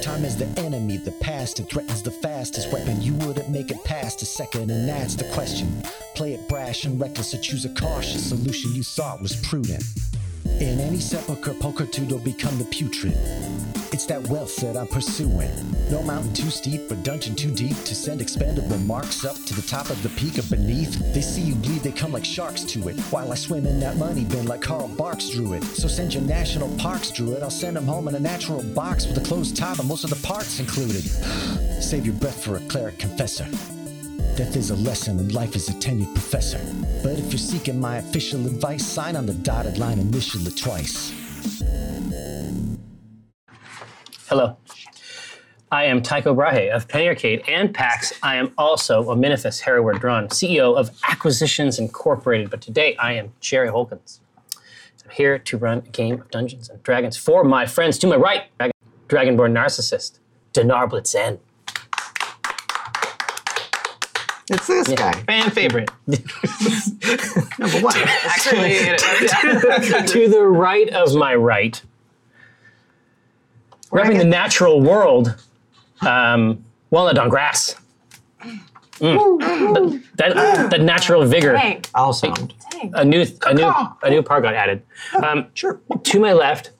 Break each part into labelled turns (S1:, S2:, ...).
S1: Time is the enemy, the past it threatens the fastest weapon. You wouldn't make it past a second, and that's the question. Play it brash and reckless, or choose a cautious solution you thought was prudent. In any sepulchre, pulchritude will become the putrid. It's that wealth that I'm pursuing. No mountain too steep or dungeon too deep to send expendable marks up to the top of the peak of beneath. They see you bleed, they come like sharks to it. While I swim in that money bin like Carl Barks drew it. So send your national parks drew it. I'll send them home in a natural box with a closed top and most of the parts included. Save your breath for a cleric confessor. Death is a lesson and life is a tenured professor. But if you're seeking my official advice, sign on the dotted line, initial it twice.
S2: Hello. I am Tycho Brahe of Playarcade and PAX. I am also a Minifest Hereward Drun, CEO of Acquisitions Incorporated, but today I am Jerry Holkins. I'm here to run a game of Dungeons and Dragons for my friends to my right, Drag- Dragonborn Narcissist, Dinar Blitzen.
S3: It's this guy.
S4: Fan favorite.
S3: Number one.
S4: Actually, it- yeah.
S2: to the right of my right, grabbing the natural world, um, walnut on grass. Mm. That, that natural vigor.
S5: Dang,
S3: I'll sound.
S5: dang.
S2: A new a new a new part got added. Um,
S3: Sure.
S2: to my left,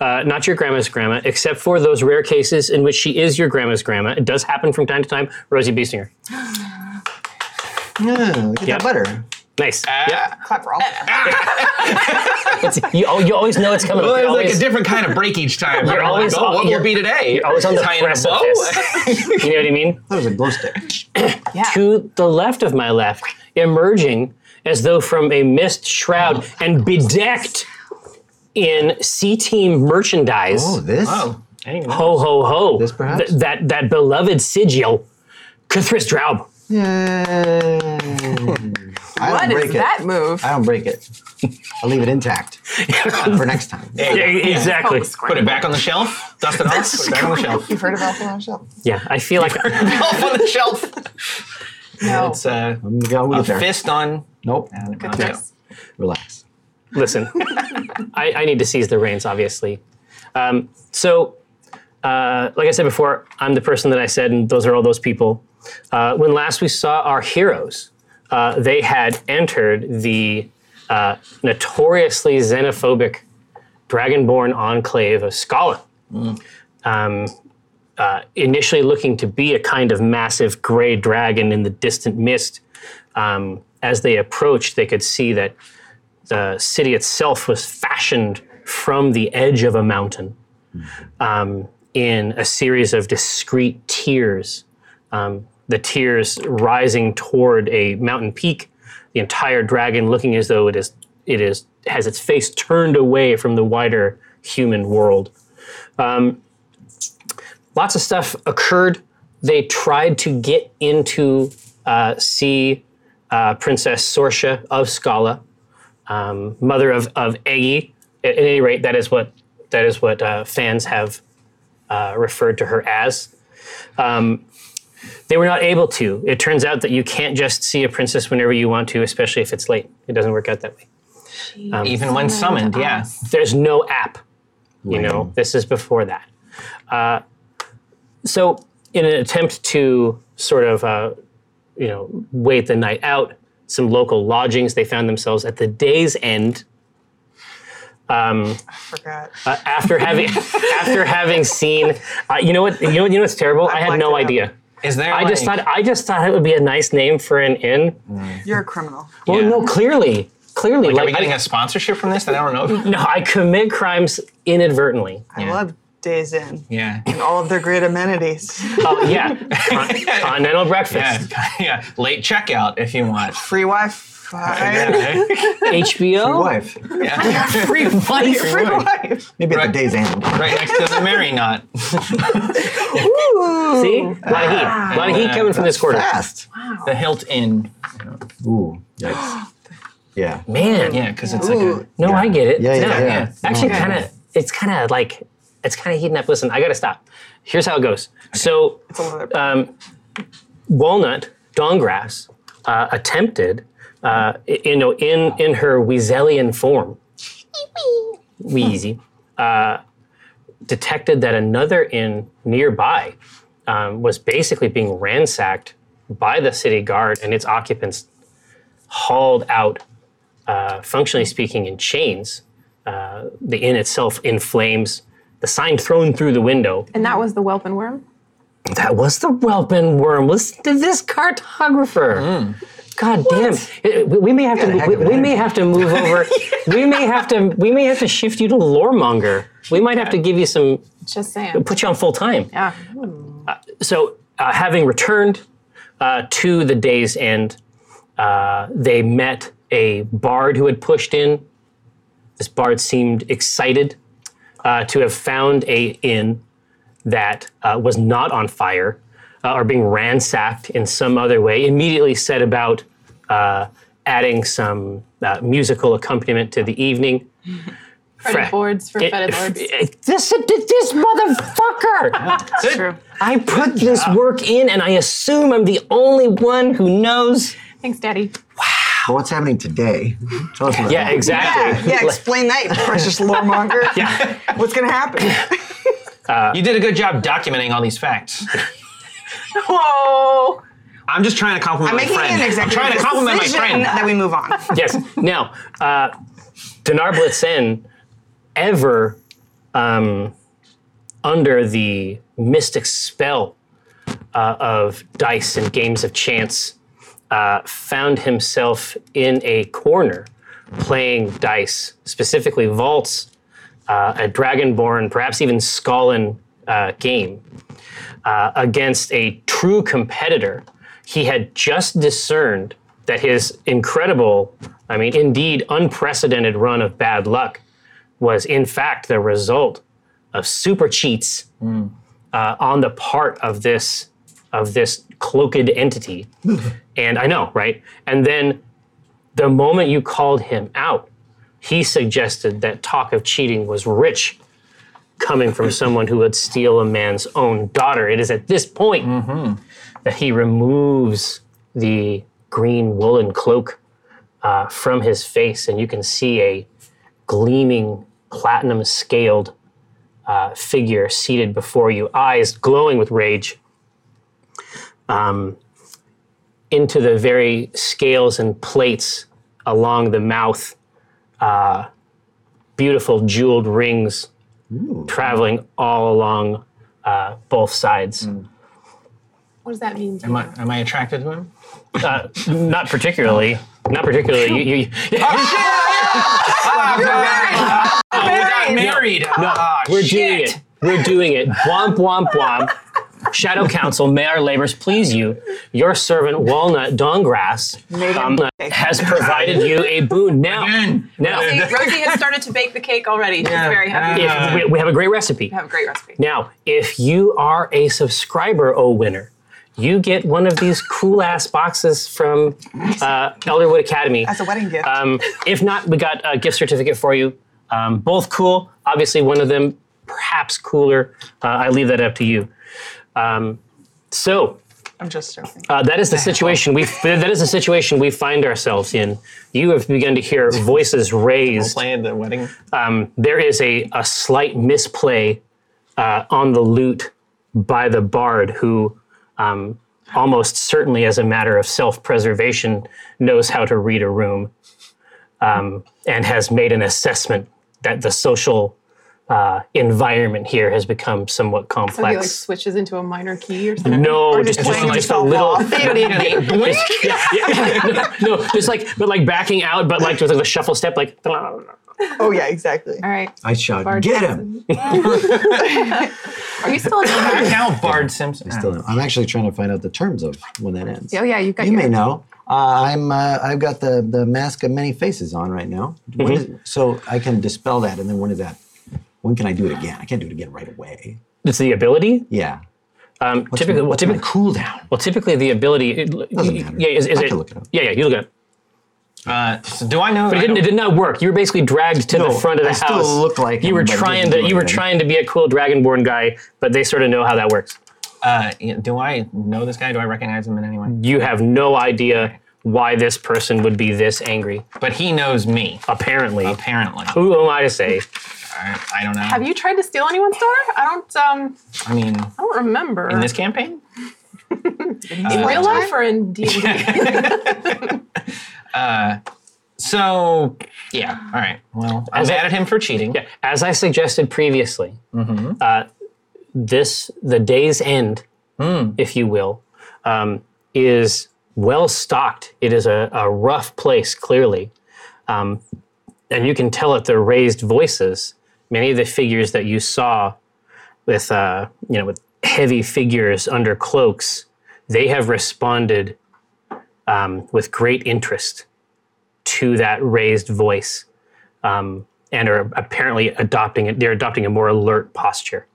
S2: uh, not your grandma's grandma, except for those rare cases in which she is your grandma's grandma. It does happen from time to time. Rosie Biesinger.
S3: Yeah, look at
S2: Yeah.
S3: that butter.
S2: Nice. yeah.
S3: Clap, Rob.
S2: It's, you, al- you always know it's coming.
S4: Well,
S2: You're
S4: there's like
S2: always-
S4: a different kind of break each time.
S2: You're
S4: You're
S2: always
S4: like, oh,
S2: on-
S4: what
S2: you're-
S4: will be today?
S2: you're always on the
S4: Tying in a bow?
S2: precipice. you know what I mean?
S3: That was a glow stick.
S5: Yeah.
S2: to the left of my left, emerging as though from a mist shroud and bedecked in C Team merchandise.
S3: Oh, this?
S4: Oh, hang on.
S2: ho ho ho!
S3: This perhaps?
S2: Th- that that beloved sigil, Cthulhu Draub.
S3: Yay. I
S5: What
S3: don't break
S5: is
S3: it.
S5: that move?
S3: I don't break it. I'll leave it intact for next time.
S2: e-, exactly.
S5: Oh, square.
S4: Put it back on the shelf. Dust it off. Put it back on the shelf.
S3: You've heard about that shop.
S2: Yeah, I feel like
S4: Off on the shelf.
S5: No.
S4: It's uh,
S3: I'm gonna go
S4: a
S3: with there.
S4: fist on.
S3: Nope.
S5: Good choice.
S3: Relax.
S2: listen, I, I need to seize the reins, obviously. Um, so, uh, like I said before, I'm the person that I said, and those are all those people. Uh, when last we saw our heroes, uh, they had entered the uh, notoriously xenophobic Dragonborn enclave of Skala. Um, uh, initially looking to be a kind of massive gray dragon in the distant mist, um, as they approached, they could see that the city itself was fashioned from the edge of a mountain um, in a series of discrete tiers. Um, the tiers rising toward a mountain peak, the entire dragon looking as though it is it is has its face turned away from the wider human world. Um, lots of stuff occurred. They tried to get into uh, see uh, Princess Sorsha of Scala um, mother of, of Eggy. At, at any rate, that is what that is what uh, fans have uh, referred to her as. Um, they were not able to. It turns out that you can't just see a princess whenever you want to, especially if it's late. It doesn't work out that way.
S6: Um,
S4: Even when summoned, yeah.
S2: There's no app. You know, this is before that. Uh, so, in an attempt to sort of, uh, you know, wait the night out, some local lodgings, they found themselves at the day's end.
S5: Forgot.
S2: Uh, after having after having seen, uh, you know what, you know, you know what's terrible. I had
S5: blacked
S2: no
S5: it out.
S2: idea.
S4: Is there?
S2: I
S4: like,
S2: just thought I just thought it would be a nice name for an inn.
S5: You're a criminal.
S2: Well,
S4: Yeah.
S2: no, clearly, clearly,
S4: Are we
S2: like,
S4: getting
S2: I,
S4: a sponsorship from this? I don't know.
S2: no, I commit crimes inadvertently.
S5: I love Days Inn
S4: Yeah.
S5: and all of their great amenities.
S2: Oh yeah, Con- continental breakfast,
S4: Yeah. yeah. Late checkout if you want.
S5: Free Wi-Fi.
S2: HBO,
S3: Wife.
S4: Yeah.
S2: free wife.
S5: Free Wi-Fi.
S3: Maybe at the
S4: Right.
S3: day's end.
S4: Right next to the Mary Knot.
S5: Ooh.
S2: See, a lot of heat, a lot of heat coming from this quarter.
S3: Fast.
S4: The Hilt Inn.
S3: Ooh. Yikes. Yeah.
S2: Man,
S4: Yeah, because it's like a.
S2: no, I get it.
S3: Yeah, yeah, yeah.
S2: Actually, kind of, it's kind of like, it's kind of heating up. Listen, I gotta stop. Here's how it goes. So
S5: It's a little bit-
S2: um, Walnut Dongrass uh, attempted, uh, i- you know, in in her Weaselian form, Wheezy, uh, detected that another inn nearby um, was basically being ransacked by the city guard and its occupants hauled out, uh, functionally speaking, in chains. Uh, the inn itself in flames, the sign thrown through the window.
S6: And that was the whelp and worm.
S2: That was the Whelpen worm. Listen to this cartographer. God damn! It- we, we may have
S3: a
S2: to.
S3: heck
S2: We,
S3: of an
S2: we may have to move over. We may have to. We may have to shift you to loremonger. We might have to give you some.
S6: Just saying.
S2: Put you on full time.
S6: Yeah.
S2: So, uh, having returned uh, to the day's end, uh, they met a bard who had pushed in. This bard seemed excited uh, to have found a inn that uh, was not on fire uh, or being ransacked in some other way. Immediately set about uh, adding some uh, musical accompaniment to the eveting. Fre-
S6: Fretted boards for
S2: it-
S6: fetid lords.
S2: it- This, this motherfucker!
S5: True.
S2: I put this work in, and I assume I'm the only one who knows.
S6: Thanks, Daddy.
S3: But what's happening today? Tell us about
S2: Yeah,
S3: that.
S2: exactly.
S5: Yeah, explain that, you precious loremonger.
S4: Yeah.
S5: What's gonna happen?
S4: You did a good job documenting all these facts.
S5: Whoa!
S4: I'm just trying to compliment
S5: I'm
S4: my
S5: making
S4: friend.
S5: an
S4: I'm
S5: executive
S4: trying to compliment my
S5: decision
S4: friend.
S5: that we move on.
S2: yes. Now, uh, Dinar Blitzen, ever um, under the mystic spell uh, of dice and games of chance, uh, found himself in a corner playing dice, specifically vaults, uh, a dragonborn, perhaps even Scullin uh, game uh, against a true competitor. He had just discerned that his incredible, I mean, indeed unprecedented run of bad luck was, in fact, the result of super cheats uh, on the part of this of this cloaked entity. and I know, right? And then the moment you called him out, he suggested that talk of cheating was rich coming from someone who would steal a man's own daughter. It is at this point that he removes the green woolen cloak uh, from his face, and you can see a gleaming platinum scaled uh, figure seated before you, eyes glowing with rage. Um, into the very scales and plates along the mouth, uh, beautiful jeweled rings traveling all along uh, both sides.
S6: What does that mean to
S4: Am
S6: you?
S4: I, am I attracted to him?
S2: Uh, not particularly. Not particularly. You, you,
S4: Oh, we got married.
S2: no,
S4: Ah,
S2: we're
S4: shit.
S2: doing it. We're doing it. Womp womp womp. Shadow Council, may our labors please you. Your servant Walnut Dongrass um, has provided you a boon. Now,
S4: Again.
S2: now
S6: Rosie, Rosie has started to bake the cake already. She's
S4: Yeah.
S6: very happy.
S4: Yeah.
S2: if we, we have a great recipe.
S6: Have a great recipe.
S2: Now, if you are a subscriber, oh winner, you get one of these cool ass boxes from uh, Elderwood Academy.
S5: As a wedding gift.
S2: Um, if not, we got a gift certificate for you. Um, both cool. Obviously, one of them perhaps cooler. Uh, I leave that up to you. Um, so
S5: I'm just joking.
S2: uh, that is the situation we that is the situation we find ourselves in. You have begun to hear voices raised
S4: Playing the wedding.
S2: um, there is a, a slight misplay uh, on the lute by the bard who um, almost certainly as a matter of self-preservation knows how to read a room um, and has made an assessment that the social uh, environment here has become somewhat
S6: So he like
S2: complex.
S6: switches into a minor key or something.
S2: no,
S5: just
S2: just, just,
S5: playing
S2: just a
S5: himself
S2: little.
S5: off.
S2: Yeah, yeah. no, no, just like, but like backing out, but like with a shuffle step, like.
S5: Oh yeah, exactly.
S6: All right.
S3: I shout, get him.
S6: Are you still in the
S4: Now Bard Simpson. uh,
S3: Still no. I'm actually trying to find out the terms of when that ends.
S6: Oh yeah, you've got
S3: You
S6: your
S3: may know. Uh, I'm. Uh, I've got the the mask of many faces on right now. When is-
S6: Mm-hmm.
S3: so I can dispel that, and then when is that? When can I do it again? I can't do it again right away.
S2: It's the ability.
S3: Yeah.
S2: Um, typically, well,
S3: what's my
S2: typically,
S3: cooldown?
S2: Well, typically the ability it,
S3: Doesn't matter.
S2: Yeah, is, is
S3: I
S2: it,
S3: can look it up.
S2: Yeah, yeah, you look it up.
S4: Uh, so do I know?
S2: But it
S4: I
S2: didn't.
S4: don't-
S2: It did not work. You were basically dragged to
S3: No,
S2: the front of the
S3: I
S2: house.
S3: still look like
S2: you
S3: him,
S2: were
S3: but it
S2: trying
S3: didn't
S2: to.
S3: do
S2: You were
S3: anything.
S2: trying to be a cool dragonborn guy, but they sort of know how that works.
S4: uh, yeah, do I know this guy? Do I recognize him in any way?
S2: You have no idea why this person would be this angry.
S4: But he knows me,
S2: Apparently,
S4: apparently.
S2: who am I to say?
S4: I, I don't know.
S6: Have you tried to steal anyone's door? I don't. Um,
S4: I mean,
S6: I don't remember.
S4: in this campaign,
S6: in
S4: Uh,
S6: real life or in D and D?
S4: so yeah. All right. Well, I've
S2: it-
S4: added him for cheating.
S2: Yeah, as I suggested previously, uh, this the day's end, if you will, um, is well stocked. It is a, a rough place, clearly, um, and you can tell at their raised voices. Many of the figures that you saw with uh, you know with heavy figures under cloaks, they have responded um, with great interest to that raised voice um, and are apparently adopting it. They're adopting a more alert posture.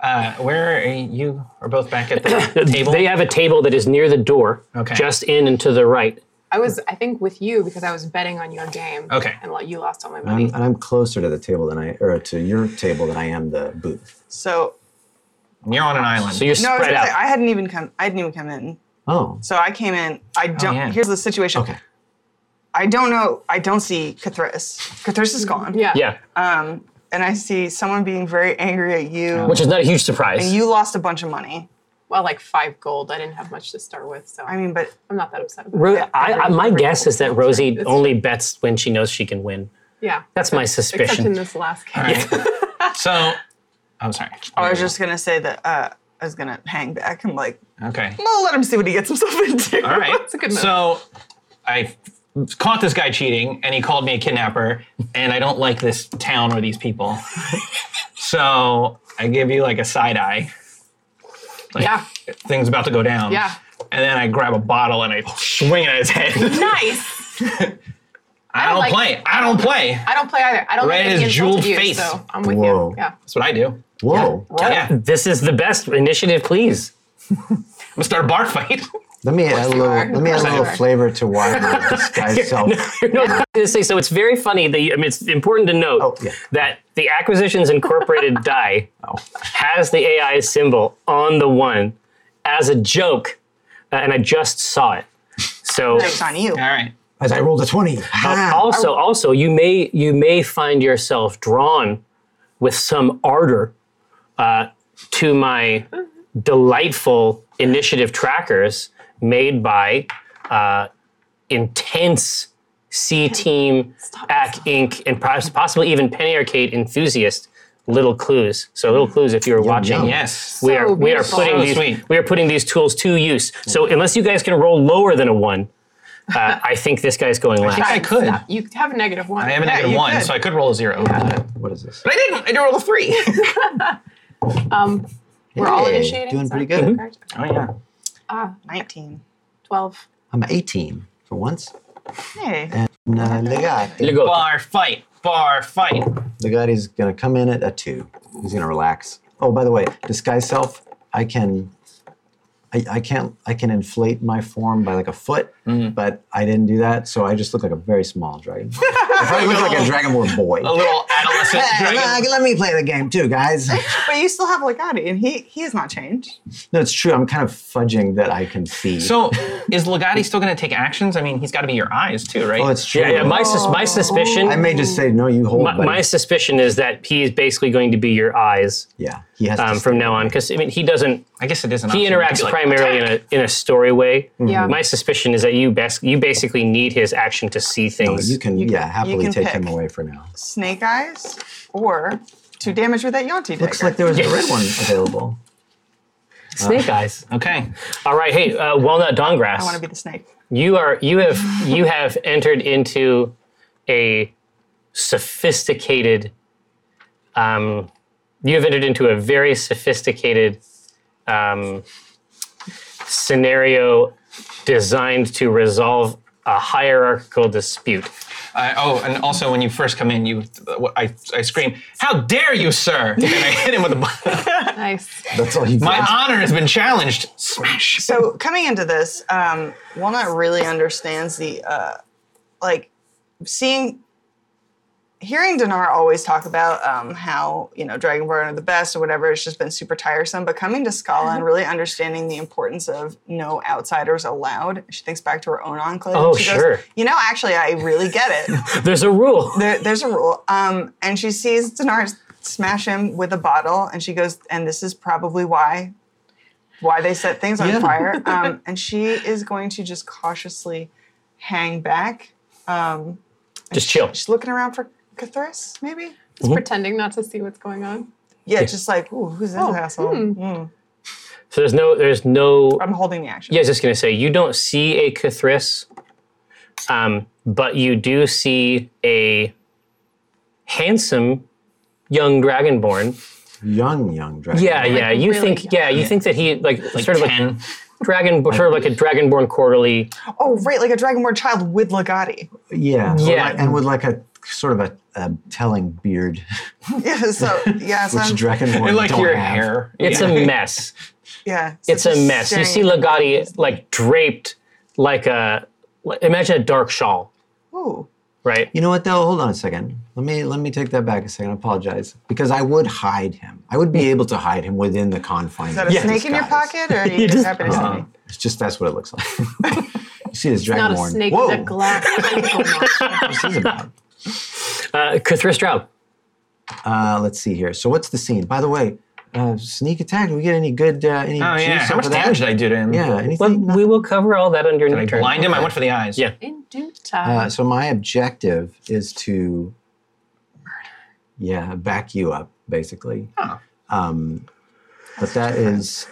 S4: Uh, where are you? Are both back at the table?
S2: They have a table that is near the door,
S4: Okay.
S2: just in and to the right.
S6: I was, I think, with you because I was betting on your game.
S4: Okay.
S6: And like, you lost all my
S3: I'm,
S6: money.
S3: and I'm closer to the table than I, or to your table than I am the booth.
S5: So
S4: You're on an island.
S2: So you're
S5: no, I was
S2: spread
S5: gonna
S2: out.
S5: say I hadn't even come. I didn't even come in.
S3: Oh,
S5: So I came in. I don't.
S4: yeah.
S5: Here's the situation.
S3: okay.
S5: I don't know. I don't see Cathris. Cathris is gone.
S6: yeah.
S2: yeah,
S5: Um, And I see someone being very angry at you.
S2: which is not a huge surprise.
S5: and you lost a bunch of money.
S6: Well, like five gold. I didn't have much to start with, so
S5: I
S6: I'm,
S5: mean, but
S6: I'm not that upset about
S2: Ro-
S6: it.
S2: I, I, my guess is that Rosie
S6: It's-
S2: only bets when she knows she can win.
S6: Yeah.
S2: That's my
S6: Except in
S2: suspicion.
S6: this last case.
S4: All right. so I'm sorry.
S5: I was just gonna say that uh, I was gonna hang back. I'm like,
S4: okay.
S5: well, let him see what he gets himself into.
S4: All right.
S6: a good move.
S4: So I f- caught this guy cheating, and he called me a kidnapper, and I don't like this town or these people. so I give you like a side eye. Like,
S6: Yeah.
S4: Things about to go down.
S6: Yeah.
S4: And then I grab a bottle and I swing it at his head.
S6: Nice.
S4: I don't
S6: like-
S4: play. I don't play.
S6: I don't play either. I don't
S4: Right
S6: like
S4: in
S6: any
S4: his
S6: insult to
S4: jeweled
S6: you,
S4: face.
S6: So I'm with
S3: Whoa.
S6: you. Yeah.
S4: That's what I do.
S3: Whoa.
S4: Yeah. I'm
S2: This is the best initiative, please.
S4: gonna start a bar fight.
S3: Let me add a little.
S6: are.
S3: Let me add a
S6: Of course
S3: little
S6: you are.
S3: flavor to why my disguise self.
S2: You're not gonna say so. It's very funny. That you, I mean, it's important to note
S3: Oh, yeah.
S2: that the Acquisitions Incorporated die has the AI symbol on the one as a joke, uh, and I just saw it. So
S5: Jokes on you.
S4: All right.
S3: As I rolled a twenty. Ah.
S2: uh,
S3: Ha.
S2: also, also, you may you may find yourself drawn with some ardor uh, to my delightful initiative trackers made by uh, intense C Team, Ack Inc., and perhaps- possibly even Penny Arcade enthusiast. Little clues. So little clues if you're watching.
S3: yum.
S4: Yes.
S2: We are we are
S6: beautiful.
S2: putting
S4: So
S2: these
S4: sweet.
S2: we are putting these tools to use. So unless you guys can roll lower than a one, uh, I think this guy's going last.
S4: I could.
S6: Stop. You have a negative one.
S4: I have a negative
S5: you
S4: one,
S5: could.
S4: so I could roll a zero.
S3: What is this?
S4: But I didn't. I did roll a three.
S6: Um, we're all
S3: Hey,
S6: initiating.
S3: Doing
S6: is
S3: pretty
S6: that
S3: good.
S6: correct?
S4: oh yeah.
S5: Nineteen.
S6: Twelve.
S3: I'm 18 for once.
S5: Hey.
S3: And uh, Legat,
S2: Lego.
S4: Bar fight. Bar fight.
S3: Legat is gonna come in at a two. He's gonna relax. Oh, by the way, disguise self. I can. I, I can't. I can inflate my form by like a foot,
S2: Mm-hmm.
S3: but I didn't do that, so I just look like a very small dragon. if I look like a dragonborn boy.
S4: A little adolescent
S3: Hey,
S4: dragon.
S3: look, let me play the game too, guys.
S5: But you still have Legati, and he he has not changed.
S3: No, it's true. I'm kind of fudging that I can see.
S4: So is Legati still going to take actions? I mean, he's got to be your eyes too, right?
S3: oh, it's true.
S2: Yeah, yeah. My, sus- my suspicion.
S3: I may just say no. You hold.
S2: my,
S3: buddy.
S2: my suspicion is that he is basically going to be your eyes
S3: yeah, he has.
S2: um,
S3: to
S2: from now on because I mean he doesn't.
S4: I guess it is an
S2: He
S4: option. You could
S2: interacts
S4: be like,
S2: primarily in a in a story way.
S6: Yeah.
S2: My suspicion is that you bas- you basically need his action to see
S3: No,
S2: things.
S3: you can. yeah, happily
S5: can
S3: take
S5: pick.
S3: him away for now.
S5: Snake eyes, or two damage with that Yonti dagger.
S3: Looks like there was a red one available.
S2: Snake eyes.
S4: Okay.
S2: All right. Hey, uh, walnut dongrass.
S5: I want to be the snake.
S2: you are you have you have entered into a sophisticated um, you have entered into a very sophisticated um, scenario designed to resolve a hierarchical dispute
S4: I oh, and also when you first come in, you I, I scream, "How dare you, sir!" And I hit him with a bu-
S6: Nice.
S3: That's all he.
S4: My
S3: gets.
S4: honor has been challenged. Smash.
S5: So coming into this, um, Walnut really understands the uh, like seeing hearing Dinar always talk about um, how you know Dragonborn are the best or whatever, it's just been super tiresome. But coming to Scala
S2: Uh-huh.
S5: and really understanding the importance of no outsiders allowed, she thinks back to her own enclave. and
S2: Oh,
S5: she
S2: sure.
S5: Goes, you know, actually, I really get it.
S2: There's a rule.
S5: there, there's a rule. Um, and she sees Dinar smash him with a bottle, and she goes, and this is probably why, why they set things on
S3: Yeah.
S5: fire. Um, and she is going to just cautiously hang back. Um,
S2: Just chill.
S5: she's looking around for Cathris, maybe.
S2: Mm-hmm.
S6: Just pretending not to see what's going on.
S5: Yeah, just like, ooh, who's this
S2: Oh,
S5: asshole?
S2: hmm.
S5: Mm.
S2: So there's no there's no
S5: I'm holding the action.
S2: Yeah, I was just gonna say you don't see a Cthulhu, um, but you do see a handsome young dragonborn.
S3: Young, young dragon.
S2: Yeah, yeah. You
S6: really
S2: think
S6: young.
S2: yeah, you think that he like,
S4: Like
S2: sort of like
S4: 10.
S2: dragon sort of like a dragonborn quarterly.
S5: Oh, right, like a Dragonborn child with Legati.
S3: Yeah.
S2: Yeah.
S3: Like- and with like a sort of a, a telling beard,
S5: Yeah, so, yeah, so
S3: which
S5: I'm-
S3: dragonborn
S4: like
S3: don't
S4: your
S3: have.
S4: hair.
S2: It's
S4: Yeah.
S2: a mess.
S5: yeah. so
S2: It's a
S5: just
S2: mess. You see
S5: staring-
S2: Legati like draped like a like- imagine a dark shawl,
S5: Ooh.
S2: right?
S3: You know what though? Hold on a second. Let me let me take that back a second. I apologize because I would hide him. I would be able to hide him within the confines.
S5: Is that a
S3: of
S5: snake in your
S3: disguise.
S5: pocket, or are you,
S2: You
S5: just,
S2: just-
S5: happy to see me?
S3: It's just that's what it looks like. you see this
S6: Not a
S3: dragonborn.
S6: snake
S3: Whoa.
S6: in a glass. tentacle monster.
S3: This is about.
S2: Uh Cthulhu Stroud.
S3: Uh, let's see here. So what's the scene? By the way, uh, sneak attack. Do we get any good uh, any
S4: Oh, yeah.
S3: juice
S4: How
S3: off
S4: much
S3: of that?
S4: damage did I do to him?
S3: Yeah.
S2: Well,
S3: Anything?
S2: we will cover all that under
S4: Did I
S2: your turn.
S4: blind him? I went for the eyes.
S2: Yeah.
S6: In due time.
S3: Uh, so my objective is to yeah back you up basically
S4: Oh.
S3: um, but that is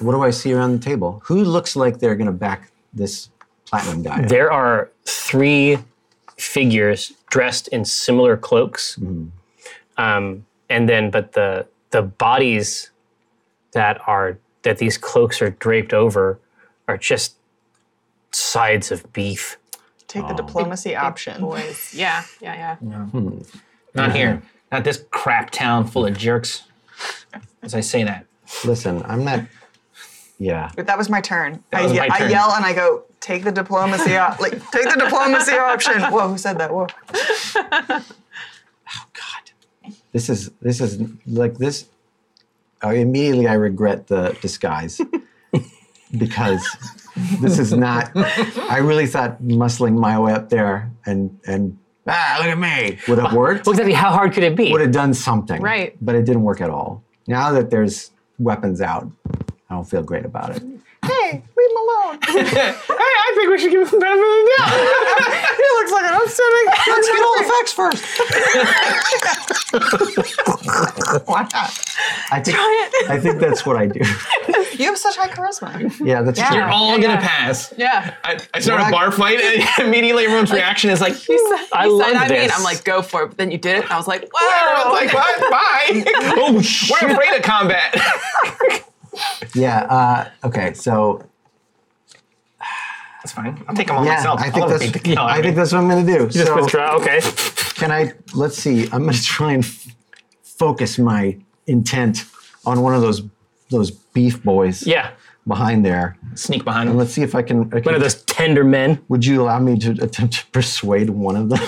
S3: what do i see around the table who looks like they're going to back this platinum guy up?
S2: There are three figures dressed in similar cloaks, um, and then but the the bodies that are that these cloaks are draped over are just sides of beef.
S5: Take
S2: Uh-huh.
S5: the diplomacy
S3: Uh,
S5: option.
S6: Boys. Yeah, yeah, yeah.
S4: Not here. Not this crap town full of jerks. As I say that.
S3: listen i'm not yeah
S5: But that was my turn. I,
S4: was
S5: ye-
S4: my
S5: I
S4: turn.
S5: yell and I go, take the diplomacy op- like take the diplomacy option. Whoa, who said that? Whoa.
S3: god this is this is like this I immediately i regret the disguise because this is not i really thought muscling my way up there and and ah look at me would have worked
S2: Well, exactly how hard could it be?
S3: would have done something.
S6: Right.
S3: But it didn't work at all. Now that there's weapons out, I don't feel great about it.
S5: Hey, leave him alone.
S4: Hey, I think we should give him better than that.
S5: he looks like an upsetting. Let's get all the facts first. Why not?
S3: I think I think that's what I do.
S5: You have such high charisma.
S3: Yeah, that's
S5: Yeah.
S3: true.
S4: You're all
S6: Yeah.
S4: gonna pass.
S6: Yeah.
S4: I, I start
S3: Right.
S4: a bar fight, and immediately everyone's reaction is like,
S6: You said,
S2: I
S6: you
S2: love
S6: said I mean,
S2: this.
S6: I'm like, go for it. But then you did it, and I was like,
S4: everyone's
S6: whoa.
S4: like, what? Bye. oh, shit. We're afraid of combat.
S3: Yeah. Uh, okay. So
S4: that's fine. I'll take them all
S3: yeah,
S4: myself.
S3: I think
S4: I'll beat
S3: that's
S4: the hell
S3: I
S4: out of
S3: think
S4: me.
S3: that's what I'm gonna do.
S2: just
S3: so
S2: withdraw. Okay.
S3: can I? Let's see. I'm gonna try and f- focus my intent on one of those those beef boys
S2: Yeah.
S3: behind there.
S4: sneak behind
S3: And
S4: him.
S3: let's see if I can. I
S2: One
S3: can
S2: of those tender men.
S3: Would you allow me to attempt to persuade one of them?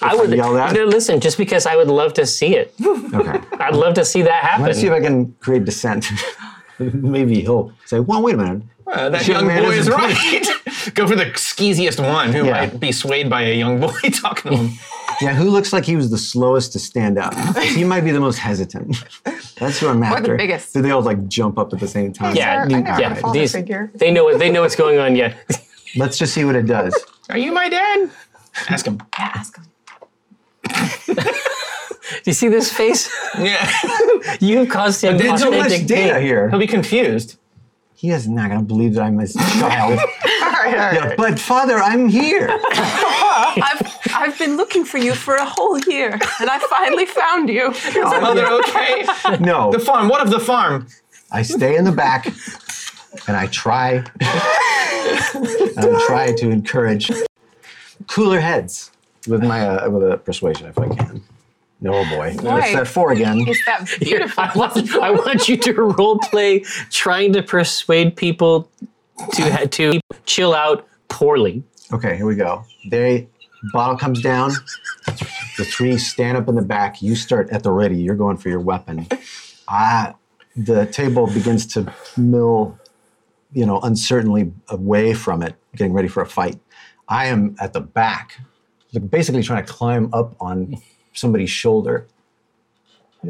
S2: I would
S3: yell that?
S2: No, listen, just because I would love to see it.
S3: Okay.
S2: I'd love to see that happen.
S3: Let's see if I can create dissent. Maybe he'll say, "Well, wait a minute."
S4: Uh, that
S3: This young
S4: young
S3: man
S4: boy
S3: is
S4: is right. Go for the skeeziest one who
S3: Yeah.
S4: might be swayed by a young boy talking to him.
S3: Yeah, who looks like he was the slowest to stand up? he might be the most hesitant. That's who I'm after.
S6: biggest.
S3: Do they all like jump up at the same time?
S2: yeah,
S5: Sir, I never
S2: yeah.
S5: had a father
S2: These,
S5: figure.
S2: they know what they know what's going on. Yeah.
S3: Let's just see what it does.
S4: Are you my dad? Ask him.
S6: Yeah, ask him.
S2: Do you see this face?
S4: Yeah.
S2: You have caused him
S4: There's so much
S2: authentic
S3: data
S2: pain.
S3: here.
S4: He'll be confused.
S3: He is not gonna believe that I'm his child.
S5: All right, all right.
S3: Yeah, but father, I'm here.
S6: I've, I've been looking for you for a whole year, and I finally found you.
S3: Oh,
S4: Mother, okay.
S3: No,
S4: The farm. What of the farm?
S3: I stay in the back, and I try. and I try to encourage cooler heads with my uh, with a persuasion if I can. No oh boy,
S6: Why?
S3: it's that four again.
S6: Is that beautiful?
S2: I want, I want you to role play trying to persuade people to ha- to chill out poorly.
S3: Okay, here we go. They bottle comes down. The three stand up in the back. You start at the ready. You're going for your weapon. I, the table begins to mill, you know, uncertainly away from it, getting ready for a fight. I am at the back, like basically trying to climb up on somebody's shoulder.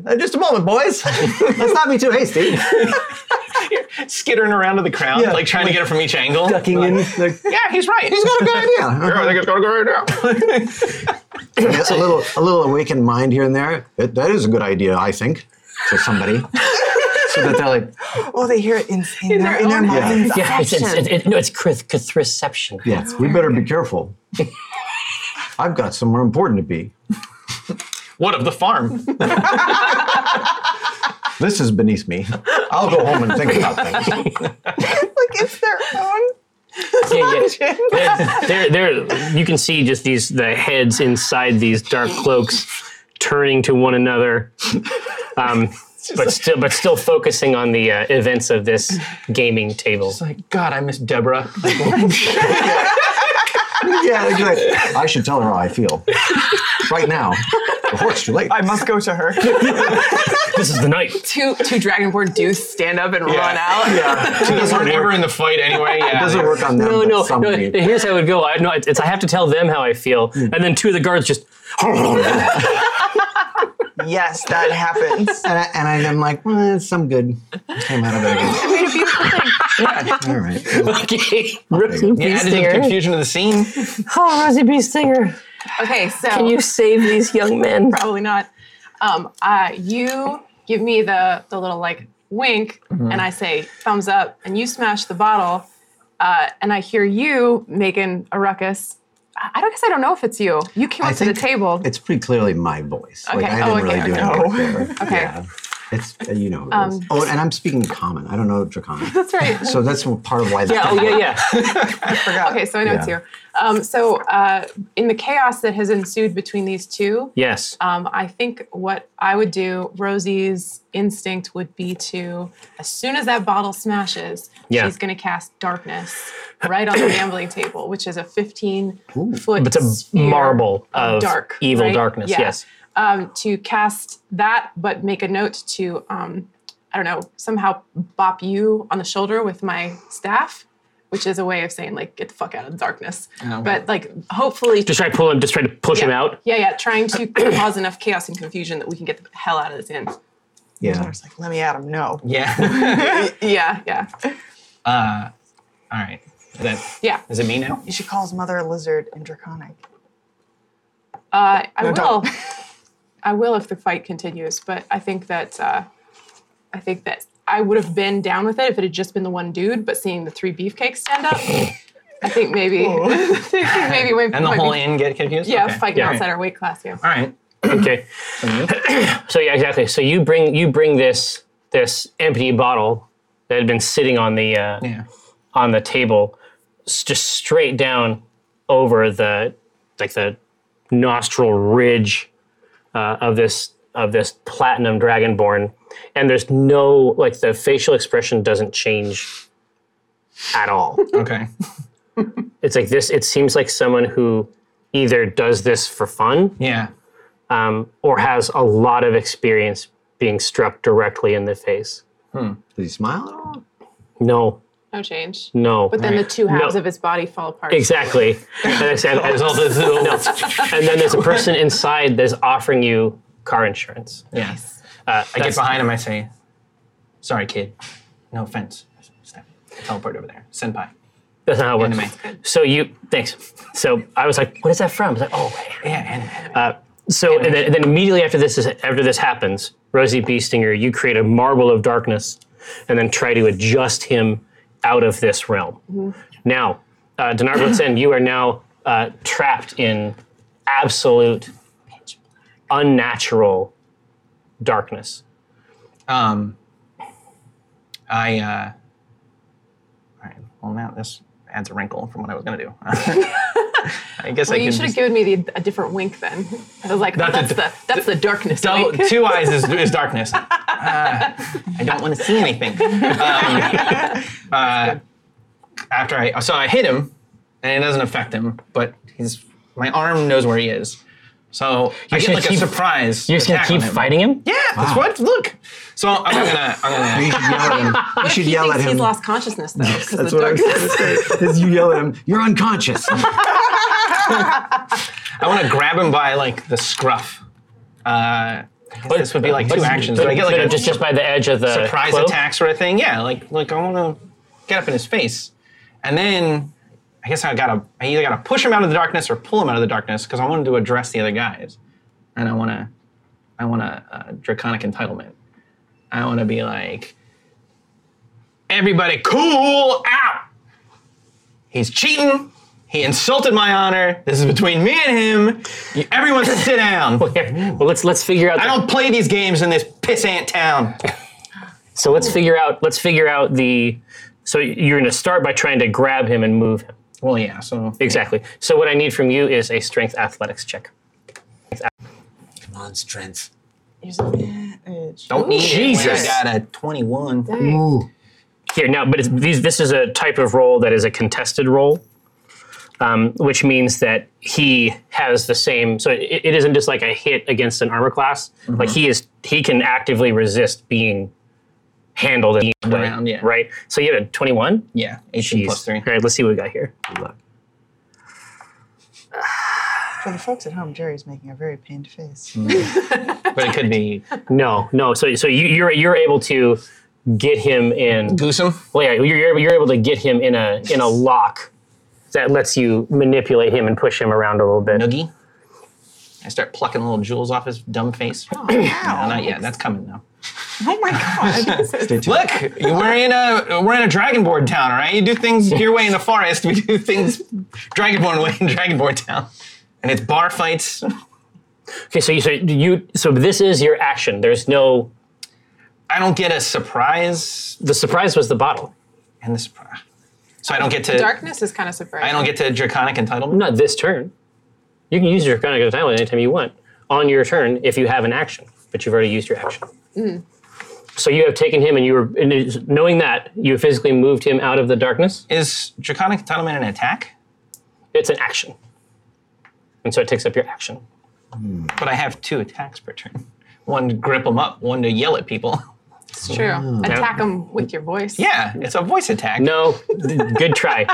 S3: "Uh, Just a moment, boys. Let's not be too hasty.
S4: skittering around to the crowd,
S3: Yeah.
S4: like trying to get it from each angle.
S3: Ducking in. Like,
S4: Yeah, he's right.
S3: He's got a good idea.
S4: I think it's gonna go right now.
S3: Yes, a little, a little awakened mind here and there. That- that is a good idea, I think, to somebody. so that they're like,
S5: Oh, they hear it in, in, their, in their
S6: own
S3: head.
S5: minds.
S2: Yeah, it's, it's,
S5: Perception.
S2: it, it, no, it's cath- cathriception.
S3: yes, we better be careful. I've got somewhere important to be.
S4: What of the farm?
S3: This is beneath me. I'll go home and think about things.
S5: like it's their own.
S2: Yeah, yeah. They're, they're, they're, you can see just these the heads inside these dark cloaks turning to one another, um, but still but still focusing on the uh, events of this gaming table.
S4: It's like, God, I miss Deborah.
S3: yeah, like, like, I should tell her how I feel right now before it's too late.
S5: I must go to her.
S2: This is the night.
S6: Two two dragonborn do stand up and run out.
S4: She weren't ever in the fight anyway. Yeah,
S3: It doesn't work on them.
S2: No,
S3: but
S2: no, no.
S3: somebody-
S2: Here's how it would go. I no, it's I have to tell them how I feel,
S4: Hmm.
S2: and then two of the guards just.
S5: yes, that happens.
S3: And, I, and I'm like, well, it's some good came out of it.
S6: I mean, a beautiful thing.
S3: All right.
S2: Okay.
S4: Yeah, added to the confusion of the scene.
S2: Oh, Rosie B. Stinger,
S6: Okay, so
S2: save these young men.
S6: probably not. Um, uh, you give me the the little like wink,
S3: Mm-hmm.
S6: and I say thumbs up, and you smash the bottle, uh, and I hear you making a ruckus. I I don't guess I don't know if it's you. You came
S3: I
S6: up to the
S3: think
S6: table.
S3: It's pretty clearly my voice. Like
S6: Okay.
S3: I
S6: Oh,
S3: didn't really
S6: okay,
S3: do
S6: okay.
S3: any work there.
S6: Okay. Um,
S3: Yeah. It's uh, you know. it is. oh, and I'm speaking common. I don't know draconic.
S6: That's right.
S3: So that's part of why. That
S2: Yeah. Oh, yeah, yeah.
S6: Okay, so I know it's
S3: Yeah.
S6: you. Um, so uh, in the chaos that has ensued between these two,
S2: Yes.
S6: um, I think what I would do, Rosie's instinct would be to, as soon as that bottle smashes,
S2: Yeah.
S6: she's going to cast darkness right on the gambling table, which is a 15 foot.
S2: It's a
S6: sphere
S2: marble
S6: of,
S2: of
S6: dark,
S2: evil
S6: right?
S2: darkness.
S6: Yeah.
S2: Yes.
S6: Um, to cast that, but make a note to, um, I don't know, somehow bop you on the shoulder with my staff. Which is a way of saying like get the fuck out of the darkness, but like hopefully
S2: Just try to pull him. Just try to push him
S6: yeah.
S2: out.
S6: Yeah, yeah, trying to cause enough chaos and confusion that we can get the hell out of this inn.
S3: Yeah.
S5: It's like, let me at him. No.
S4: Yeah.
S6: Yeah, yeah,
S4: uh, all right. Is that
S6: yeah.
S4: is it me now?
S5: You should call his mother a lizard in Draconic.
S6: Uh, I will.
S5: don't.
S6: I will if the fight continues, but I think that uh, I think that I would have been down with it if it had just been the one dude. But seeing the three beefcakes stand up, I think maybe I think maybe we
S4: And the
S6: might
S4: whole
S6: be,
S4: inn get confused?
S6: yeah
S4: Okay.
S6: fighting
S2: yeah.
S6: outside our weight class. Yeah,
S4: All right.
S2: Okay. so yeah, exactly. So you bring you bring this this empty bottle that had been sitting on the uh,
S4: Yeah.
S2: on the table, s- just straight down over the like the nostril ridge uh, of this of this platinum dragonborn, and there's no like the facial expression doesn't change at all.
S4: Okay.
S2: it's like this. It seems like someone who either does this for fun
S4: Yeah.
S2: um, or has a lot of experience being struck directly in the face.
S3: Did he smile at all?
S2: No,
S6: no change.
S2: no.
S6: But then the two halves
S2: No.
S6: of his body fall apart.
S2: exactly. and, I said- and-
S4: All this little-
S2: and then there's a person inside that's offering you car insurance.
S4: Yeah.
S2: Uh,
S4: I get
S2: that's-
S4: behind him. I say, "Sorry, kid. No offense." Step. Teleport over there. Senpai.
S2: That's not how it
S4: Anime.
S2: works. So you thanks. So I was like, "What is that from?" I was like, "Oh." hey."
S4: Yeah. uh, Anime.
S2: So and then, and then immediately after this is after this happens, Rosie B. Stinger, you create a marble of darkness, and then try to adjust him out of this realm.
S4: Mm-hmm.
S2: Now, uh, Dinar Blitzen, you are now uh, trapped in absolute, unnatural darkness.
S4: Um, I, uh, all right. Well, now this adds a wrinkle from what I was going to do. I guess
S6: Well,
S4: I
S6: you
S4: can.
S6: should have
S4: Just,
S6: given me the, a different wink then. I was like, oh,
S4: That's a d-
S6: that's, the that's the darkness.
S4: double,
S6: wink.
S4: two eyes is, is darkness. Uh, I don't want to see anything. Um, uh, after I, so I hit him, and it doesn't affect him, but he's my arm knows where he is. So I
S2: just
S4: get
S2: gonna
S4: like a
S2: keep-
S4: surprise.
S2: You're just gonna
S4: attack on
S2: keep
S4: him.
S2: fighting him?
S4: Yeah, that's what. Look. So I'm gonna. I'm gonna.
S3: You should yell at him. You should
S6: He
S3: yell at
S6: thinks
S3: him.
S6: he's lost consciousness though. 'cause
S3: That's
S6: the
S3: what I was
S6: dark-
S3: going to say. Is you yell at him, you're unconscious.
S4: I want to grab him by like the scruff. Uh, but this would be like two actions. But I get like
S2: But
S4: a
S2: just just by the edge of the
S4: surprise
S2: cloak?
S4: attack sort of thing. Yeah, like like I want to get up in his face, and then I guess I gotta I either gotta push him out of the darkness or pull him out of the darkness because I wanted to address the other guys, and I want to I want to uh, draconic entitlement. I want to be like everybody cool out. He's cheating. He insulted my honor. This is between me and him. You- Everyone sit down.
S2: Here, well, let's let's figure out.
S4: I
S2: the-
S4: don't play these games in this pissant town.
S2: so let's figure out. Let's figure out the. So you're going to start by trying to grab him and move him.
S4: Well, yeah. So
S2: Exactly. So what I need from you is a strength athletics check.
S3: Come on, strength.
S4: Don't need it.
S2: Jesus.
S4: when I got a 21.
S6: Dang.
S2: Here now, but it's, these, this is a type of roll that is a contested roll, um, which means that he has the same. So it, it isn't just like a hit against an armor class. Like
S4: Mm-hmm.
S2: he is, he can actively resist being handled in any way,
S4: Around, yeah.
S2: right? So you have a twenty-one.
S4: Yeah, 18 plus 3.
S2: All right, let's see what we got here.
S3: Look.
S5: For the folks at home, Jerry's making a very pained face.
S2: Hmm.
S4: But it could be
S2: No, no. So so you, you're you're able to get him in.
S4: Goose him.
S2: Well, yeah, you're, you're, you're able to get him in a in a lock that lets you manipulate him and push him around a little bit.
S4: Noogie. I start plucking little jewels off his dumb face. No, not yet. That's coming now.
S5: Oh my god.
S3: Stay tuned.
S4: Look, we're in a we're in a dragonborn town, all right? You do things your way in the forest. We do things dragonborn way in dragonborn town, and it's bar fights.
S2: Okay, so you so you so this is your action. There's no
S4: I don't get a surprise,
S2: the surprise was the bottle,
S4: and the surprise. So I don't get to
S6: Darkness is kind of surprising.
S4: I don't get to draconic entitlement.
S2: not this turn. You can use your kind of talent anytime you want on your turn if you have an action, but you've already used your action. So you have taken him, and you were and it's- knowing that you physically moved him out of the darkness.
S4: Is draconic entitlement an attack?
S2: It's an action, and so it takes up your action.
S4: But I have two attacks per turn. One to grip them up, one to yell at people.
S6: It's true. Attack him with your voice.
S4: Yeah, it's a voice attack.
S2: No, good try,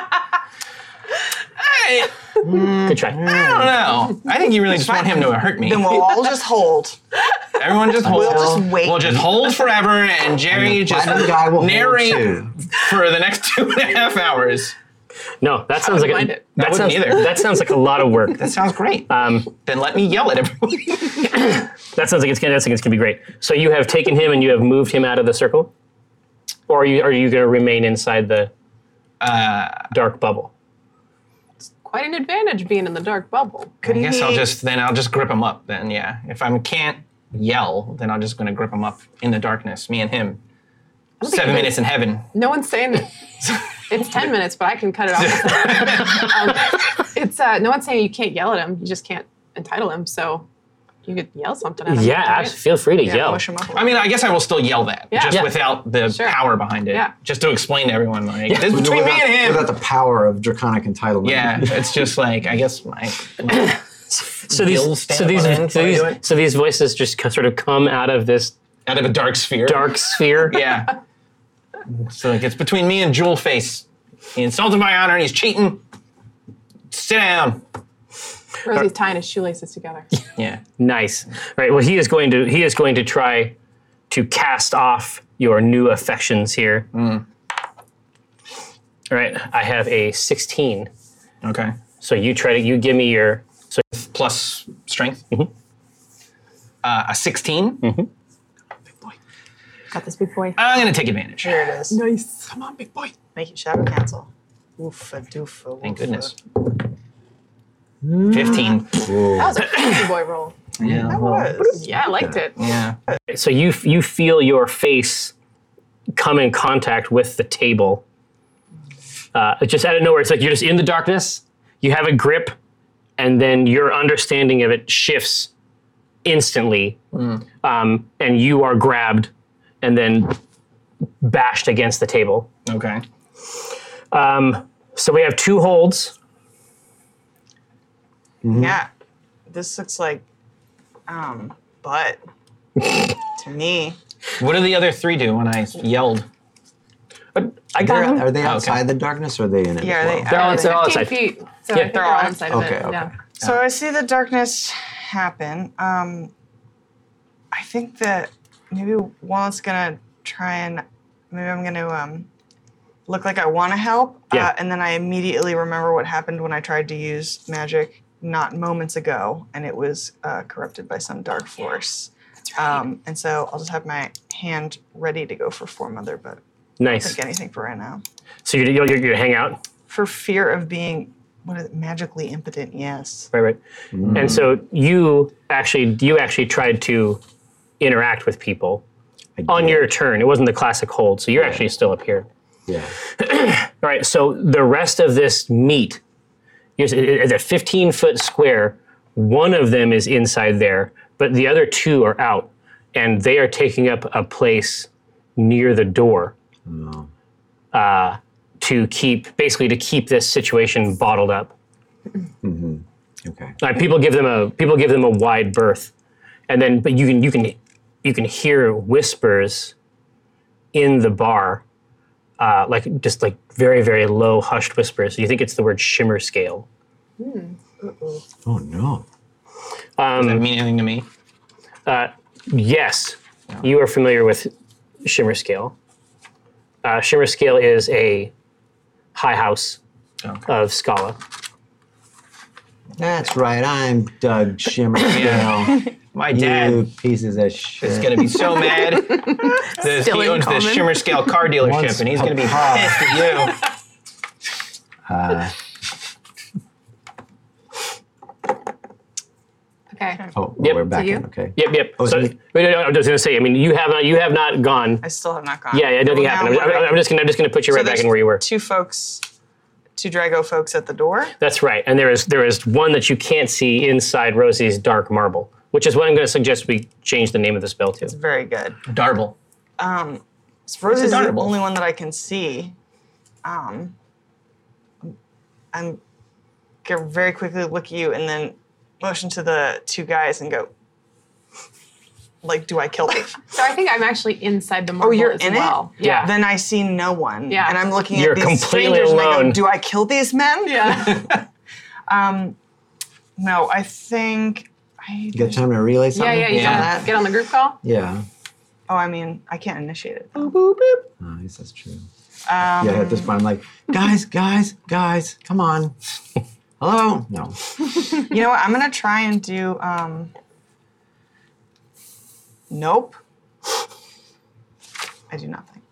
S4: I,
S2: good try.
S4: I don't know. I think you really just want him to hurt me.
S5: then we'll all just hold.
S4: Everyone just hold.
S5: just wait.
S4: We'll just hold forever, and Jerry just
S3: Platinum guy will hold
S4: narrate
S3: too.
S4: for the next two and a half hours.
S2: No, that sounds like
S6: mind
S2: a,
S6: it.
S4: I
S2: that
S4: wouldn't
S2: sounds
S4: either.
S2: that sounds like a lot of work.
S4: That sounds great. then let me yell at everyone.
S2: That sounds like it's gonna, that sounds like it's gonna be great. So you have taken him and you have moved him out of the circle, or are you are you gonna remain inside the Uh, dark bubble?
S6: Quite an advantage being in the dark bubble.
S5: Could
S4: I guess I'll
S5: he-
S4: just then I'll just grip him up. Then yeah, if I can't yell, then I'm just gonna grip him up in the darkness. Me and him.
S6: think
S4: Seven
S6: it
S4: minutes in heaven.
S6: No one's saying that. It's 10 minutes, but I can cut it off. um, it's uh, no one's saying you can't yell at him. You just can't entitle him. So you could yell something at him.
S2: Yeah,
S6: right?
S2: abs- feel free to
S5: Yeah,
S2: yell.
S5: mush him up.
S4: I mean, I guess I will still yell that,
S6: Yeah.
S4: just
S6: Yeah.
S4: without the
S6: Sure.
S4: power behind it.
S6: Yeah.
S4: Just to explain to everyone, like this is between me
S3: without,
S4: and him.
S3: without the power of draconic entitlement.
S4: Yeah, it's just like I guess my, my
S2: So these
S4: Gills stand
S2: so these,
S4: up on end
S2: so
S4: while you
S2: these
S4: do it.
S2: so these voices just co- sort of come out of this
S4: out of a dark sphere.
S2: dark sphere.
S4: Yeah. so like it's between me and Jewel Face. He insulted my honor and he's cheating. Sit down.
S6: Rosie's tying his shoelaces together.
S4: Yeah.
S2: Nice. All right. Well, he is going to he is going to try to cast off your new affections here. All right. I have a sixteen.
S4: Okay.
S2: So you try to you give me your so
S4: Plus strength.
S3: Mm-hmm.
S4: Uh, a 16.
S6: Got this big boy.
S4: I'm going to take advantage.
S5: Here it is.
S6: nice. Come on, big boy.
S5: Make it shadow cancel. Oofa doofa.
S4: Thank
S5: woofa.
S4: goodness.
S3: Mm.
S4: 15.
S6: That was a big boy roll.
S5: That was.
S6: Yeah, I liked it.
S4: Yeah.
S2: so you you feel your face come in contact with the table. Uh, it's just out of nowhere, it's like you're just in the darkness. You have a grip, and then your understanding of it shifts instantly, um, and you are grabbed and then bashed against the table.
S4: Okay.
S2: Um, so we have two holds.
S5: Yeah. this looks like um butt to me.
S4: What do the other three do when I yelled?
S2: I
S3: They're-
S2: got
S3: are they
S4: okay.
S3: outside the darkness or are they in it?
S5: Yeah,
S3: as
S5: are they-
S3: well?
S2: They're all, they're all
S6: 15
S2: outside.
S6: feet. So
S2: Yeah.
S6: they're all inside of
S3: Okay,
S6: it.
S3: okay.
S6: Yeah.
S5: So I see the darkness happen. Um I think that maybe Walnut's gonna try and maybe I'm gonna um look like I wanna help.
S2: Yeah.
S5: Uh, and then I immediately remember what happened when I tried to use magic not moments ago and it was uh, corrupted by some dark force. Um, and so I'll just have my hand ready to go for Four Mother, but I don't
S2: Nice.
S5: think anything for right now.
S2: So you you you hang out,
S5: For fear of being what is it, magically impotent, yes.
S2: right? Right. And so you actually you actually tried to interact with people
S3: I
S2: on
S3: did.
S2: your turn. It wasn't the classic hold, so you're actually still up here.
S3: Yeah.
S2: All right. So the rest of this meat is is a 15 foot square. One of them is inside there, but the other two are out, and they are taking up a place near the door uh, to keep basically to keep this situation bottled up.
S3: Okay.
S2: Like people give them a people give them a wide berth, and then but you can you can you can hear whispers in the bar, uh, like just like very very low hushed whispers. You think it's the word shimmer scale.
S3: Oh no.
S4: Does
S3: Mm.
S4: that mean anything to me?
S2: Yes, you are familiar with shimmer scale. Uh, shimmer scale is a high house
S4: Okay.
S3: Oh.
S2: of Scala.
S3: That's right. I'm Doug Shimmer.
S4: Yeah. My dad
S3: You pieces of
S4: is
S3: shit.
S4: going to be so mad. This, he
S6: Still in
S4: owns this
S6: common.
S4: Shimmer Scale car dealership,
S3: Once
S4: and he's going to be pissed
S3: upon-
S4: at you.
S6: Okay.
S3: Oh,
S2: Yep.
S3: we're back
S6: So you-
S3: in. Okay.
S2: Yep, yep.
S3: Oh,
S2: so,
S3: is it-
S2: wait, no, no, I was going to say. I mean, you have not you have not gone.
S5: I still have not gone.
S2: Yeah, yeah,
S5: Well,
S2: nothing
S5: now
S2: happened. I'm,
S5: we're
S2: I'm- I'm just gonna I'm just gonna put you
S5: So
S2: right back
S5: there's
S2: in where you were.
S5: Two folks, two Drago folks at the door.
S2: That's right. And there is there is one that you can't see inside Rosie's dark marble, which is what I'm going to suggest we change the name of the spell to.
S5: Very good.
S4: Darble.
S5: So Rosie's the
S4: adorable.
S5: only one that I can see. Um, I'm gonna very quickly look at you and then motion to the two guys and go. Like, do I kill them?
S6: So I think I'm actually inside the marble
S5: Oh, you're
S6: as
S5: in it?
S6: well. Yeah.
S5: then I see no one.
S6: Yeah.
S5: And I'm looking
S2: You're
S5: at these
S2: completely
S5: strangers and I
S2: alone.
S5: go, do I kill these men?
S6: Yeah.
S5: No, I think I
S3: You got time to relay something?
S6: Yeah, yeah, you
S4: Yeah.
S6: gotta Get on the group call.
S3: Yeah.
S5: Oh, I mean, I can't initiate it.
S3: Oh, I guess that's true. yeah, at this point, I'm like, guys, guys, guys, come on. Hello? No.
S5: You know what? I'm gonna try and do. Um, nope. I do nothing.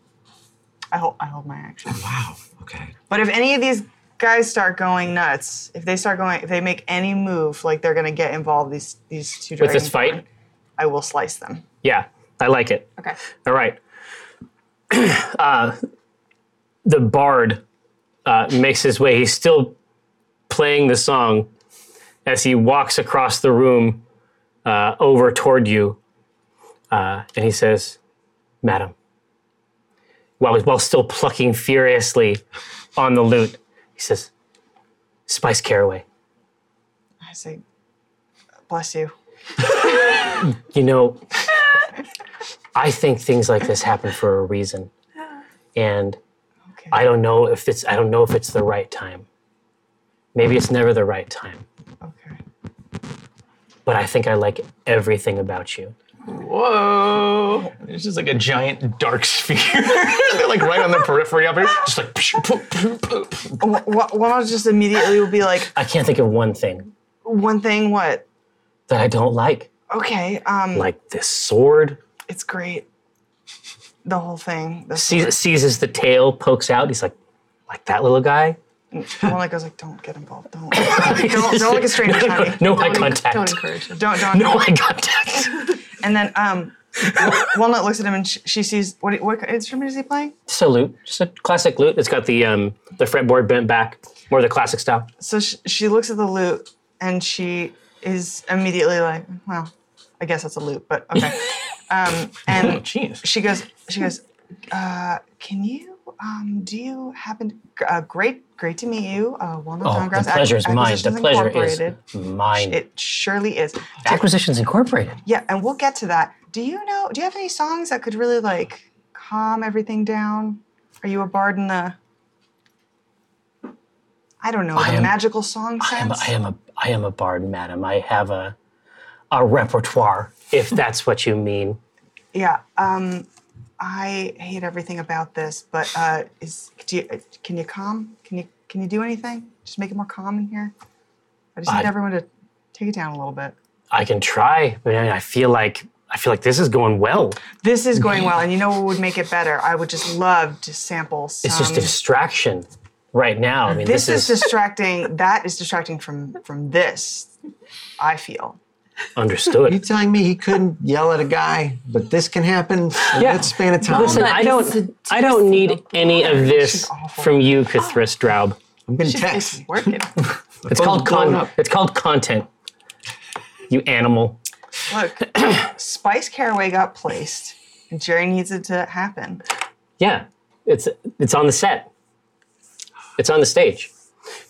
S5: I hold. I hold my action.
S3: Wow. Okay.
S5: But if any of these guys start going nuts, if they start going, if they make any move, like they're gonna get involved, these these two
S2: With this
S5: dragonborn,
S2: fight?
S5: I will slice them.
S2: Yeah, I like it.
S6: Okay.
S2: All right. uh, the bard uh, makes his way. He's still playing the song as he walks across the room uh, over toward you. Uh, and he says, Madam, while, while still plucking furiously on the lute, he says, Spice Caraway,
S5: I say, bless you.
S2: you know, I think things like this happen for a reason. And
S5: Okay.
S2: I don't know if it's I don't know if it's the right time. Maybe it's never the right time,
S5: okay.
S2: but I think I like everything about you.
S4: Whoa. It's just like a giant dark sphere. They're like right on the periphery up here. Just like, psh, poop, poop, poop.
S5: Wh- wh- One I'll just immediately will be like,
S2: I can't think of one thing
S5: one thing. What?
S2: that I don't like,
S5: Okay. Um,
S2: like this sword.
S5: it's great. The whole thing. The
S2: Se- seizes the tail, pokes out. He's like, like that little guy.
S5: One like goes like, don't get involved. Don't. don't, don't look at strangers, honey.
S2: No eye
S6: Don't
S2: contact.
S6: encourage him.
S5: Don't, don't.
S2: No eye contact.
S5: And then um, Walnut looks at him and she, she sees what, what instrument is he playing?
S2: Just a lute, just a classic lute. It's got the um the fretboard bent back, more the classic style.
S5: So she, she looks at the lute and she is immediately like, well, I guess that's a lute, but okay. um, and
S4: Jeez.
S5: she goes, she goes, uh, can you um, do you happen to, uh, great, great to meet you, uh, Walnut
S2: Oh, the
S5: Towncross Ac-
S2: pleasure is mine. The
S5: Acquisitions
S2: pleasure is
S5: Incorporated.
S2: mine.
S5: It surely is.
S2: Acquisitions Incorporated.
S5: Yeah, and we'll get to that. Do you know? Do you have any songs that could really like calm everything down? Are you a bard in the? I don't know
S2: I
S5: the
S2: am-
S5: magical song
S2: I am,
S5: sense.
S2: I am a I am a bard, madam. I have a a repertoire, if that's what you mean.
S5: yeah. Um, I hate everything about this, but uh, is do you, can you calm? Can you can you do anything? Just make it more calm in here. I just need
S2: I-
S5: everyone to take it down a little bit.
S2: I can try. I mean, I feel like I feel like this is going well.
S5: This is
S2: Mm-hmm.
S5: going well, and you know what would make it better? I would just love to sample some.
S2: It's just a distraction right now. I mean,
S5: Um, this
S2: this,
S5: is
S2: is
S5: distracting. That is distracting from from this. I feel.
S3: You
S2: understood.
S3: telling me he couldn't yell at a guy, but this can happen in
S2: Yeah.
S3: that span of time.
S2: Listen, I don't I don't need any of this
S5: awful.
S2: from you, Cthulhu Straub.
S3: I'm gonna
S5: It's
S3: text.
S5: working.
S2: It's called
S3: blown
S2: con-
S3: up.
S2: it's called content. You animal.
S5: Look, Spice Caraway got placed, and Jerry needs it to happen.
S2: Yeah, it's it's on the set. It's on the stage.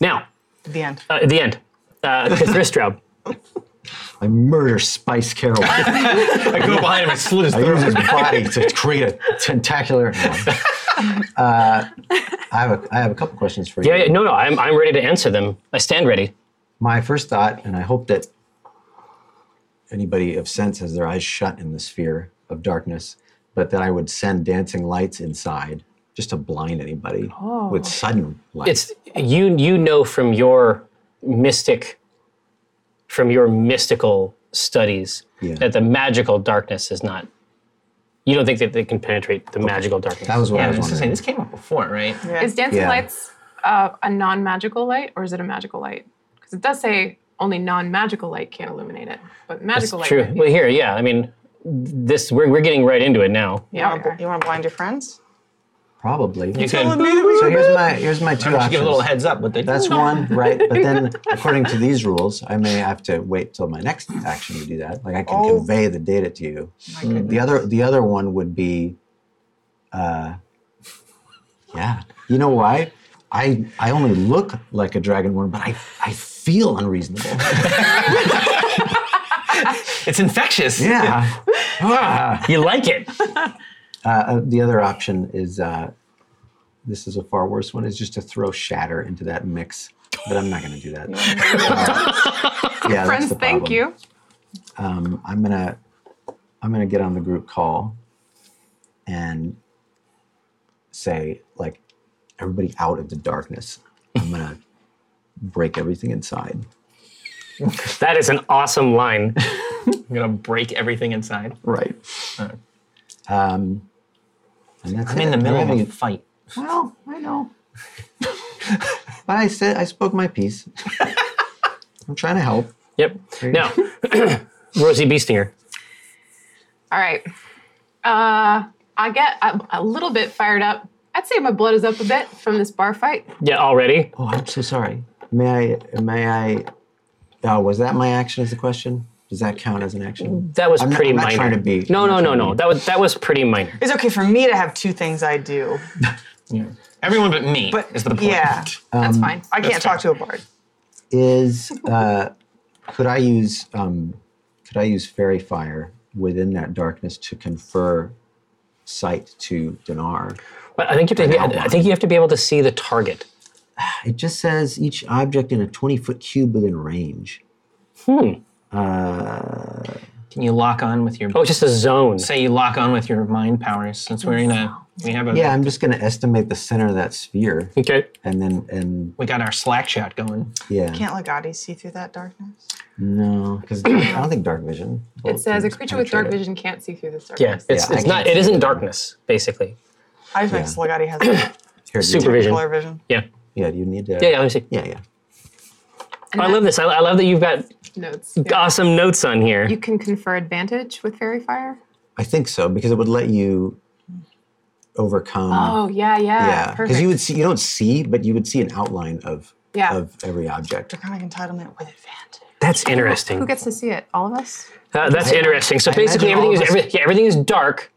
S2: Now,
S5: The end.
S6: Oh,
S2: uh, at the end, uh, Cthulhu Straub.
S3: I murder Spice Carol. I
S4: I go behind him and slit his
S3: use
S4: throat.
S3: his body to create a tentacular. No. Uh, I have a I have a couple questions for you.
S2: Yeah, yeah, no, no, I'm, I'm ready to answer them. I stand ready.
S3: my first thought, and I hope that anybody of sense has their eyes shut in the sphere of darkness, but that I would send dancing lights inside just to blind anybody with sudden lights.
S2: It's you. You know from your mystic, from your mystical studies,
S3: Yeah.
S2: that the magical darkness is not. You don't think that they can penetrate the magical darkness.
S3: that was what
S4: Yeah,
S3: I
S4: I
S3: was
S4: was gonna say
S3: wondering.
S4: this came up before, right?
S6: Is dancing
S3: Yeah.
S6: lights uh, a non-magical light, or is it a magical light? Because it does say only non-magical light can illuminate it, but magical light.
S2: true. Well, here, yeah. I mean, this we're, we're getting right into it now.
S5: You
S6: Yeah,
S5: want to you want to blind your friends?
S3: Probably.
S4: You could
S3: so here's my here's my two
S4: just
S3: options.
S4: give a little heads up, but they
S3: That's one, right? But then, according to these rules, I may have to wait till my next action to do that. Like I can
S5: Oh.
S3: convey the data to you. Mm.
S5: My goodness.
S3: The other, the other one would be, uh, yeah. You know why? I I only look like a dragonborn, but I I feel unreasonable.
S4: it's infectious.
S3: yeah. Ah.
S2: You like it?
S3: Uh, the other option is uh, this is a far worse one is just to throw shatter into that mix, but I'm not going to do that. Uh, yeah, that's
S6: Friends,
S3: the
S6: thank
S3: problem.
S6: you.
S3: Um, I'm gonna I'm gonna get on the group call and say like everybody out of the darkness. I'm gonna break everything inside.
S2: that is an awesome line.
S4: I'm gonna break everything inside.
S3: Right. Um, and that's
S4: I'm in
S3: it. Do you
S4: the middle
S3: have
S4: of a
S3: any-
S4: fight.
S3: Well, I know. but I said I spoke my piece. I'm trying to help.
S2: Yep. Now, Rosie Beestinger.
S6: All right. Uh, I get a, a little bit fired up. I'd say my blood is up a bit from this bar fight.
S2: Yeah, already.
S3: Oh, I'm so sorry. May I? May I? Oh, was that my action? Is the question? Does that count as an action?
S2: That was
S3: I'm not-
S2: pretty
S3: I'm not
S2: minor.
S3: trying to be-
S2: No, no,
S3: I'm not
S2: no,
S3: trying to
S2: no.
S3: be-
S2: That was that was pretty minor.
S5: It's okay for me to have two things I do,
S4: Everyone but me
S5: but
S4: is the point.
S5: yeah,
S6: That's fine.
S5: I can't talk to a bard.
S3: Is uh, could I use um, could I use fairy fire within that darkness to confer sight to Dinar?
S2: But I think you have to. Be, I think you have to be able to see the target.
S3: It just says each object in a 20 foot cube within range.
S2: Hmm.
S3: Uh,
S4: Can you lock on with your?
S2: Oh, it's just a zone.
S4: say you lock on with your mind powers since we're in a we have a
S3: Yeah, I'm just going to estimate the center of that sphere,
S2: Okay.
S3: and then and
S4: we got our Slack chat going.
S3: yeah.
S5: Can't Legati see through that darkness?
S3: No, because I don't think dark vision.
S6: It says a creature with dark vision can't see through this
S2: Yeah.
S6: darkness.
S2: It's,
S3: Yeah, I
S2: it's not.
S3: can't
S2: It
S3: see
S2: isn't
S3: it.
S2: darkness, basically.
S5: I just think Legati has
S2: Supervision.
S5: color vision.
S2: Yeah.
S3: Yeah, you need to.
S2: Yeah. Yeah. Let me see.
S3: yeah, yeah.
S2: I love this. I, I love that you've got
S6: Notes. Yeah.
S2: awesome notes on here.
S6: You can confer advantage with fairy fire.
S3: I think so because it would let you overcome.
S6: Oh yeah, yeah.
S3: yeah,
S6: perfect.
S3: because you would see you don't see, but you would see an outline of
S6: Yeah.
S3: of every object.
S5: Draconic entitlement with advantage.
S2: that's interesting.
S6: Who gets to see it? All of us.
S2: Uh, that's interesting. So
S3: imagine
S2: basically, everything
S3: all
S2: is
S3: of us-
S2: every, yeah, everything is dark,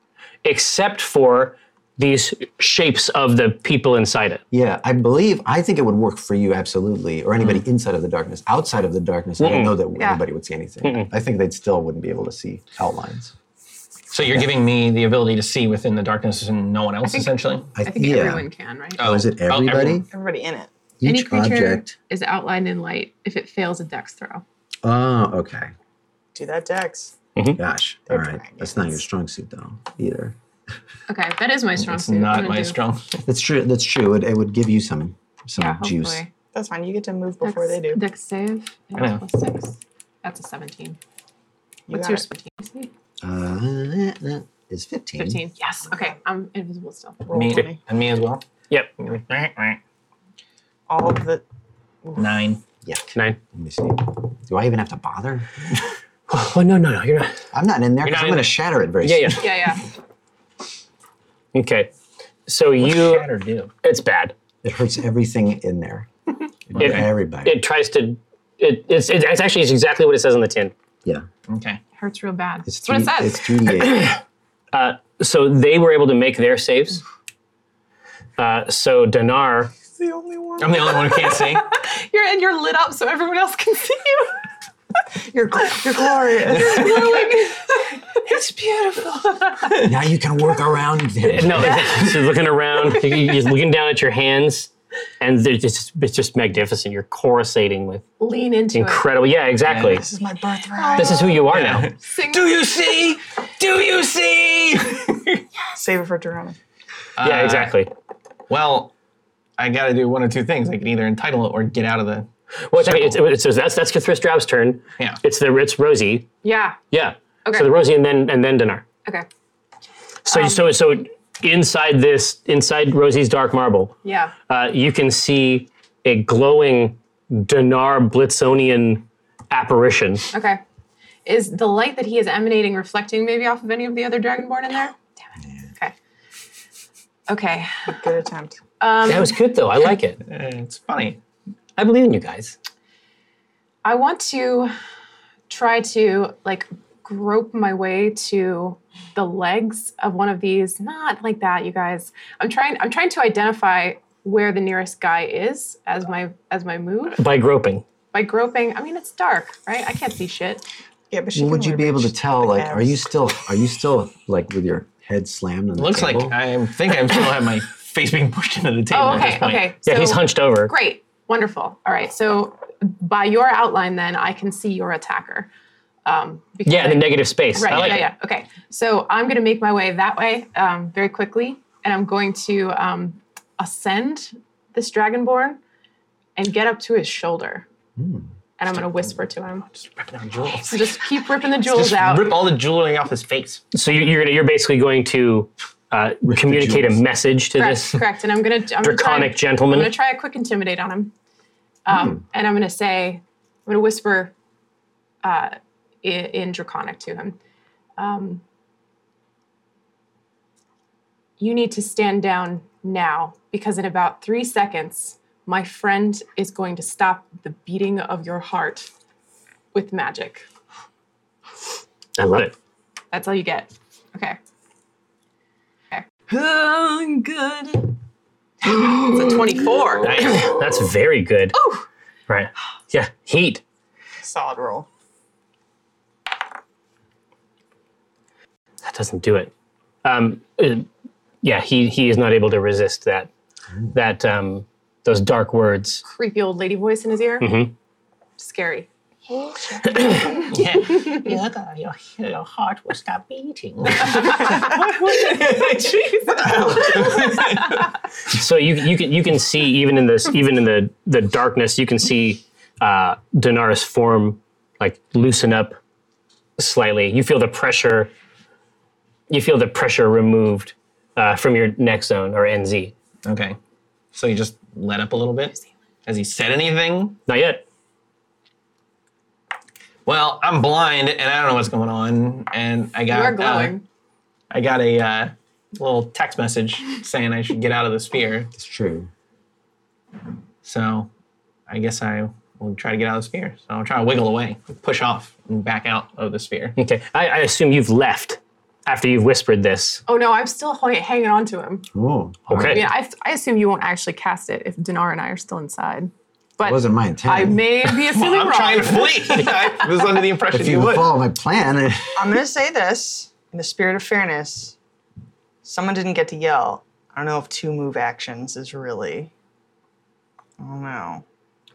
S2: except for these shapes of the people inside it.
S3: Yeah, I believe, I think it would work for you absolutely, or anybody inside of the darkness. Outside of the darkness, I don't know that
S6: Mm. Yeah.
S3: anybody would see anything. I think they still wouldn't be able to see outlines.
S4: So you're giving me the ability to see within the darkness and no one else, essentially.
S6: I think
S3: yeah.
S6: everyone can, right?
S3: Oh, is it
S4: Oh, everyone.
S3: everybody?
S5: Everybody in it.
S6: Any
S3: Each
S6: creature
S3: object.
S6: is outlined in light if it fails a dex throw.
S3: Oh, okay.
S5: Do that, Dex.
S3: Gosh. All right. That's not your strong suit, though, either.
S6: Okay, that is my strong
S4: It's
S6: suit. I'm
S4: not
S6: gonna
S4: my
S6: do-
S4: strong.
S3: That's true. That's true. It, it would give you some some
S6: Yeah,
S3: juice.
S6: hopefully.
S5: That's fine. You get to move
S6: Dex,
S5: before they do.
S6: Dex save. and
S4: I know.
S6: Plus six. That's a 17.
S5: You
S6: What's
S5: got
S6: your
S5: it.
S6: speed?
S3: Uh, that- that is 15.
S6: 15. Yes. Okay, I'm invisible still.
S5: Roll
S4: Me,
S5: 20.
S4: and me as well.
S2: Yep.
S5: All of the
S4: Nine.
S3: Yuck.
S2: Nine.
S3: Let me see. Do I even have to bother?
S2: Oh no no no! You're not.
S3: I'm not in there
S4: You're
S3: because
S4: not
S3: I'm going
S4: in
S3: to
S4: there.
S3: shatter it very
S2: Yeah yeah.
S6: Yeah, yeah.
S2: Okay. So you,
S4: Shatter do.
S2: it's bad.
S3: It hurts everything in there.
S4: Okay.
S3: Everybody.
S2: It tries to. It, it's, it's it's actually it's exactly what it says on the tin.
S3: yeah.
S4: Okay.
S6: hurts real bad.
S3: It's
S6: That's what it says.
S3: It's 3D8.
S2: So they were able to make their saves. Uh, so Dinar,
S5: the only one.
S4: I'm the only one who can't see.
S6: You're and you're lit up so everyone else can see you.
S5: You're, gl- you're glorious.
S6: it's beautiful.
S3: now you can work around it.
S2: no, she's looking around, you're looking down at your hands, and they're just it's just magnificent. You're coruscating with
S6: Lean into
S2: incredible. Yeah, exactly.
S5: this is my
S6: Uh,
S5: birthright.
S2: This is who you are now.
S6: it. Sing
S4: Do you see? Do you see? Uh,
S5: Save it for Jerome.
S2: Yeah, exactly.
S4: Well, I got to do one of two things. I can either entitle it or get out of the.
S2: Well, it's, okay, it's, it's, so that's that's Kathris Drab's turn.
S4: Yeah.
S2: It's the it's Rosie.
S6: Yeah.
S2: Yeah.
S6: Okay.
S2: So the Rosie and then and then Dinar.
S6: Okay.
S2: So
S6: Um,
S2: so so inside this inside Rosie's dark marble,
S6: Yeah.
S2: uh, you can see a glowing Dinar Blitzonian apparition.
S6: Okay. Is the light that he is emanating reflecting maybe off of any of the other dragonborn in there? Damn it. Okay. Okay.
S5: Good attempt.
S6: Um,
S2: that was good though. I like it.
S4: Eh, It's funny.
S2: I believe in you guys.
S6: I want to try to like grope my way to the legs of one of these. Not like that, you guys. I'm trying I'm trying to identify where the nearest guy is as my as my move.
S2: By groping.
S6: By groping, I mean it's dark, right? I can't see shit.
S5: Yeah, but she
S3: Well,
S5: can
S3: would you
S5: only
S3: be able to
S5: reach
S3: tell?
S5: the
S3: Like, are you
S5: calves.
S3: still? Are you still like with your head slammed on the
S4: Looks like
S3: table?
S4: I think I still have my face being pushed into the table
S6: Oh,
S4: at
S6: okay,
S4: this point.
S6: okay.
S2: Yeah,
S6: so-
S2: he's hunched over.
S6: Great. Wonderful. All right. So by your outline, then I can see your attacker. Um, because
S2: Yeah, in
S6: I-
S2: the negative space.
S6: Right.
S2: I like
S6: yeah,
S2: it.
S6: yeah. Okay. So I'm going to make my way that way um, very quickly, and I'm going to um, ascend this dragonborn and get up to his shoulder.
S4: Hmm.
S6: And I'm going to whisper to him.
S4: Just ripping out jewels.
S6: So just keep ripping the jewels
S4: Just
S6: out.
S4: rip all the jewelry off his face.
S2: So you- you're gonna, you're basically going to uh, communicate a
S3: jewels.
S2: message to
S6: correct.
S2: this
S6: Correct. And I'm going to. I'm gonna try-
S2: draconic
S6: I'm
S2: gentleman. Hmm.
S6: going to try a quick intimidate on him. Um, And I'm going to say, I'm going to whisper uh, in, in Draconic to him. Um, you need to stand down now because in about three seconds, my friend is going to stop the beating of your heart with magic.
S2: I love it.
S6: That's all you get. Okay. Okay. I'm good. it's a 24.
S2: That's very good. Right. Yeah. Heat.
S5: solid roll?
S2: That doesn't do it. Um, uh, yeah. He he is not able to resist that that um, those dark words.
S6: creepy old lady voice in his ear.
S2: Mhm.
S6: Scary.
S4: Yeah. yeah, your, your heart will stop beating.
S2: So you you can you can see even in this even in the the darkness you can see uh, Dinara's form like loosen up slightly. You feel the pressure. You feel the pressure removed uh, from your neck zone or NZ.
S4: okay. So he just let up a little bit. Has he said anything?
S2: Not yet.
S4: Well, I'm blind and I don't know what's going on. And I got
S6: You are
S4: uh,
S6: glowing.
S4: I got a uh, little text message saying I should get out of the sphere.
S3: it's true.
S4: So I guess I will try to get out of the sphere. So I'll try to wiggle away, push off, and back out of the sphere.
S2: Okay. I, I assume you've left after you've whispered this.
S6: Oh no, I'm still hoi- hanging on to him.
S3: Ooh.
S2: Okay.
S6: I mean, I, I assume you won't actually cast it if Dinar and I are still inside. But
S3: That wasn't my intent.
S6: I may be assuming
S4: I'm
S6: wrong.
S4: trying to flee. I was under the impression
S3: if
S4: you
S3: you
S4: would.
S3: follow my plan, eh,
S5: I'm gonna say this in the spirit of fairness. Someone didn't get to yell. I don't know if two move actions is really. I don't know.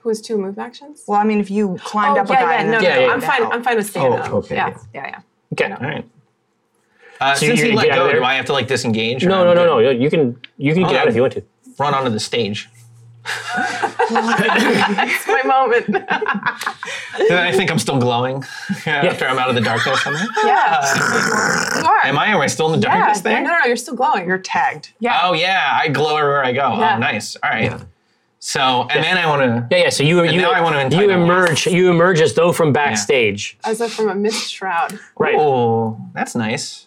S6: Who's two move actions?
S5: Well, I mean, if you climbed
S6: oh
S5: up a guy,
S6: yeah, yeah,
S5: and
S6: no,
S5: then
S6: no,
S2: Yeah, yeah,
S6: I'm
S5: yeah.
S6: fine. I'm fine with staying
S3: Oh,
S6: up.
S3: okay,
S6: yeah,
S3: yeah.
S6: yeah, yeah.
S2: Okay.
S4: All right. Uh,
S2: So
S4: since
S2: you-
S4: he
S2: you
S4: let
S2: get out
S4: go,
S2: of there?
S4: do I have to like disengage? or
S2: Oh, No,
S4: I'm
S2: no, no, no.
S4: good?
S2: Um, You can you can get out if you want to.
S4: Run onto the stage.
S6: It's my moment.
S4: And I think I'm still glowing after I'm out of the darkness. I'm like,
S6: yeah, you are.
S4: Am I? Am I still in the
S6: Yeah.
S4: darkness there?
S6: No, no, no, you're still glowing.
S5: you're tagged.
S6: yeah.
S4: Oh yeah, I glow everywhere I go.
S6: Yeah.
S4: Oh nice. All right. So and then I want to.
S2: Yeah, yeah. So you you,
S4: now I wanna entitle
S2: you
S4: him.
S2: emerge you emerge as though from backstage.
S6: As if from a mist shroud.
S2: Right.
S4: Oh, that's nice.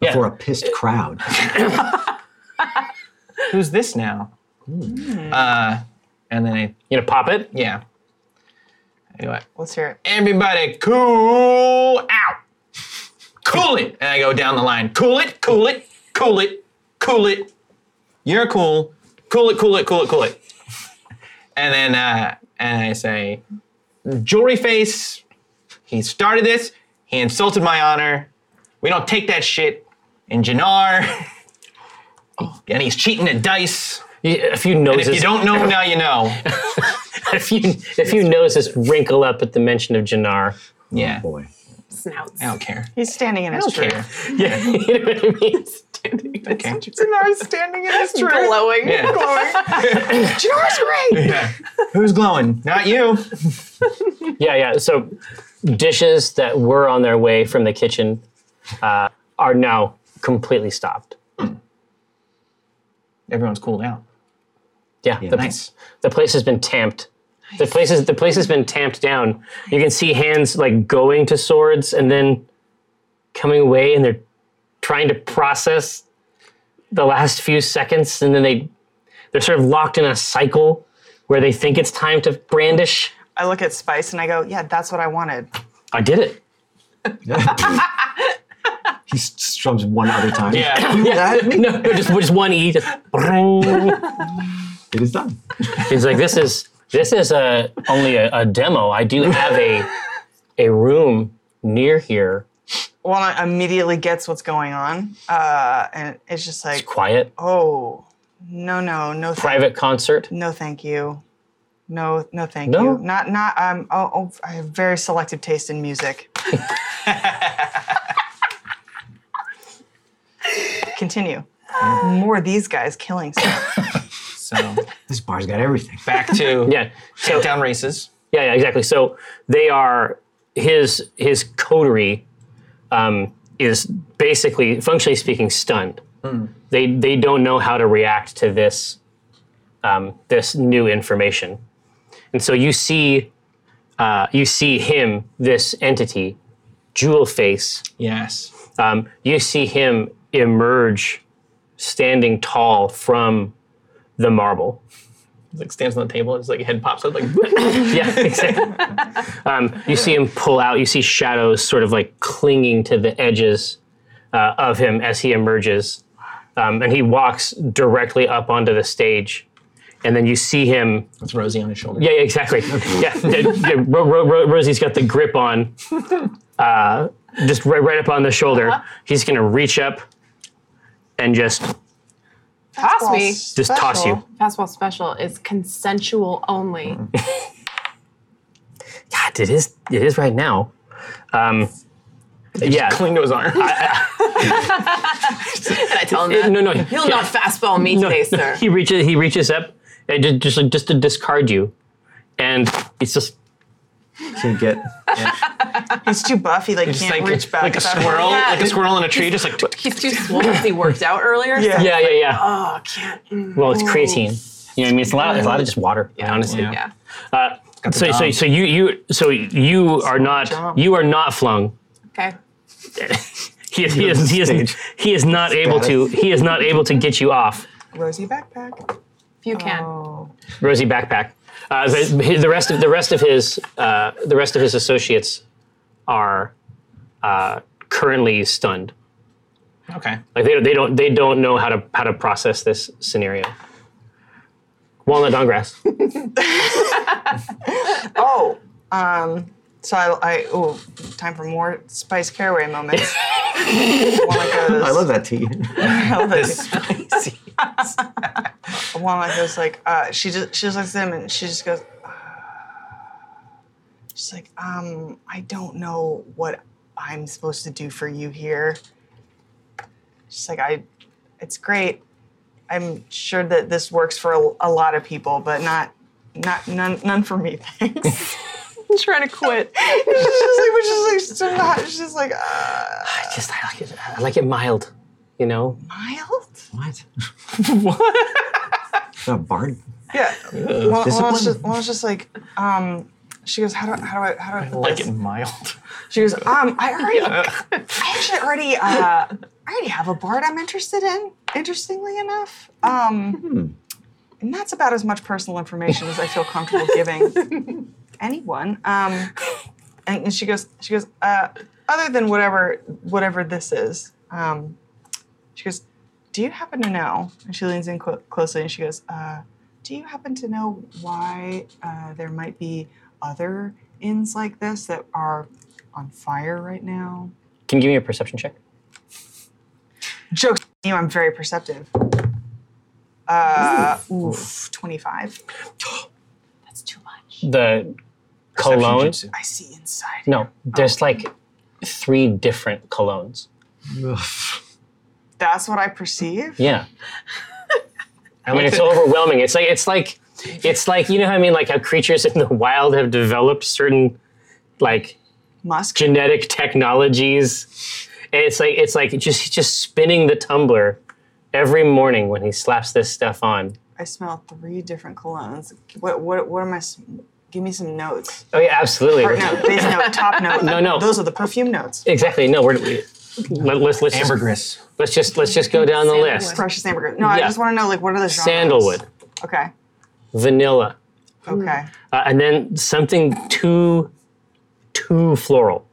S2: Yeah.
S3: for a pissed crowd.
S4: Who's this now? Uh, and then I
S2: You know, pop it.
S4: yeah. Anyway,
S5: Let's hear it.
S4: everybody cool out. Cool it, and I go down the line. Cool it, cool it, cool it, cool it. You're cool. Cool it, cool it, cool it, cool it. And then uh, and I say, jewelry face. He started this. He insulted my honor. We don't take that shit. And Jannar. And he's cheating at dice.
S2: You- A few
S4: And if
S2: noses.
S4: you don't know now, you know.
S2: a few a few noses wrinkle up at the mention of Jannar.
S4: Yeah.
S3: Boy.
S6: Snouts.
S4: I don't care.
S5: He's standing in
S4: I
S5: his
S4: don't
S5: tree.
S4: care.
S2: Yeah, you know what I mean.
S4: Okay.
S5: Janar's standing in his tree.
S6: Glowing.
S4: Yeah.
S5: Glowing. Janar's great.
S4: Yeah. Who's glowing? Not you.
S2: Yeah, yeah. So dishes that were on their way from the kitchen uh, are now completely stopped.
S4: Everyone's cool now.
S2: Yeah, the,
S4: Nice.
S2: the place has been tamped. The place is, the place has been tamped down. You can see hands like going to swords and then coming away, and they're trying to process the last few seconds, and then they they're sort of locked in a cycle where they think it's time to brandish.
S5: I look at Spice and I go, yeah, that's what I wanted.
S2: I did it.
S3: he s- strums one other time.
S4: Yeah.
S3: That-
S2: No, no, just just one e. Just
S3: It is done.
S2: He's like, this is this is a only a, a demo. I do have a a room near here,
S5: Walnut immediately gets what's going on. Uh, and it's just like,
S2: quiet,
S5: oh, no, no, no, thank
S2: private concert.
S5: no thank you no no thank
S2: No?
S5: you not not um oh, oh i have very selective taste in music continue more of these guys killing stuff
S4: So
S3: This bar's got everything.
S4: back to
S2: Yeah, so yeah,
S4: down races.
S2: yeah, exactly. So they are his his coterie um, is basically, functionally speaking, stunned. They they don't know how to react to this um, this new information, and so you see uh, you see him, this entity, Jewel Face.
S4: Yes.
S2: um, you see him emerge standing tall from the marble.
S4: Like stands on the table and his like head pops up like
S2: Yeah, exactly. um, you see him pull out, you see shadows sort of like clinging to the edges uh, of him as he emerges. Um, and he walks directly up onto the stage. And then you see him.
S4: it's Rosie on his shoulder.
S2: Yeah, yeah, exactly. Yeah, yeah, yeah, Ro- Ro- Ro- Rosie's got the grip on, uh, just right, right up on the shoulder. He's gonna reach up and just
S6: Toss me.
S2: just toss you.
S6: Fastball special is consensual only.
S3: Mm.
S2: God, it is it is right now. Um, yeah.
S4: Cling to his arm.
S6: Can I tell him
S2: It-
S6: that?
S2: no, no,
S6: You'll
S2: yeah.
S6: not fastball me
S2: No,
S6: today,
S2: no,
S6: sir.
S2: He reaches he reaches up and just just, just to discard you, and it's just
S3: Can't get.
S5: he's too buff he like
S4: just
S5: can't
S4: like,
S5: reach back
S4: like a
S5: that far.
S4: squirrel,
S6: Yeah.
S4: like a squirrel in a tree, just like
S6: He's too swollen. 'cause He worked out earlier.
S5: Yeah.
S6: So,
S2: yeah yeah yeah.
S6: oh, I can't. mm,
S2: Well, it's creatine. You know what I mean? It's a lot. It's a lot of just water. honestly. Uh,
S4: yeah.
S6: Yeah.
S2: So so so you you so you are not
S5: jump.
S2: you are not flung.
S6: Okay.
S2: He is he is he is, he is not able to he is not able to get you off.
S5: rosy backpack
S6: If you can.
S5: oh
S2: Rosy backpack. Uh, the, the rest of the rest of his uh, the rest of his associates are uh, currently stunned.
S4: Okay.
S2: Like they, they don't they don't know how to how to process this scenario. Walnut on grass.
S5: Oh, um, so I, I oh, time for more spice caraway moments. Walnut goes.
S3: I love that tea.
S5: I love that.
S4: This spicy.
S5: Walnut goes like, uh, she just she just looks at him and she just goes. "Ah." She's like, um, I don't know what I'm supposed to do for you here. She's like, I, it's great. I'm sure that this works for a, a lot of people, but not, not none, none for me. Thanks.
S6: I'm trying to quit.
S5: she's just like, which is like, so not. She's just like, uh,
S2: I just I like it. I like it mild. You know,
S5: mild.
S3: what? The bard.
S5: Yeah. Well, well,
S3: Discipline?
S5: it's just, well, it's just like, um, she goes, how do how do I how do I put
S4: Like
S5: this?
S4: it mild.
S5: She goes, um, I already, I actually already, uh, I already have a bard I'm interested in. Interestingly enough, um, and that's about as much personal information as I feel comfortable giving anyone. Um, and, and she goes, she goes, uh, other than whatever, whatever this is, um, she goes, do you happen to know? And she leans in clo closely and she goes, uh, do you happen to know why uh, there might be other inns like this that are on fire right now?
S2: can you give me a perception check?
S5: Jokes on you, I'm very perceptive. Uh, oof, 25.
S6: That's too much.
S2: The
S4: Perception
S2: cologne.
S4: jutsu.
S5: I see inside.
S2: No, there's like three different colognes.
S5: That's what I perceive.
S2: Yeah. I mean,
S4: like
S2: it's
S4: that-
S2: overwhelming. It's like it's like it's like you know how I mean, like how creatures in the wild have developed certain like
S5: Musk.
S2: genetic technologies. And it's like it's like just just spinning the tumbler every morning when he slaps this stuff on.
S5: I smell three different colognes. What what what am I? sm- Give me some notes.
S2: Oh yeah, absolutely.
S5: Or no, base note, top note.
S2: No, no.
S5: Those are the perfume notes.
S2: Exactly. No, we're we, let, let's let's just,
S4: Ambergris.
S2: let's just let's just go down the
S6: Sandalwood.
S2: list.
S5: Precious ambergris. No, I
S2: Yeah.
S5: just want to know like what are the genres?
S2: Sandalwood,
S5: Okay.
S2: vanilla,
S5: Okay.
S2: uh, and then something too too floral.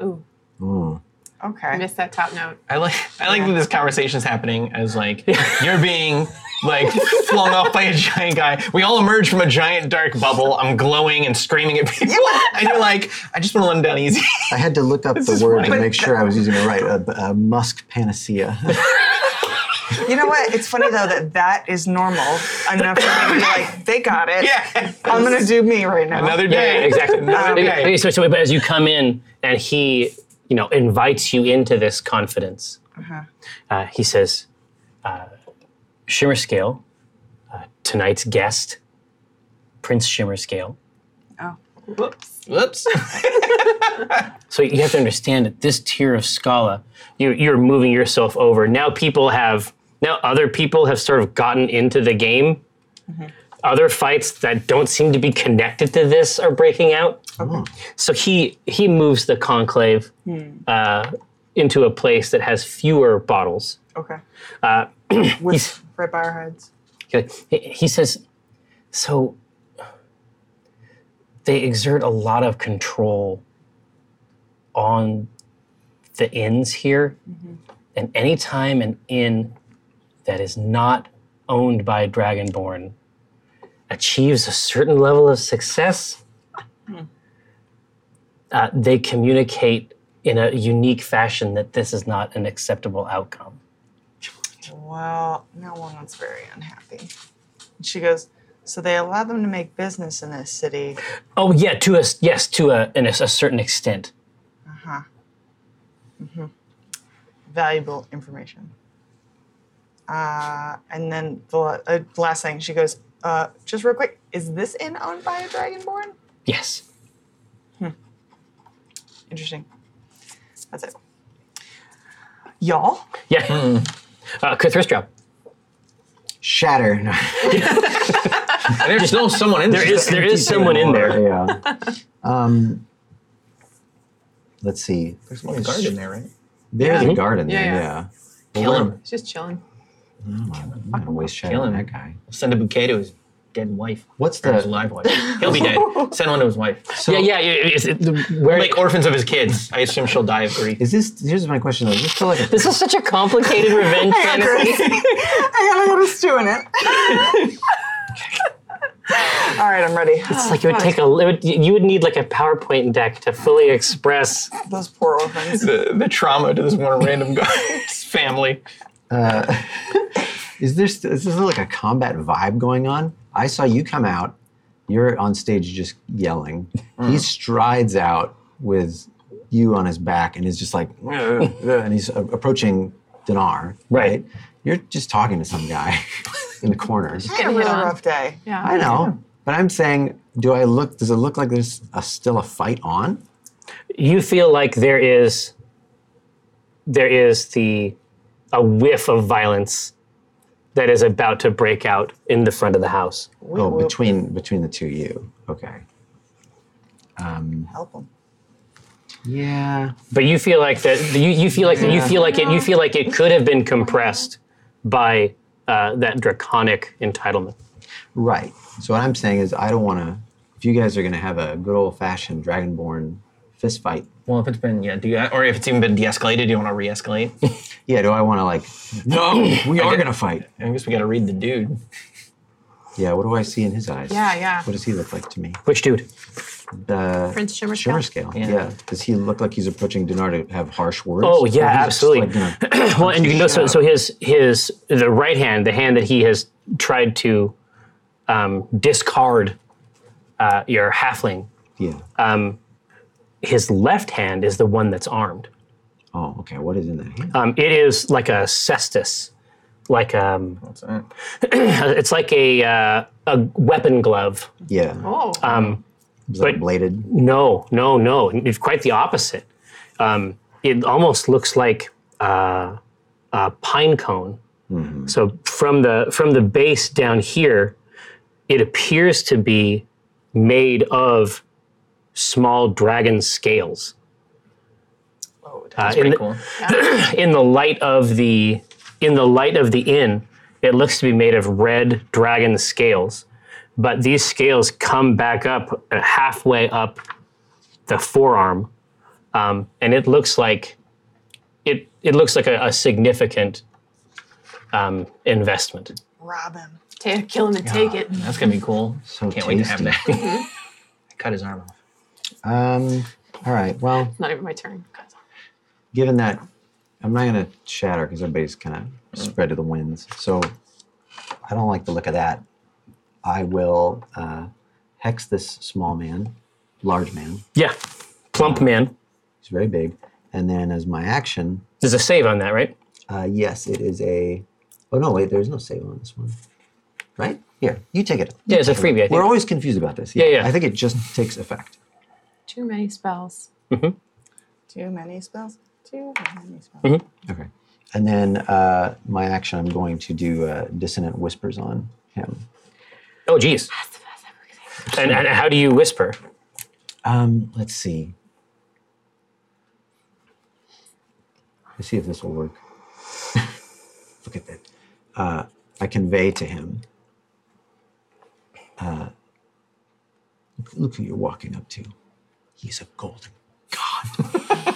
S6: Ooh, I
S5: Okay.
S6: missed that top note.
S4: I like I like that this conversation's happening as like you're being like flung off by a giant guy. We all emerge from a giant dark bubble. I'm glowing and screaming at people, and you're like, I just want to let him down easy.
S3: I had to look up the
S4: is
S3: word
S4: funny.
S3: to make sure I was using it right. A, a musk panacea.
S5: You know what? It's funny though that that is normal enough for me to be like they got it.
S4: yeah.
S5: I'm gonna do me right now.
S4: Another
S2: Yeah,
S4: day.
S2: yeah, exactly.
S4: Another
S2: Okay,
S4: day.
S2: so, so, but as you come in and he, you know, invites you into this confidence, uh, he says, uh, Shimmerscale, uh, tonight's guest, Prince Shimmerscale.
S4: Whoops. Whoops.
S2: So you have to understand that this tier of Scala, you, you're moving yourself over. Now people have, now other people have sort of gotten into the game. Other fights that don't seem to be connected to this are breaking out. So he he moves the conclave uh, into a place that has fewer bottles.
S5: Okay.
S2: Uh,
S5: With right by our heads.
S2: he, he says, so they exert a lot of control on the inns here. And anytime an inn that is not owned by Dragonborn achieves a certain level of success, uh, they communicate in a unique fashion that this is not an acceptable outcome.
S5: Well, no one was very unhappy. And she goes, so they allow them to make business in this city.
S2: Oh yeah, to a yes, to a, in a, a certain extent.
S5: valuable information. Uh, and then the la- uh, last thing, she goes, uh, just real quick, is this inn owned by a dragonborn?
S2: Yes.
S5: Interesting. That's it. Y'all?
S2: Yeah.
S4: Hmm.
S2: Uh, Chris Ristrop.
S3: Shatter.
S4: There's still someone in there.
S2: There is there is someone in there.
S3: yeah. Um, let's see.
S4: There's one guard in there, right?
S3: There's a garden there.
S6: Yeah, yeah.
S3: Yeah.
S4: Kill him.
S6: It's just chilling.
S3: I'm not gonna waste shatter
S4: Kill
S3: on
S4: him.
S3: that guy.
S4: Send a bouquet to his dead wife.
S3: What's
S4: Or his
S3: the-
S4: live wife? He'll be dead. Send one to his wife. So,
S2: yeah, yeah. yeah, Is it, the- where,
S4: Like orphans of his kids. I assume she'll die of grief.
S3: Is this? Here's my question though. Is this still like a
S2: this is such a complicated revenge fantasy.
S5: I gotta go to stew in it. All right, I'm ready.
S2: It's like it would take a. It would, you would need like a PowerPoint deck to fully express.
S5: Those poor orphans.
S4: The, the trauma to this one random guy's family.
S3: Is there st- is this like a combat vibe going on? I saw you come out. You're on stage just yelling. He strides out with you on his back and is just like, "Ugh, ugh," and he's a- approaching Dinar.
S2: Right.
S3: You're just talking to some guy in the corners.
S5: I had a
S6: hit
S5: real
S6: on.
S5: rough day.
S6: Yeah.
S3: I know, but I'm saying, do I look? Does it look like there's a, still a fight on?
S2: You feel like there is. There is the, a whiff of violence, that is about to break out in the front of the house.
S3: oh, between between the two of you. Okay.
S5: Help them.
S3: Yeah.
S2: But you feel like that. You, you feel like you feel like it. You feel like it could have been compressed by uh, that draconic entitlement.
S3: Right. So what I'm saying is, I don't want to. If you guys are going to have a good old fashioned Dragonborn fist fight,
S4: Well, if it's been, yeah, do you, or if it's even been de escalated, do you want to re escalate?
S3: yeah, do I want to like?
S4: No,
S3: We are
S4: get-
S3: going to fight.
S4: I guess we got to read the dude.
S3: Yeah. What do I see in his eyes?
S6: Yeah, yeah.
S3: What does he look like to me?
S2: Which dude?
S3: The
S6: Prince Shimmer
S3: Shimmer
S6: Scale?
S3: scale.
S4: Yeah.
S3: Yeah. Does he look like he's approaching Dinar to have harsh words?
S2: Oh
S3: Or is it
S2: yeah,
S3: just
S2: absolutely.
S3: like, you know,
S2: well, and you know, so, so his his the right hand, the hand that he has tried to um, discard uh, your halfling,
S3: yeah.
S2: Uh, his left hand is the one that's armed.
S3: oh, okay. What is in that hand?
S2: Um, it is like a cestus, like um,
S4: What's that?
S2: it's like a uh, a weapon glove.
S3: yeah.
S6: Oh.
S3: Is that
S2: um, but-
S3: bladed?
S2: No, no, no. It's quite the opposite. Um, it almost looks like uh, a pine cone. So from the from the base down here, it appears to be made of small dragon scales.
S5: Oh, damn.
S2: Uh, in,
S4: Pretty
S2: the,
S4: cool.
S2: in the light of the in the light of the inn, it looks to be made of red dragon scales, but these scales come back up uh, halfway up the forearm, um, and it looks like it it looks like a, a significant um, investment.
S5: rob him.
S6: Ta- kill him and take it.
S4: That's going to be cool.
S3: So
S4: Can't wait to have
S3: tasty.
S4: that. I cut his arm off.
S3: Um. All right. Well,
S6: Not even my turn.
S3: given that I'm not going to shatter because everybody's kind of spread to the winds. So I don't like the look of that. I will uh, hex this small man, large man.
S2: Yeah, plump man.
S3: He's very big. And then as my action,
S2: There's a save on that, right?
S3: uh, yes, it is a. Oh no! Wait, there's no save on this one, right? Here, you take it.
S2: Yeah, it's a freebie. I think.
S3: We're always confused about this.
S2: Yeah, yeah.
S3: I think it just takes effect.
S6: Too many spells.
S5: Too many spells. Too many spells.
S3: Okay. And then uh, my action, I'm going to do uh, dissonant whispers on him.
S2: oh, geez. And, and how do you whisper?
S3: Um, let's see. Let's see if this will work. Look at that. Uh, I convey to him. Uh, look, look who you're walking up to. He's a golden god.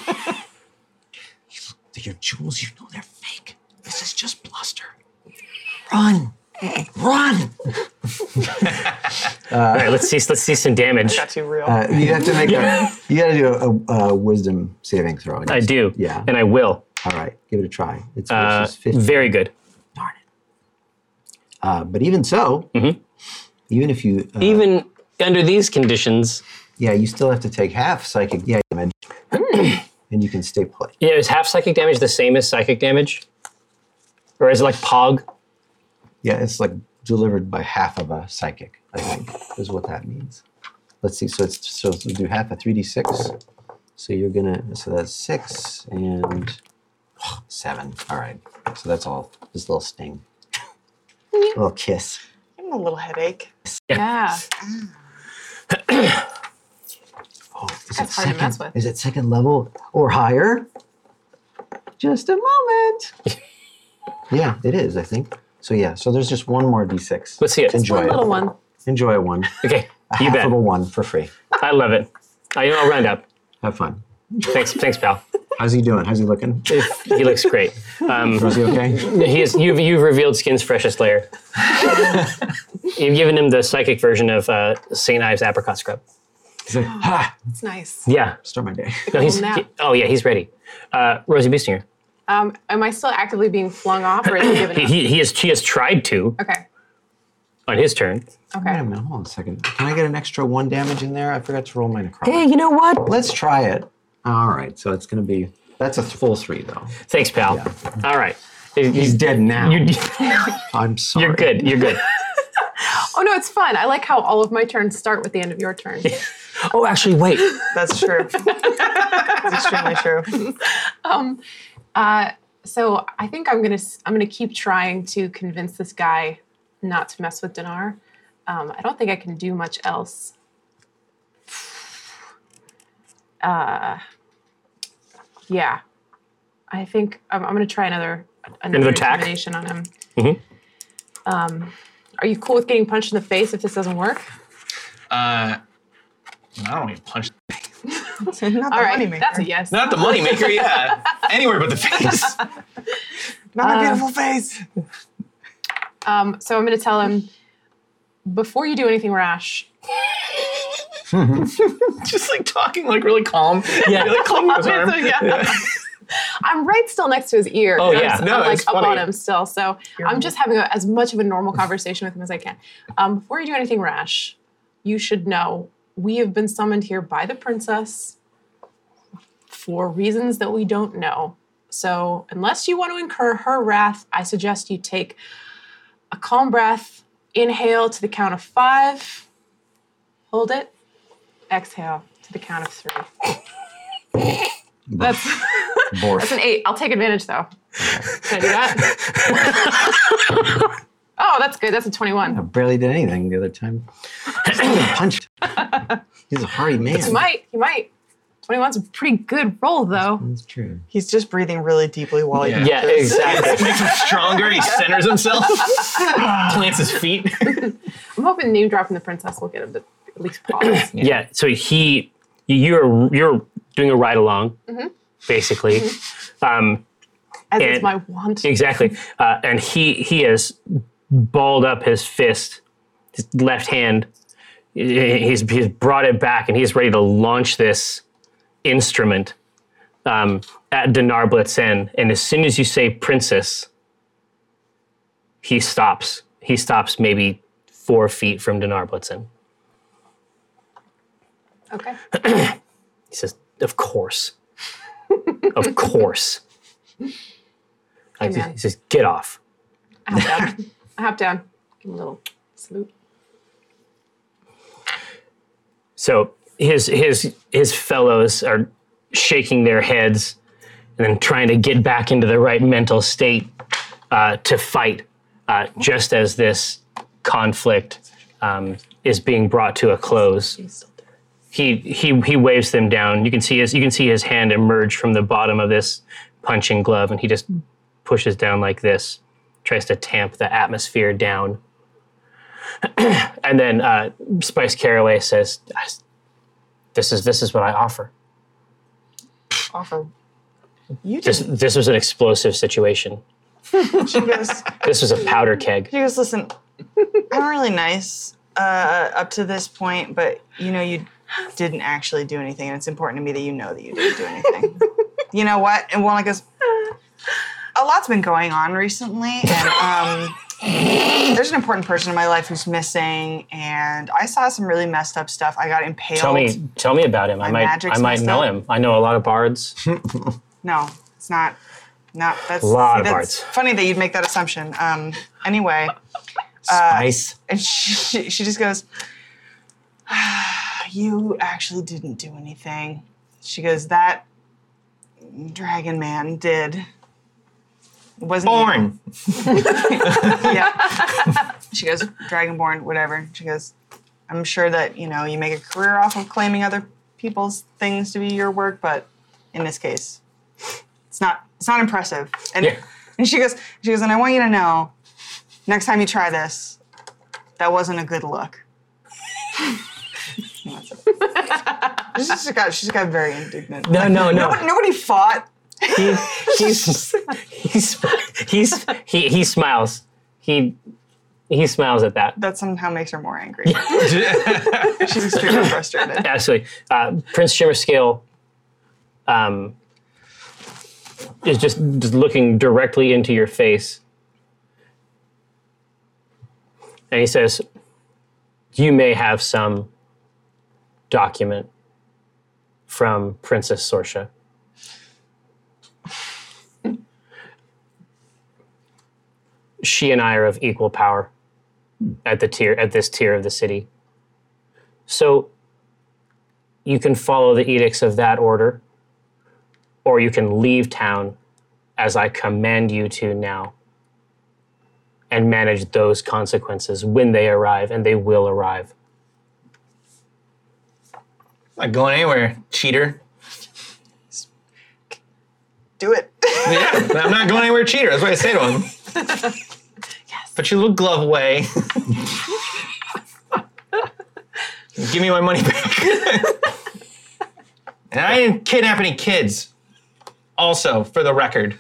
S3: You look- your jewels, you know they're fake. This is just bluster. Run, run.
S2: All right, let's see. Let's see some damage.
S5: Got too real.
S3: Uh, you have to make a. You got to do a, a, a wisdom saving throw.
S2: I
S3: guess.
S2: do.
S3: Yeah.
S2: And I will.
S3: All right, give it a try. It's
S2: Uh,
S3: versus 50.
S2: very good.
S3: Darn it. Uh, but even so,
S2: Mm-hmm.
S3: even if you, uh,
S2: Even under these conditions,
S3: yeah, you still have to take half psychic damage, and you can stay put.
S2: yeah, is half psychic damage the same as psychic damage? Or is it like pog?
S3: Yeah, it's like delivered by half of a psychic. I think is what that means. Let's see. So it's so we do half a three d six. So you're gonna. So that's six and seven. All right. So that's all. This little sting, little kiss.
S5: Give him a little headache.
S6: Yeah.
S3: Oh, is it
S6: That's hard to
S3: second?
S6: mess with.
S3: Is it second level or higher? Just a moment. yeah, it is. I think. So yeah. So there's just one more d6.
S2: Let's see it.
S3: Enjoy
S6: One
S3: it.
S6: little one.
S3: Enjoy one.
S2: Okay, you
S3: Half
S2: bet.
S3: of a one for free.
S2: I love it. I, I'll round up.
S3: Have fun.
S2: Thanks, thanks, pal.
S3: How's he doing? How's he looking?
S2: If- he looks great.
S3: Is he okay?
S2: He is, you've, you've revealed Skin's freshest layer. you've given him the psychic version of uh, St. Ives apricot scrub.
S3: He's like, ha!
S6: It's nice.
S2: Yeah.
S3: Start my day.
S2: No, he's,
S6: now.
S2: he- oh, yeah, he's ready. Uh, Rosie Bustinger.
S6: Um, am I still actively being flung off or is it given
S2: He,
S6: up?
S2: he, he, has, he has tried to
S6: Okay.
S2: on his turn.
S3: Wait a
S6: Okay.
S3: minute, hold on a second. Can I get an extra one damage in there? I forgot to roll my necrotic.
S2: Hey, you know what?
S3: Let's try it. All right, so it's going to be. That's a full three, though.
S2: Thanks, pal. All right.
S3: He's dead now.
S2: You,
S3: I'm sorry.
S2: you're good. You're good.
S6: Oh no, it's fun. I like how all of my turns start with the end of your turn.
S2: Oh, actually, wait.
S5: That's true. It's extremely true.
S6: So I think I'm gonna s- I'm gonna keep trying to convince this guy not to mess with Dinar. Um, I don't think I can do much else. Uh, yeah, I think I'm, I'm gonna try another another,
S2: attack?
S6: intimidation on him. Um, are you cool with getting punched in the face if this doesn't work?
S4: Uh, I don't even punch.
S5: Not the
S6: All right,
S5: moneymaker.
S6: that's e- a yes.
S4: Not the moneymaker, yeah. Anywhere but the face.
S5: Not
S6: Uh,
S5: my beautiful face.
S6: Um, so I'm going to tell him before you do anything rash.
S4: Just like talking like really calm.
S2: Yeah.
S4: You're, like clinging to his arm.
S6: So, yeah. I'm right still next to his ear.
S2: Oh,
S6: and I'm
S2: yeah.
S6: s- I'm,
S4: No,
S6: like
S4: it's
S6: up on
S4: funny.
S6: him still. So I'm just having a, as much of a normal conversation with him as I can. Um, before you do anything rash, you should know we have been summoned here by the princess for reasons that we don't know. So unless you want to incur her wrath, I suggest you take a calm breath, inhale to the count of five, hold it, exhale to the count of three. That's
S3: Borf.
S6: That's an eight. I'll take advantage though. Can I do that? oh, that's good. That's
S3: I
S6: a 21.
S3: barely did anything the other time. punched. He's a hardy man.
S6: You might. You might. 21's a pretty good roll though.
S3: That's true.
S5: He's just breathing really deeply while he.
S4: Yeah.
S2: Yeah, exactly.
S4: Makes him stronger. He centers himself. plants his feet.
S6: I'm hoping name dropping the princess will get him to at least pause.
S2: Yeah. So he, you're you're doing a ride along, basically. Um,
S6: As is
S2: And-
S6: my want.
S2: exactly. Uh, and he he has balled up his fist, his left hand. He's he's brought it back, and he's ready to launch this instrument um, at Dinar Blitzen. And as soon as you say princess, he stops. He stops maybe four feet from Dinar Blitzen.
S6: Okay.
S2: He says, "Of course, of course." Like,
S6: Amen.
S2: he says, "Get off."
S6: I hop down. I hop down. Give him a little salute.
S2: So his his his fellows are shaking their heads and then trying to get back into the right mental state uh, to fight. Uh, just as this conflict um, is being brought to a close, he he he waves them down. You can see his you can see his hand emerge from the bottom of this punching glove, and he just pushes down like this, tries to tamp the atmosphere down. and then uh, Spice Caraway says, "This is this is what I offer.
S5: Offer. You
S2: This
S5: just.
S2: this was an explosive situation.
S5: She goes.
S2: This was a powder keg.
S5: She goes. Listen, I'm really nice uh, up to this point, but you know you didn't actually do anything, and it's important to me that you know that you didn't do anything. you know what? And Walnut goes. A lot's been going on recently, and um, there's an important person in my life who's missing, and I saw some really messed up stuff. I got impaled.
S2: Tell me tell me about him. I
S5: My
S2: might
S5: magic's
S2: I might
S5: messed
S2: know
S5: up.
S2: him. I know a lot of bards.
S5: No, it's not. Not that's
S2: Lot of
S5: that's
S2: parts.
S5: Funny that you'd make that assumption. Um, anyway,
S2: Uh,
S3: Spice.
S5: and she, she just goes, "Ah, "You actually didn't do anything." She goes, "That dragon man did." Wasn't you."
S4: Born.
S5: Yeah. she goes, "Dragonborn, whatever." She goes, "I'm sure that you know you make a career off of claiming other people's things to be your work, but in this case, it's not. It's not impressive." And
S2: Yeah.
S5: And she goes, she goes, and I want you to know, next time you try this, that wasn't a good look. She's just got, she's got very indignant.
S2: No, no, no.
S5: Nobody, nobody fought.
S2: He, he's, he's, he's, he, he smiles. He, he smiles at that.
S5: That somehow makes her more angry. she's extremely frustrated.
S2: Actually, uh, Prince Shimmerscale um, is just, just looking directly into your face. And he says, You may have some document from Princess Sorsha. She and I are of equal power at the tier at this tier of the city. So you can follow the edicts of that order, or you can leave town as I command you to now and manage those consequences when they arrive, and they will arrive.
S4: Not going anywhere, cheater.
S5: Do it.
S4: Yeah, I'm not going anywhere, cheater. That's what I say to him. yes. Put your little glove away. Give me my money back. and I didn't kidnap any kids. Also, for the record,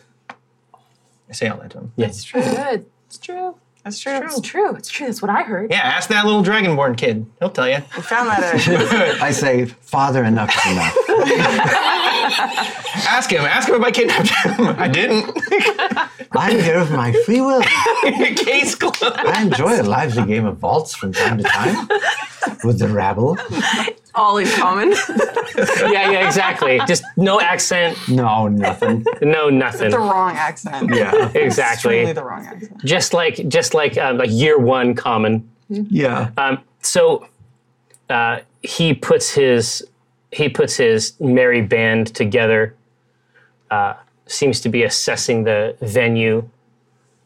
S4: I say all that to him. Yeah,
S2: Yes.
S6: Good. It's true.
S5: That's true.
S6: It's true. It's true. That's what I heard.
S4: ask that little dragonborn kid. He'll tell you.
S5: We found that out.
S3: I say, Father, enough is enough.
S4: ask him. Ask him if I kidnapped him. I didn't.
S3: I'm here of my free will.
S4: Case closed.
S3: I enjoy a lively game of vaults from time to time with the rabble.
S6: All in common.
S2: yeah, yeah, exactly. Just no accent,
S3: No, nothing.
S2: no nothing.
S5: the wrong accent.
S3: Yeah.
S5: Really
S2: Exactly.
S5: the wrong accent.
S2: Just like just like um, like year one common.
S3: Yeah.
S2: Um, so uh, he puts his he puts his merry band together. Uh, seems to be assessing the venue,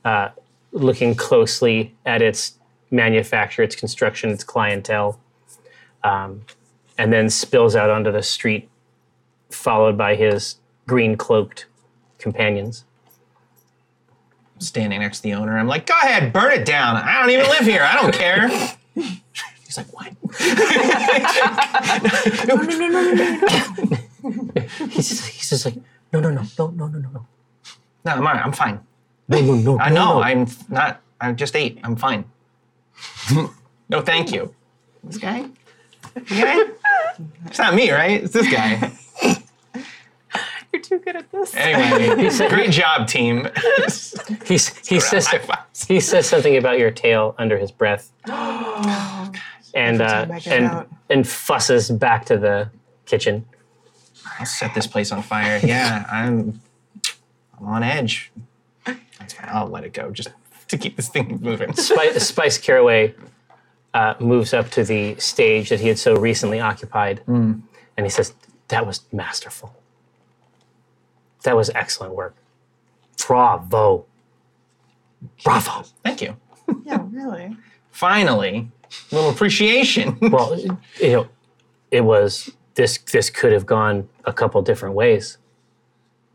S2: uh, looking closely at its manufacture, its construction, its clientele, um, and then spills out onto the street, followed by his green cloaked companions.
S4: standing next to the owner. I'm like, go ahead, burn it down. I don't even live here. I don't care. He's like, what?
S2: He's just, he's just like, no, no, no, no, no, no, no, no,
S4: No, I'm all right. I'm fine.
S2: no, no, no.
S4: I
S6: Oh.
S4: know. I'm f- not. I just ate. I'm fine. no, thank you. This guy? You guy? It's not me, right? It's this guy.
S6: You're too good at this.
S4: Anyway, great job, team.
S2: He's, he says
S4: High fives.
S2: he says something about your tail under his breath, and uh,
S5: Oh, time I get
S2: and
S5: out.
S2: and fusses back to the kitchen.
S4: I'll set this place on fire. Yeah, I'm. I'm on edge. That's fine. I'll let it go just to keep this thing moving.
S2: Spice, Spice Caraway uh, moves up to the stage that he had so recently occupied, and he says, "That was masterful. That was excellent work. Bravo, bravo."
S4: Thank you.
S5: Yeah, really.
S4: Finally, a little appreciation.
S2: Well, you know, it was this. This could have gone a couple different ways,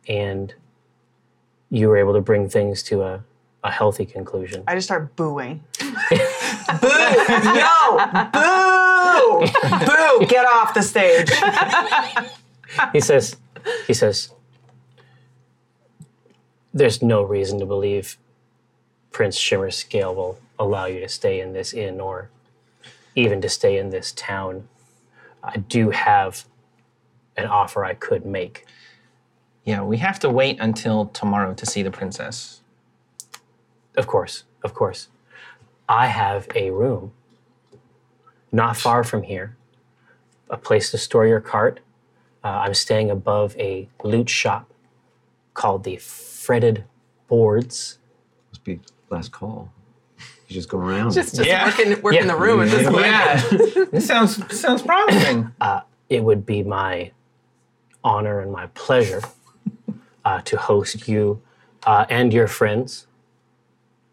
S2: and you were able to bring things to a, a healthy conclusion.
S5: I just start booing. boo! No! Boo! boo! Get off the stage.
S2: He says, he says, there's no reason to believe Prince Shimmer Scale will allow you to stay in this inn or even to stay in this town. I do have an offer I could make.
S4: Yeah, we have to wait until tomorrow to see the princess.
S2: Of course, of course. I have a room not far from here, a place to store your cart. Uh, I'm staying above a loot shop called the Fretted Boards.
S3: Must be last call. You just go around.
S6: Just, just
S4: Yeah.
S6: working, working
S2: Yeah.
S6: the room at this point.
S4: Yeah, this sounds sounds promising. Uh,
S2: It would be my honor and my pleasure uh, to host you uh, and your friends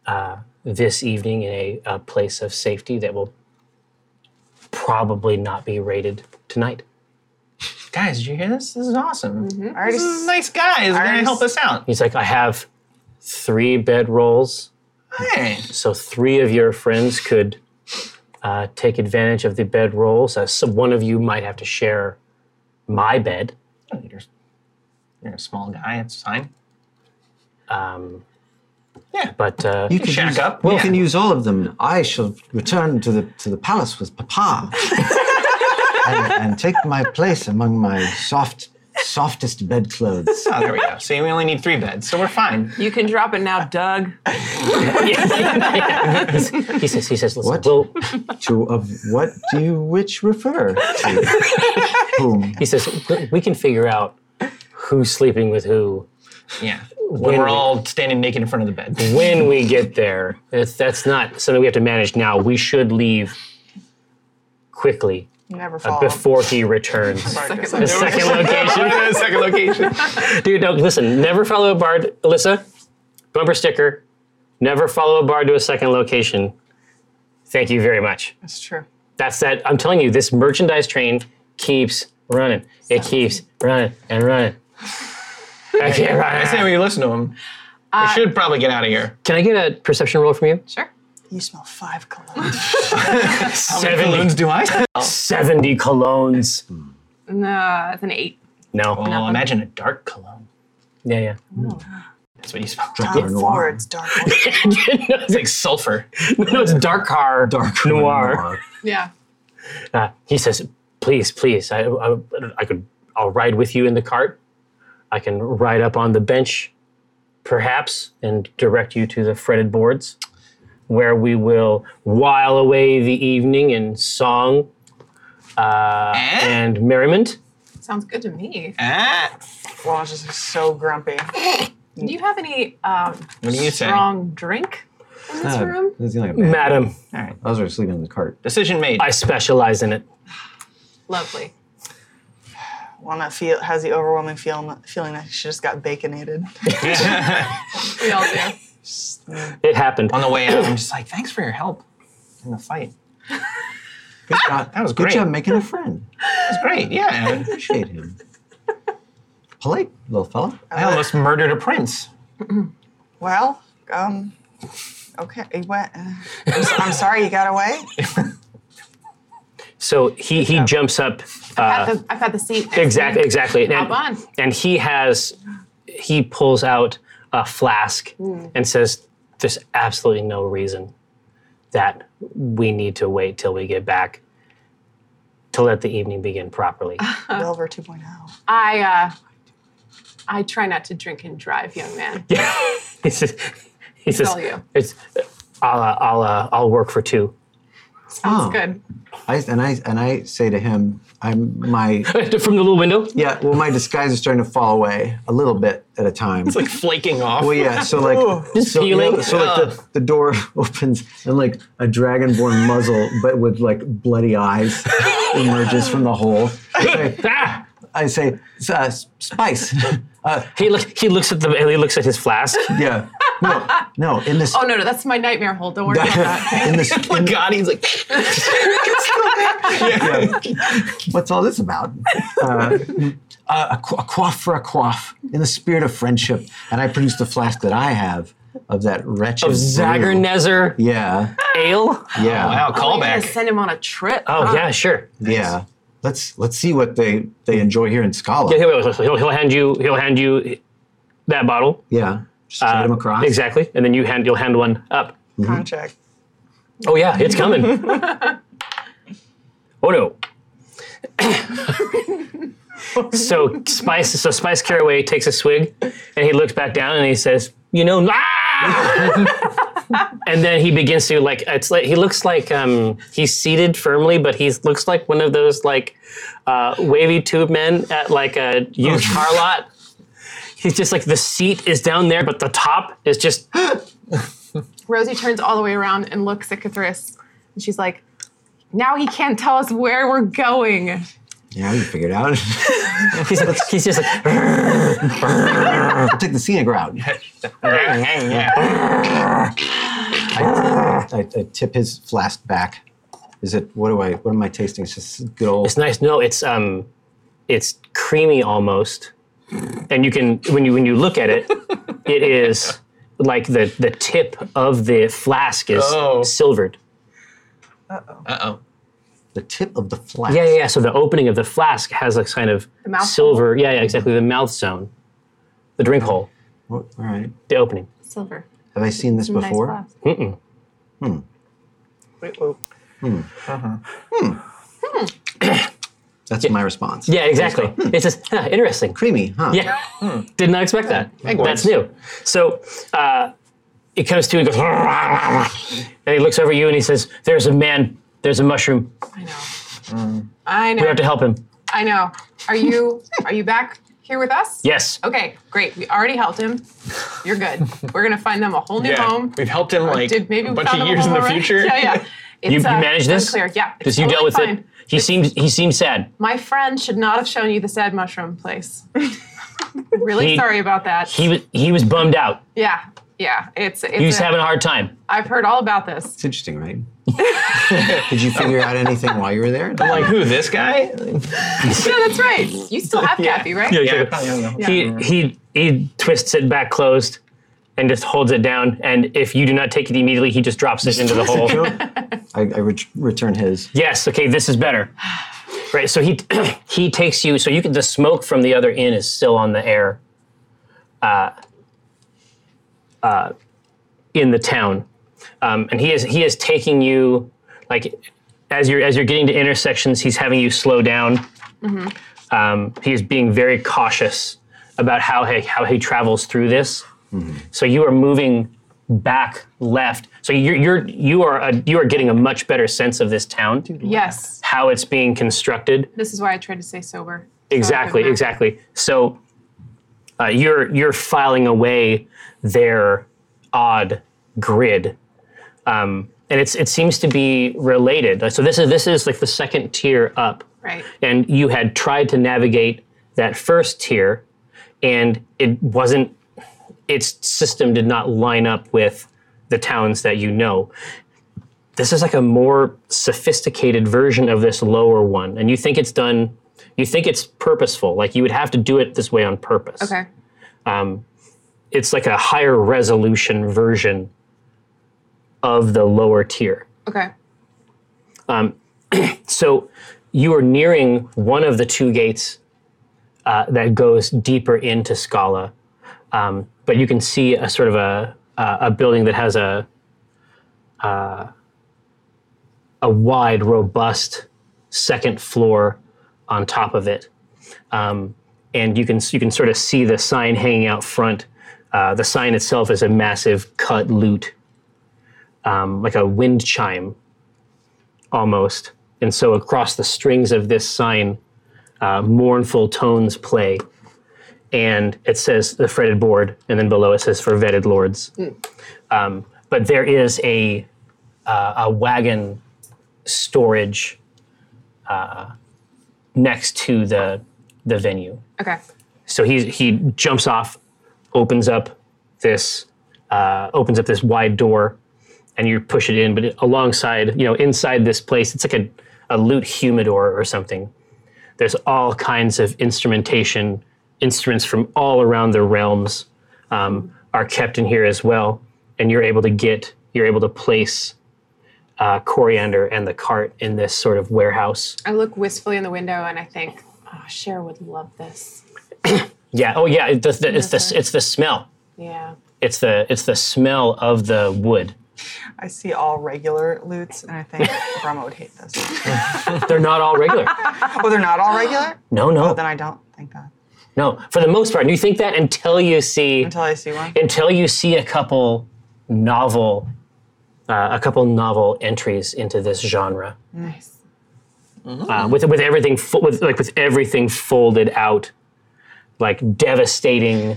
S2: uh, this evening in a, a place of safety that will probably not be raided tonight.
S4: Guys, did you hear this? This is awesome.
S5: I already,
S4: This is a
S5: s-
S4: nice guy. He's gonna
S5: Ours-
S4: help us out.
S2: He's like, I have three bed rolls,
S4: Hey,
S2: so three of your friends could uh, take advantage of the bed rolls. Uh, so one of you might have to share my bed.
S4: You're, you're a small guy. It's fine.
S2: Um,
S4: Yeah.
S2: but uh,
S3: You can
S4: shack
S3: use,
S4: up,
S3: Will
S4: yeah.
S3: can use all of them. I shall return to the to the palace with Papa, and, and take my place among my soft softest bedclothes.
S4: Oh, there we go. See, we only need three beds, so we're fine.
S6: You can drop it now, Doug.
S2: he says, he says, listen,
S3: What?
S2: we'll,
S3: to of what do you which refer to? Whom?
S2: he says, "We- we can figure out who's sleeping with who
S4: Yeah. When
S2: Win-win.
S4: we're all standing naked in front of the bed.
S2: when we get there. That's, that's not something we have to manage now. We should leave quickly
S5: Never
S2: uh,
S5: fall.
S2: before he returns.
S5: Marcus.
S2: The second location.
S4: Second location.
S2: Dude, no, listen, never follow a bard. Alyssa, bumper sticker. Never follow a bard to a second location. Thank you very much.
S5: That's true.
S2: That's that. I'm telling you, this merchandise train keeps running. It keeps running and running. I can't
S4: I
S2: run.
S4: say we listen to him. I should probably get out of here.
S2: Can I get a perception roll from you?
S6: Sure.
S5: You smell five cologne.
S2: 70,
S4: do I? Oh,
S2: 70 colognes.
S6: No, it's uh, an eight.
S2: No.
S4: Oh, imagine a dark cologne.
S2: Yeah, yeah.
S4: That's what you smell.
S3: Dark
S5: Four, it's dark.
S4: It's like sulfur.
S2: No, it's dark car.
S3: Dark
S2: noir.
S6: Yeah.
S2: Uh, he says, "Please, please, I, I, I could, I'll ride with you in the cart. I can ride up on the bench, perhaps, and direct you to the fretted boards, where we will while away the evening in song uh, and merriment."
S6: Sounds good to me.
S4: Ah.
S5: Blanche is so grumpy.
S6: Do you have any um,
S4: What do you say?
S6: strong drink in this room?
S2: Madam,
S4: All right.
S3: Those are sleeping in the cart.
S4: Decision made.
S2: I specialize in it.
S6: Lovely.
S5: Walnut feel has the overwhelming feel, feeling that she just got baconated.
S6: We all do.
S2: It happened.
S4: On the way out, I'm just like, thanks for your help in the fight.
S3: Good job.
S4: That was
S3: Good
S4: great.
S3: job making a friend.
S4: That's great. Yeah.
S3: Appreciate him. Polite little fella.
S4: I almost murdered a prince.
S5: Well, um, okay. He went, uh, I'm, so- I'm sorry you got away.
S2: So he he jumps up.
S6: I've, had the, I've had the seat. next to
S2: Exactly,
S6: you.
S2: exactly. And,
S6: Hop on.
S2: and he has, he pulls out a flask and says, "There's absolutely no reason that we need to wait till we get back to let the evening begin properly."
S5: Wilbur 2.0.
S6: I, uh, I try not to drink and drive, young man.
S2: he says, "He says,
S6: Tell you.
S2: it's, I'll, uh, I'll, uh, I'll work for two.
S6: Sounds
S3: Oh.
S6: good.
S3: I, and I and I say to him, I'm my
S2: From the little window.
S3: yeah. Well, my disguise is starting to fall away a little bit at a time.
S4: It's like oh, flaking off.
S3: Well, yeah. So like, so, you
S2: peeling.
S3: know, so like the, the door opens and like a dragonborn muzzle, but with like bloody eyes, emerges from the hole. I say,
S2: Ah!
S3: I say "S- uh, s- spice. Uh,
S2: He looks. He looks at the. He looks at his flask.
S3: yeah. No, no. In this.
S6: Oh, no, no, that's my nightmare hole. Don't worry about that.
S3: in this.
S4: Like God, he's like,
S3: yeah. What's all this about? Uh, uh, a, qu- a quaff for a quaff in the spirit of friendship, and I produce the flask that I have of that wretched
S2: Of
S3: brew.
S2: Zagarnezer
S3: Yeah.
S2: ale.
S3: Yeah.
S4: wow,
S6: We're going to
S4: callback.
S6: send him on a trip.
S2: Oh
S6: huh?
S2: yeah, sure.
S3: Yeah. Let's let's see what they they enjoy here in Scala.
S2: Yeah, he'll, he'll, he'll hand you. He'll hand you that bottle.
S3: Yeah. Just
S2: Uh,
S3: slide them across.
S2: Exactly, and then you hand you'll hand one up.
S5: Contract.
S2: Oh yeah, it's coming. oh no. so spice, so spice caraway takes a swig, and he looks back down and he says, "You know, ah!" and then he begins to like. It's like he looks like um, he's seated firmly, but he looks like one of those like uh, wavy tube men at like a used car lot. He's just like the seat is down there, but the top is just
S6: Rosie turns all the way around and looks at Cthulhu, and she's like, "Now he can't tell us where we're going."
S3: Yeah, we figured out.
S2: he's, like, he's just like "Oh,
S3: I'll take the scenic route.
S4: yeah.
S3: I, I, I tip his flask back. Is it what do I what am I tasting? It's just good old
S2: It's nice. No, it's um, it's creamy almost, and you can when you when you look at it, it is like the the tip of the flask is
S4: Oh.
S2: silvered.
S4: Uh oh.
S3: The tip of the flask.
S2: Yeah, yeah, yeah. So the opening of the flask has a kind of
S6: The mouth
S2: silver. Yeah, yeah, exactly. The mouth zone, the drink hole,
S3: All right.
S2: the opening.
S6: Silver.
S3: Have I seen this
S6: Nice
S3: before?
S6: glass.
S5: Wait, whoa.
S3: That's my response.
S2: Yeah, exactly. It's just huh, interesting.
S3: Creamy, huh?
S2: Yeah,
S6: Hmm.
S2: did not expect that.
S4: Egg whites.
S2: That's new. So uh, it comes to and goes, and he looks over at you and he says, "There's a man. There's a mushroom.
S6: I know. I
S2: Mm. We
S6: know.
S2: have to help him."
S6: I know. Are you are you back here with us?
S2: Yes.
S6: Okay, great. We already helped him. You're good. We're gonna find them a whole new
S4: Yeah.
S6: home.
S4: We've helped him like
S6: Did maybe
S4: a
S6: we
S4: bunch
S6: found
S4: of
S6: them a
S4: years in
S6: home
S4: the
S6: already?
S4: future.
S6: Yeah, yeah. It's,
S2: You, you
S6: uh,
S2: managed this.
S6: Unclear. Yeah. it's
S2: Because you dealt
S6: totally
S2: with it.
S6: Oh, fine.
S2: He seems he seems sad.
S6: My friend should not have shown you the sad mushroom place. really
S2: He-
S6: sorry about that.
S2: He was he was bummed out.
S6: yeah. Yeah. It's it's
S2: He was
S6: a-
S2: having a hard time.
S6: I've heard all about this.
S3: It's interesting, right? Did you figure out anything while you were there?
S4: I'm like, who, this guy?
S6: yeah, that's right. You still have
S4: Yeah.
S6: Kathy, right?
S4: Yeah, probably, I don't know.
S2: He he he twists it back closed and just holds it down. And if you do not take it immediately, he just drops it into the hole.
S3: I, I ret- return his.
S2: Yes. Okay. This is better. Right. So he he takes you. So you can the smoke from the other inn is still on the air. Uh, uh, in the town, um, and he is he is taking you like as you're as you're getting to intersections. He's having you slow down. Um, he is being very cautious about how he how he travels through this. So you are moving back left. So you're you're you are a, you are getting a much better sense of this town
S6: Yes.
S2: how it's being constructed.
S6: This is why I tried to stay sober.
S2: Exactly,
S6: Sorry,
S2: exactly. So uh, you're you're filing away their odd grid, um, and it's it seems to be related. So this is this is like the second tier up,
S6: Right.
S2: and you had tried to navigate that first tier, and it wasn't. Its system did not line up with the towns that you know. This is like a more sophisticated version of this lower one, and you think it's done. You think it's purposeful. Like you would have to do it this way on purpose. Um,
S6: Okay.
S2: It's like a higher resolution version of the lower tier. Um,
S6: Okay.
S2: So you are nearing one of the two gates uh, that goes deeper into Scala, um, but you can see a sort of a a a building that has a uh, a wide, robust second floor on top of it, um, and you can you can sort of see the sign hanging out front. Uh, the sign itself is a massive cut lute, um, like a wind chime almost. And so across the strings of this sign, uh, mournful tones play. And it says the fretted board, and then below it says for vetted lords. Um, but there is a, uh, a wagon storage uh, next to the, the venue.
S6: Okay.
S2: So he, he jumps off, opens up this uh, opens up this wide door, and you push it in. But it, alongside, you know, inside this place, it's like a, a lute humidor or something. There's all kinds of instrumentation, instruments from all around the realms um, are kept in here as well, and you're able to get, you're able to place uh, coriander and the cart in this sort of warehouse.
S6: I look wistfully in the window and I think, oh, Cher would love this.
S2: Yeah. Oh, yeah. It, the, the, it's the it's the smell.
S6: Yeah.
S2: It's the it's the smell of the wood.
S5: I see all regular loots, and I think Brahma would hate this.
S2: They're not all regular.
S5: Oh, they're not all regular?
S2: No, no,
S5: Then I don't. Thank God.
S2: no. For the most part, and you think that until you see
S5: Until I see one.
S2: until you see a couple novel, uh, a couple novel entries into this genre,
S6: Nice.
S2: uh, with with everything fo- with like with everything folded out, like devastating,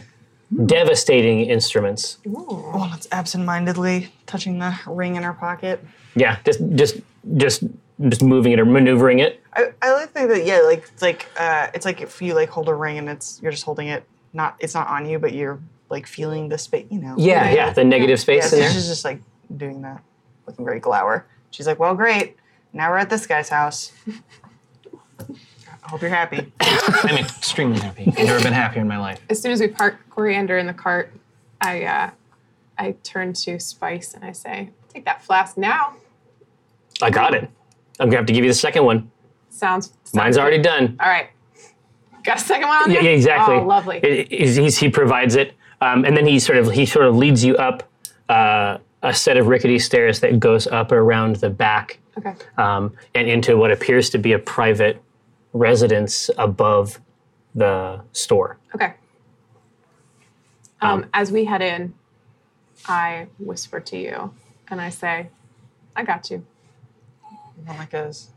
S2: devastating instruments.
S5: Oh, that's absentmindedly touching the ring in her pocket.
S2: Yeah, just just just just moving it or maneuvering it.
S5: I, I like think that yeah, like it's like uh, it's like if you like hold a ring and it's you're just holding it, not it's not on you, but you're like feeling the space, you know.
S2: Yeah, yeah. The negative
S5: Yeah,
S2: space
S5: so
S2: in there.
S5: she's just like doing that, looking very glower. She's like, well, great. Now we're at this guy's house. I hope you're happy.
S4: I'm extremely happy. I've never been happier in my life.
S6: As soon as we park coriander in the cart, I uh, I turn to Spice and I say, take that flask now.
S2: I got it. I'm gonna have to give you the second one.
S7: Sounds. sounds
S2: Mine's
S7: good.
S2: already done.
S7: All right. Got a second one on
S2: Yeah,
S7: there?
S2: yeah, exactly.
S7: Oh, lovely.
S2: It- he's- he's- he provides it, um, and then he sort of he sort of leads you up uh, a set of rickety stairs that goes up around the back
S7: okay.
S2: um, and into what appears to be a private residence above the store.
S7: Okay. Um, as we head in, I whisper to you and I say, I got you.
S5: Mama goes,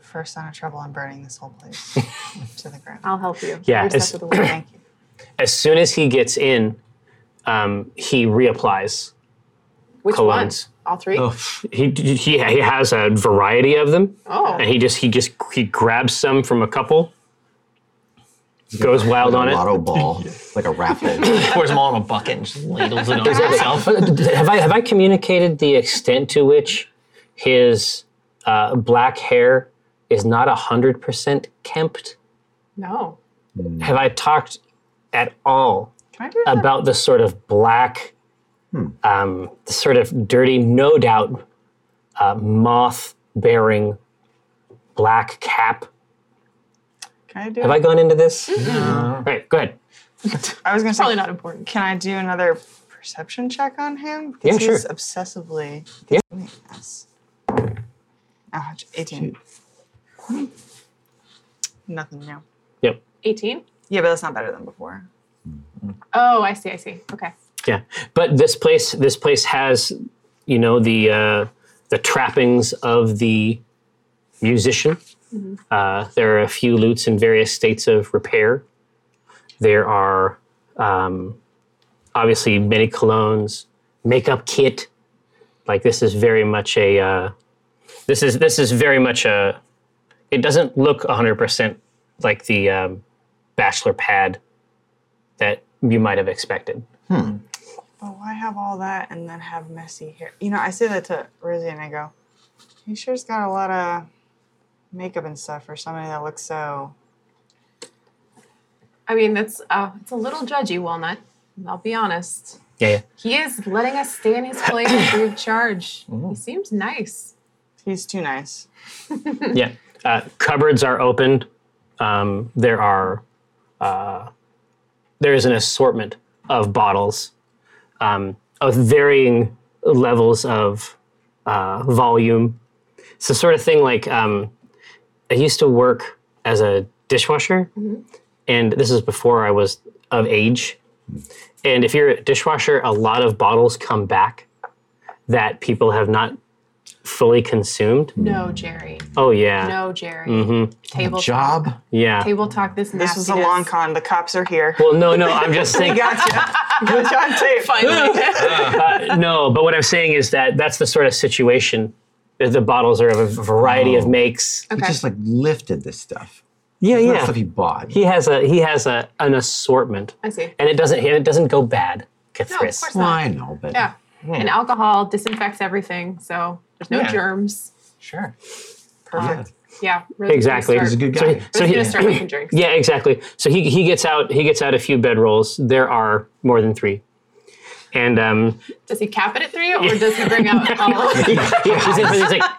S5: first sign of trouble, I'm burning this whole place to the ground.
S7: I'll help you.
S2: Yeah,
S7: Every
S2: it's-
S7: step of the way.
S5: Thank you.
S2: As soon as he gets in, um, he reapplies.
S7: Which
S2: Colognes.
S7: one? All three? Oh.
S2: He, he he has a variety of them, and he just he just he grabs some from a couple, goes wild on
S3: a
S2: it.
S3: lotto ball, like a raffle.
S4: Pours them all in a bucket and just ladles it on himself.
S2: uh, have I have I communicated the extent to which his uh, black hair is not hundred percent kempt?
S7: No.
S2: Have I talked at all
S5: Can I do that?
S2: about the sort of black, um, the sort of dirty, no doubt, uh, moth-bearing black cap?
S5: Can I do
S2: Have I
S5: it?
S2: gone into this? All right, go ahead.
S5: I was going to say,
S7: Probably not important.
S5: can I do another perception check on him?
S2: Yeah,
S5: Because
S2: sure.
S5: he's obsessively
S2: Yeah.
S5: giving me ass. Ouch, 18. Nothing new.
S2: Yep.
S7: 18?
S5: Yeah, but that's not better than before.
S7: Oh, I see. I see. Okay.
S2: Yeah, but this place this place has you know the uh, the trappings of the musician. Uh, there are a few lutes in various states of repair. There are um, obviously many colognes, makeup kit. Like this is very much a uh, this is this is very much a. It doesn't look hundred percent like the um, bachelor pad that you might have expected.
S5: But why have all that and then have messy hair? You know, I say that to Rizzy and I go, he sure's got a lot of makeup and stuff for somebody that looks so.
S7: I mean, that's uh, it's a little judgy, Walnut. I'll be honest.
S2: Yeah. yeah.
S7: He is letting us stay in his place free of charge.
S2: Mm.
S7: He seems nice.
S5: He's too nice.
S2: Yeah. Uh, cupboards are opened. Um, there are uh, there is an assortment of bottles um, of varying levels of uh, volume. It's the sort of thing like um, I used to work as a dishwasher,
S7: Mm-hmm.
S2: and this is before I was of age. And if you're a dishwasher, a lot of bottles come back that people have not fully consumed.
S7: No, Jerry.
S2: Oh yeah.
S7: No, Jerry. Table
S3: Mm-hmm. Job.
S2: Yeah.
S7: Talk. Table talk. This
S5: This was a long con. The cops are here.
S2: Well, no, no. I'm just saying.
S5: Gotcha. Put you on tape.
S7: Finally.
S2: uh, no, but what I'm saying is that that's the sort of situation. that The bottles are of a variety
S3: Oh.
S2: of makes.
S3: He
S7: Okay.
S3: just like lifted this stuff.
S2: Yeah,
S3: It's not stuff he bought.
S2: He has a he has a an assortment,
S7: I see.
S2: and it doesn't and it doesn't go bad.
S7: No, of
S2: Kathris.
S7: course
S3: well,
S7: not.
S3: I know, but
S7: Yeah. And alcohol disinfects everything, so there's no
S4: Yeah.
S7: germs.
S4: Sure.
S5: Perfect.
S7: Yeah. Rose
S2: Exactly.
S7: Is
S3: he's a
S7: gonna
S3: good guy.
S7: start,
S2: So
S7: Rose is
S2: he-
S7: gonna start making drinks.
S2: Yeah, exactly. So he he gets out he gets out a few bedrolls. There are more than three, and um,
S7: Does he cap it at three, or does he bring out all?
S2: he, he- he's like, he's like,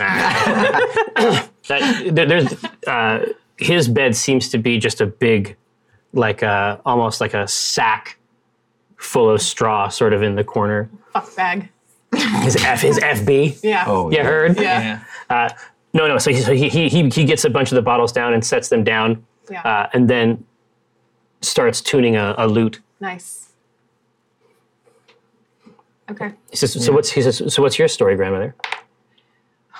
S2: "Ah." That- there- there's, uh, his bed seems to be just a big, like a almost like a sack full of straw, sort of in the corner.
S7: fuck bag?
S2: His F, his FB.
S7: Yeah.
S3: oh
S2: You heard?
S7: Yeah.
S4: Yeah.
S2: No, no. So, he, so he, he he he gets a bunch of the bottles down and sets them down,
S7: Yeah.
S2: uh, and then starts tuning a, a lute.
S7: nice. Okay.
S2: He says, "So what's he says, so what's your story, grandmother?"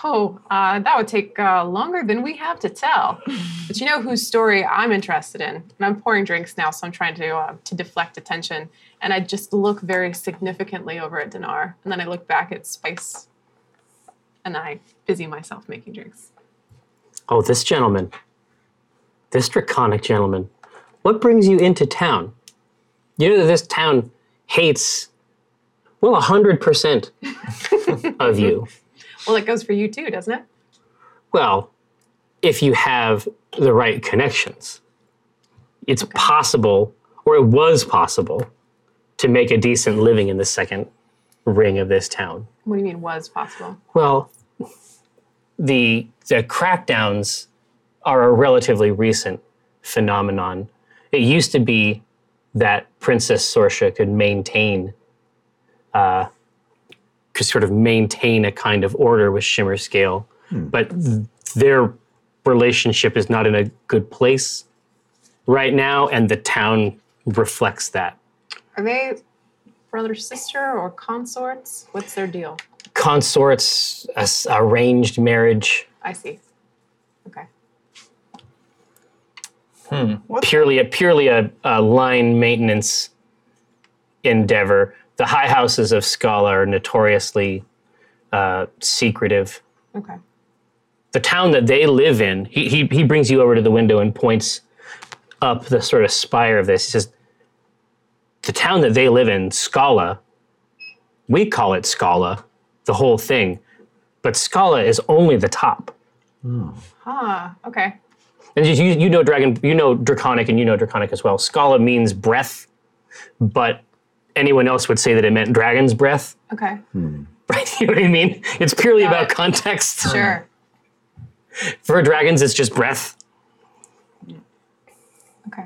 S7: Oh, uh, that would take uh, longer than we have to tell. But you know whose story I'm interested in, and I'm pouring drinks now, so I'm trying to uh, to deflect attention. And I just look very significantly over at Dinar, and then I look back at Spice, and I busy myself making drinks.
S2: Oh, this gentleman, this draconic gentleman, what brings you into town? You know that this town hates, well, 100% of you.
S7: Well, it goes for you too, doesn't it?
S2: Well, if you have the right connections, it's possible, or it was possible, to make a decent living in the second ring of this town.
S7: What do you mean was possible?
S2: Well, the the crackdowns are a relatively recent phenomenon. It used to be that Princess Sorsha could maintain, uh, could sort of maintain a kind of order with Shimmer Scale, but th- their relationship is not in a good place right now, and the town reflects that.
S7: Are they brother, sister, or consorts? What's their deal?
S2: Consorts, a s- arranged marriage,
S7: I see. Okay.
S2: purely a purely a, a line maintenance endeavor. The high houses of Scala are notoriously uh, secretive.
S7: Okay.
S2: The town that they live in, he, he he brings you over to the window and points up the sort of spire of this. He says, "The town that they live in, Scala, we call it Scala, the whole thing, but Scala is only the top."
S7: Ah, okay.
S2: And you, you know dragon, you know draconic, and you know draconic as well. Scala means breath, but anyone else would say that it meant dragon's breath.
S7: Okay.
S2: Right? you know what I mean? It's purely about
S7: it.
S2: context.
S7: Sure.
S2: For dragons, it's just breath.
S7: Okay.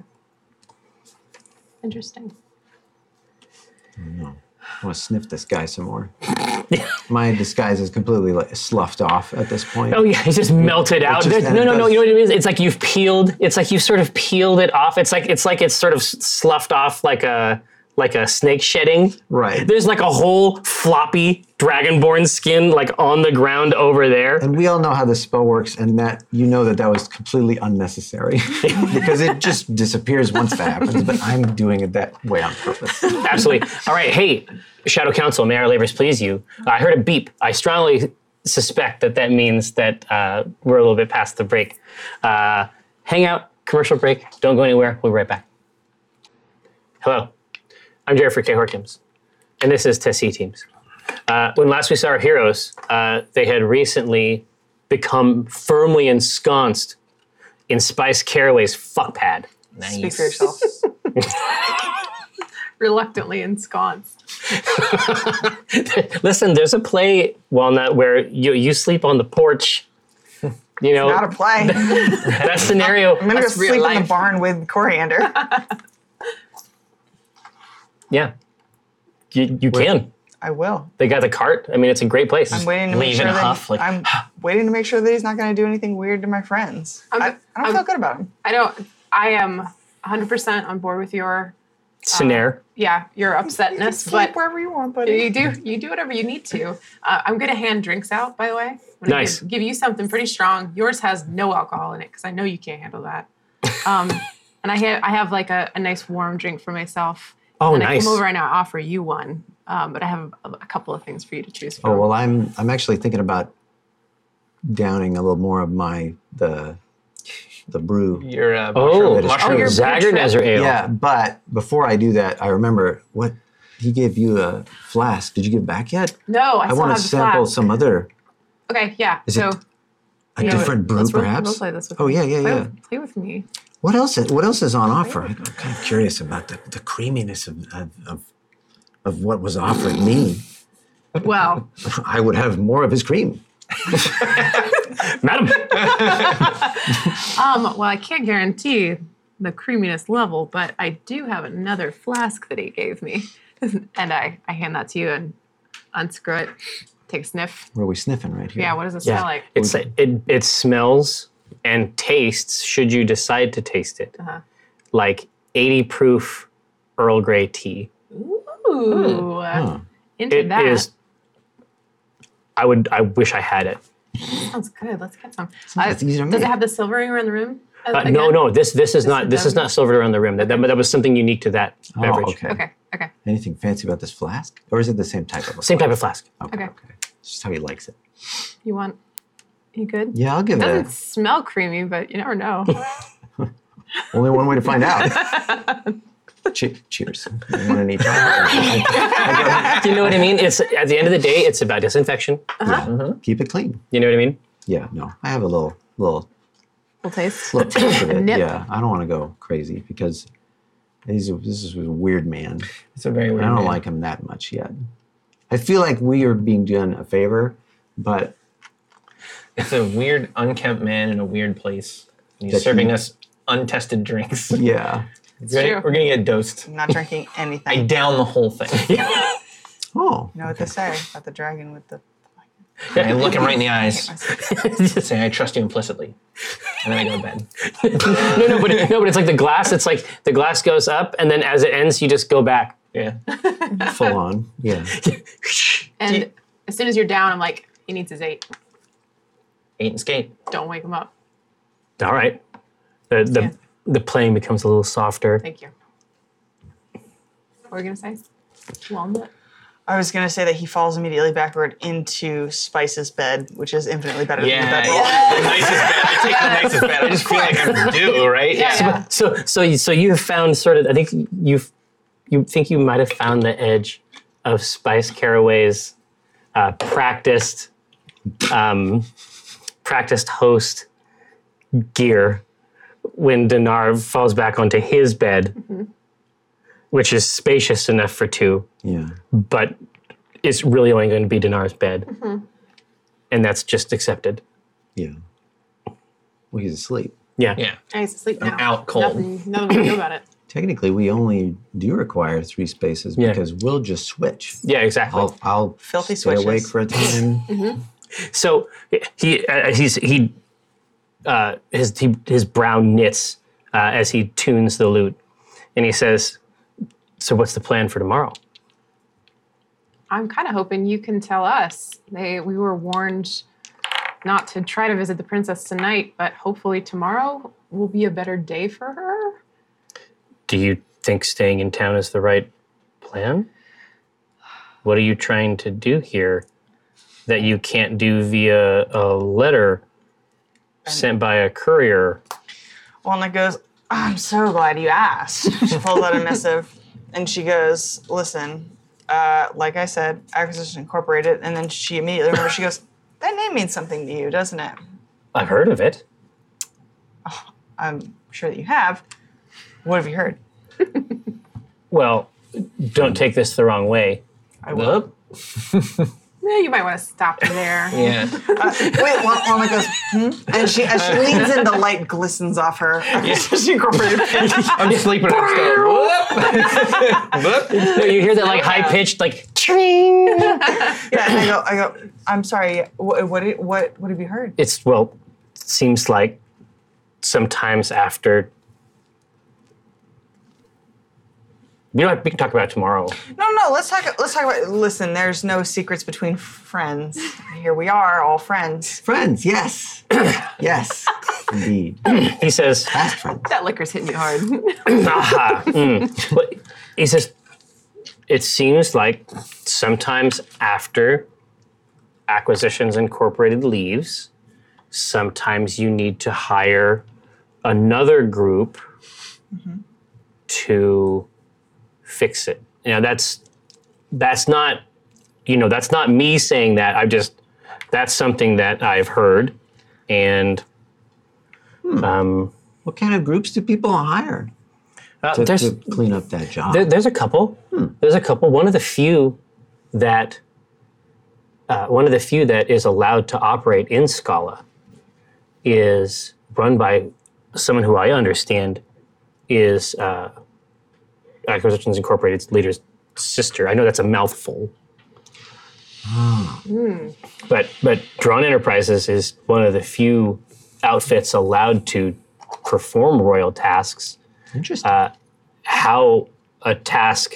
S7: Interesting.
S3: I want to sniff this guy some more. My disguise is completely like sloughed off at this point.
S2: Oh yeah, it's just melted out.
S3: just-
S2: There's-
S3: and
S2: no,
S3: it
S2: no, no.
S3: does-
S2: You know what it is? It's like you've peeled. It's like you've sort of peeled it off. It's like it's like it's sort of s- sloughed off like a like a snake shedding.
S3: Right.
S2: There's like a whole floppy dragonborn skin like on the ground over there.
S3: And we all know how this spell works, and that you know that that was completely unnecessary because it just disappears once that happens. But I'm doing it that way on purpose.
S2: Absolutely. All right. Hey, Shadow Council, may our labors please you. Uh, I heard a beep. I strongly suspect that that means that uh, we're a little bit past the break. Uh, hang out, commercial break. Don't go anywhere. We'll be right back. Hello. I'm Jeffrey K. Horkins, and this is Tessie Teams. Uh, when last we saw our heroes, uh, they had recently become firmly ensconced in Spice Caraway's fuckpad.
S5: Speak for yourself.
S7: Reluctantly ensconced.
S2: Listen, there's a play, Walnut, where you you sleep on the porch. You know
S5: Not a play. I'm
S2: that scenario.
S5: gonna go
S7: That's real
S5: sleep in
S7: life.
S5: the barn with coriander.
S2: Yeah, you, you can.
S5: I will.
S2: They got the cart. I mean, it's a great place.
S5: I'm waiting to make
S4: Leave
S5: sure
S4: in a
S5: that
S4: huff, like,
S5: I'm waiting to make sure that he's not gonna do anything weird to my friends. I,
S7: I'm-
S5: I don't
S7: I'm-
S5: feel good about him.
S7: I don't. I am 100% on board with your
S2: Snare.
S7: yeah your upsetness, but
S5: wherever you want,
S7: you do you do whatever you need to. Uh, I'm gonna hand drinks out by the way. I'm gonna
S2: Nice.
S7: Give, give you something pretty strong. Yours has no alcohol in it because I know you can't handle that. Um, and I have I have like a, a nice warm drink for myself.
S2: Oh,
S7: and I
S2: nice.
S7: come over and I offer you one, um, but I have a, a couple of things for you to choose from.
S3: Oh well, I'm I'm actually thinking about downing a little more of my the the brew.
S4: You're a
S2: Oh,
S4: mushroom. mushroom.
S2: oh,
S7: your-
S2: Zagernezer ale.
S3: Yeah, but before I do that, I remember what he gave you a flask. Did you give back yet?
S7: no, I,
S3: I
S7: still
S3: want
S7: have
S3: to
S7: the
S3: sample
S7: flask.
S3: some other
S7: Okay, yeah.
S3: Is
S7: so
S3: it a
S7: yeah,
S3: different brew,
S7: let's role-
S3: perhaps.
S7: We'll play this with
S3: oh
S7: me.
S3: yeah, yeah,
S7: Play
S3: yeah.
S7: with- play with me.
S3: What else? Is, what else is on offer? I'm kind of curious about the, the creaminess of, of of of what was offered me.
S7: Well,
S3: I would have more of his cream.
S2: Madam.
S7: um, well, I can't guarantee the creaminess level, but I do have another flask that he gave me, and I I hand that to you and unscrew it, take a sniff.
S3: Where are we sniffing right here?
S7: Yeah, what does it
S2: Yeah.
S7: smell like?
S2: It's it it smells and tastes should you decide to taste it
S7: Uh-huh.
S2: like 80 proof Earl Grey tea.
S7: Ooh, uh,
S3: Huh.
S7: into
S2: Hmm. It is.
S7: that
S2: I would. I wish I had it.
S7: sounds good. Let's get some. Uh,
S3: That's easier to
S7: does it
S3: make.
S7: have the silver ring around the room? Uh,
S2: Uh, no,
S7: again?
S2: no. This this is not
S7: is
S2: this is
S7: done.
S2: not silvered around the rim. That, that that was something unique to that
S3: Oh,
S2: beverage.
S3: okay.
S7: Okay, okay,
S3: Anything fancy about this flask, or is it the same type of? A
S2: Same type of flask.
S3: Okay.
S7: okay.
S3: okay. It's just how he likes it.
S7: You want? You good?
S3: Yeah, I'll give it.
S7: Doesn't
S3: A,
S7: smell creamy, but you never know.
S3: only one way to find out. che- cheers. One in each. I
S2: Do you know what I mean? It's at the end of the day, it's about disinfection.
S3: gotta keep it clean.
S2: You know what I mean?
S3: Yeah. No, I have a little little
S7: We'll taste.
S3: little taste of it.
S7: Nip.
S3: Yeah, I don't want to go crazy because he's a, this is a weird man.
S4: It's a very
S3: I
S4: weird.
S3: don't
S4: name.
S3: like him that much yet. I feel like we are being done a favor, but
S4: It's a weird, unkempt man in a weird place. And he's
S3: That he-
S4: serving us untested drinks.
S3: Yeah.
S4: We're gonna-
S6: true.
S4: We're gonna get dosed.
S5: I'm not drinking
S4: I
S5: anything.
S4: down the whole thing.
S3: Oh.
S5: You know what they say about the dragon with the.
S4: I look him right in the eyes,
S5: myself.
S4: say, "I trust you implicitly," and then I go to bed.
S2: no, no, but it, no, but it's like the glass. It's like the glass goes up, and then as it ends, you just go back.
S4: Yeah.
S3: Full on. Yeah.
S6: And as soon as you're down, I'm like, he needs his eight.
S4: Eight and skate.
S6: Don't wake him up.
S2: All right. The the
S6: Yeah.
S2: the playing becomes a little softer.
S6: Thank you. What were we gonna say? Walnut.
S5: I was gonna say that he falls immediately backward into Spice's bed, which is infinitely better than the
S4: Yeah.
S5: bedroll.
S4: The nicest bed. I take the nicest bed. I just feel like I'm due, right?
S6: Yeah, yeah.
S2: So so you- so you have found sort of. I think you've you think you might have found the edge of Spice Caraway's uh, practiced um, practiced host gear when Dinar falls back onto his bed, which is spacious enough for two.
S3: Yeah.
S2: but it's really only going to be Dinar's bed. And that's just accepted.
S3: Yeah. Well, he's asleep.
S2: Yeah.
S4: Yeah.
S6: And he's asleep now.
S4: out cold.
S6: Nothing, nothing we can do about it.
S3: Technically, we only do require three spaces
S2: Yeah.
S3: because we'll just switch.
S2: Yeah, exactly.
S3: I'll, I'll
S5: Filthy
S3: stay awake
S5: switches.
S3: for a time.
S2: So he uh, he's he uh, his he, his brow knits uh, as he tunes the lute, and he says, "So what's the plan for tomorrow?"
S6: I'm kind of hoping you can tell us. They we were warned not to try to visit the princess tonight, but hopefully tomorrow will be a better day for her.
S2: Do you think staying in town is the right plan? What are you trying to do here that you can't do via a letter sent by a courier?
S5: Walnut goes, "Oh, I'm so glad you asked. She pulls out a missive and she goes, Listen, uh, like I said, Acquisition Incorporated. And then she immediately remembers, she goes, That name means something to you, doesn't it?
S2: I've heard of it.
S5: I'm sure that you have. What have you heard?
S2: Well, don't take this the wrong way.
S5: I
S4: Whoop.
S6: Eh, you might want to stop her there.
S4: Yeah.
S5: Wait, Wal- Walnut goes, hmm? And she, as she leans in, the light glistens off her. Acquisition Incorporated.
S4: I'm sleeping. I'm just going, whoop. whoop.
S2: No, you hear that like high pitched like tring.
S5: yeah, and I go, I go, I'm sorry, what, what, did- what, what have you heard?
S2: It's well, seems like sometimes after. You know what? We can talk about it tomorrow.
S5: No, no, let's talk. Let's talk about. Listen, there's no secrets between friends. Here we are, all friends.
S3: Friends, yes. yes. Indeed.
S2: He says,
S3: Fast friends.
S6: That liquor's hitting me hard.
S2: "Aha." mm. But He says, "It seems like sometimes after acquisitions incorporated leaves, sometimes you need to hire another group to fix it. You know, that's that's not you know, that's not me saying that. I just that's something that I've heard and um,
S3: What kind of groups do people hire
S2: uh,
S3: to,
S2: there's
S3: to clean up that job?
S2: there, there's a couple. There's a couple. One of the few that uh, one of the few that is allowed to operate in Scala is run by someone who I understand is uh, Acquisitions Incorporated's leader's sister. I know that's a mouthful. But but Drawn Enterprises is one of the few outfits allowed to perform royal tasks
S3: Interesting.
S2: uh, how a task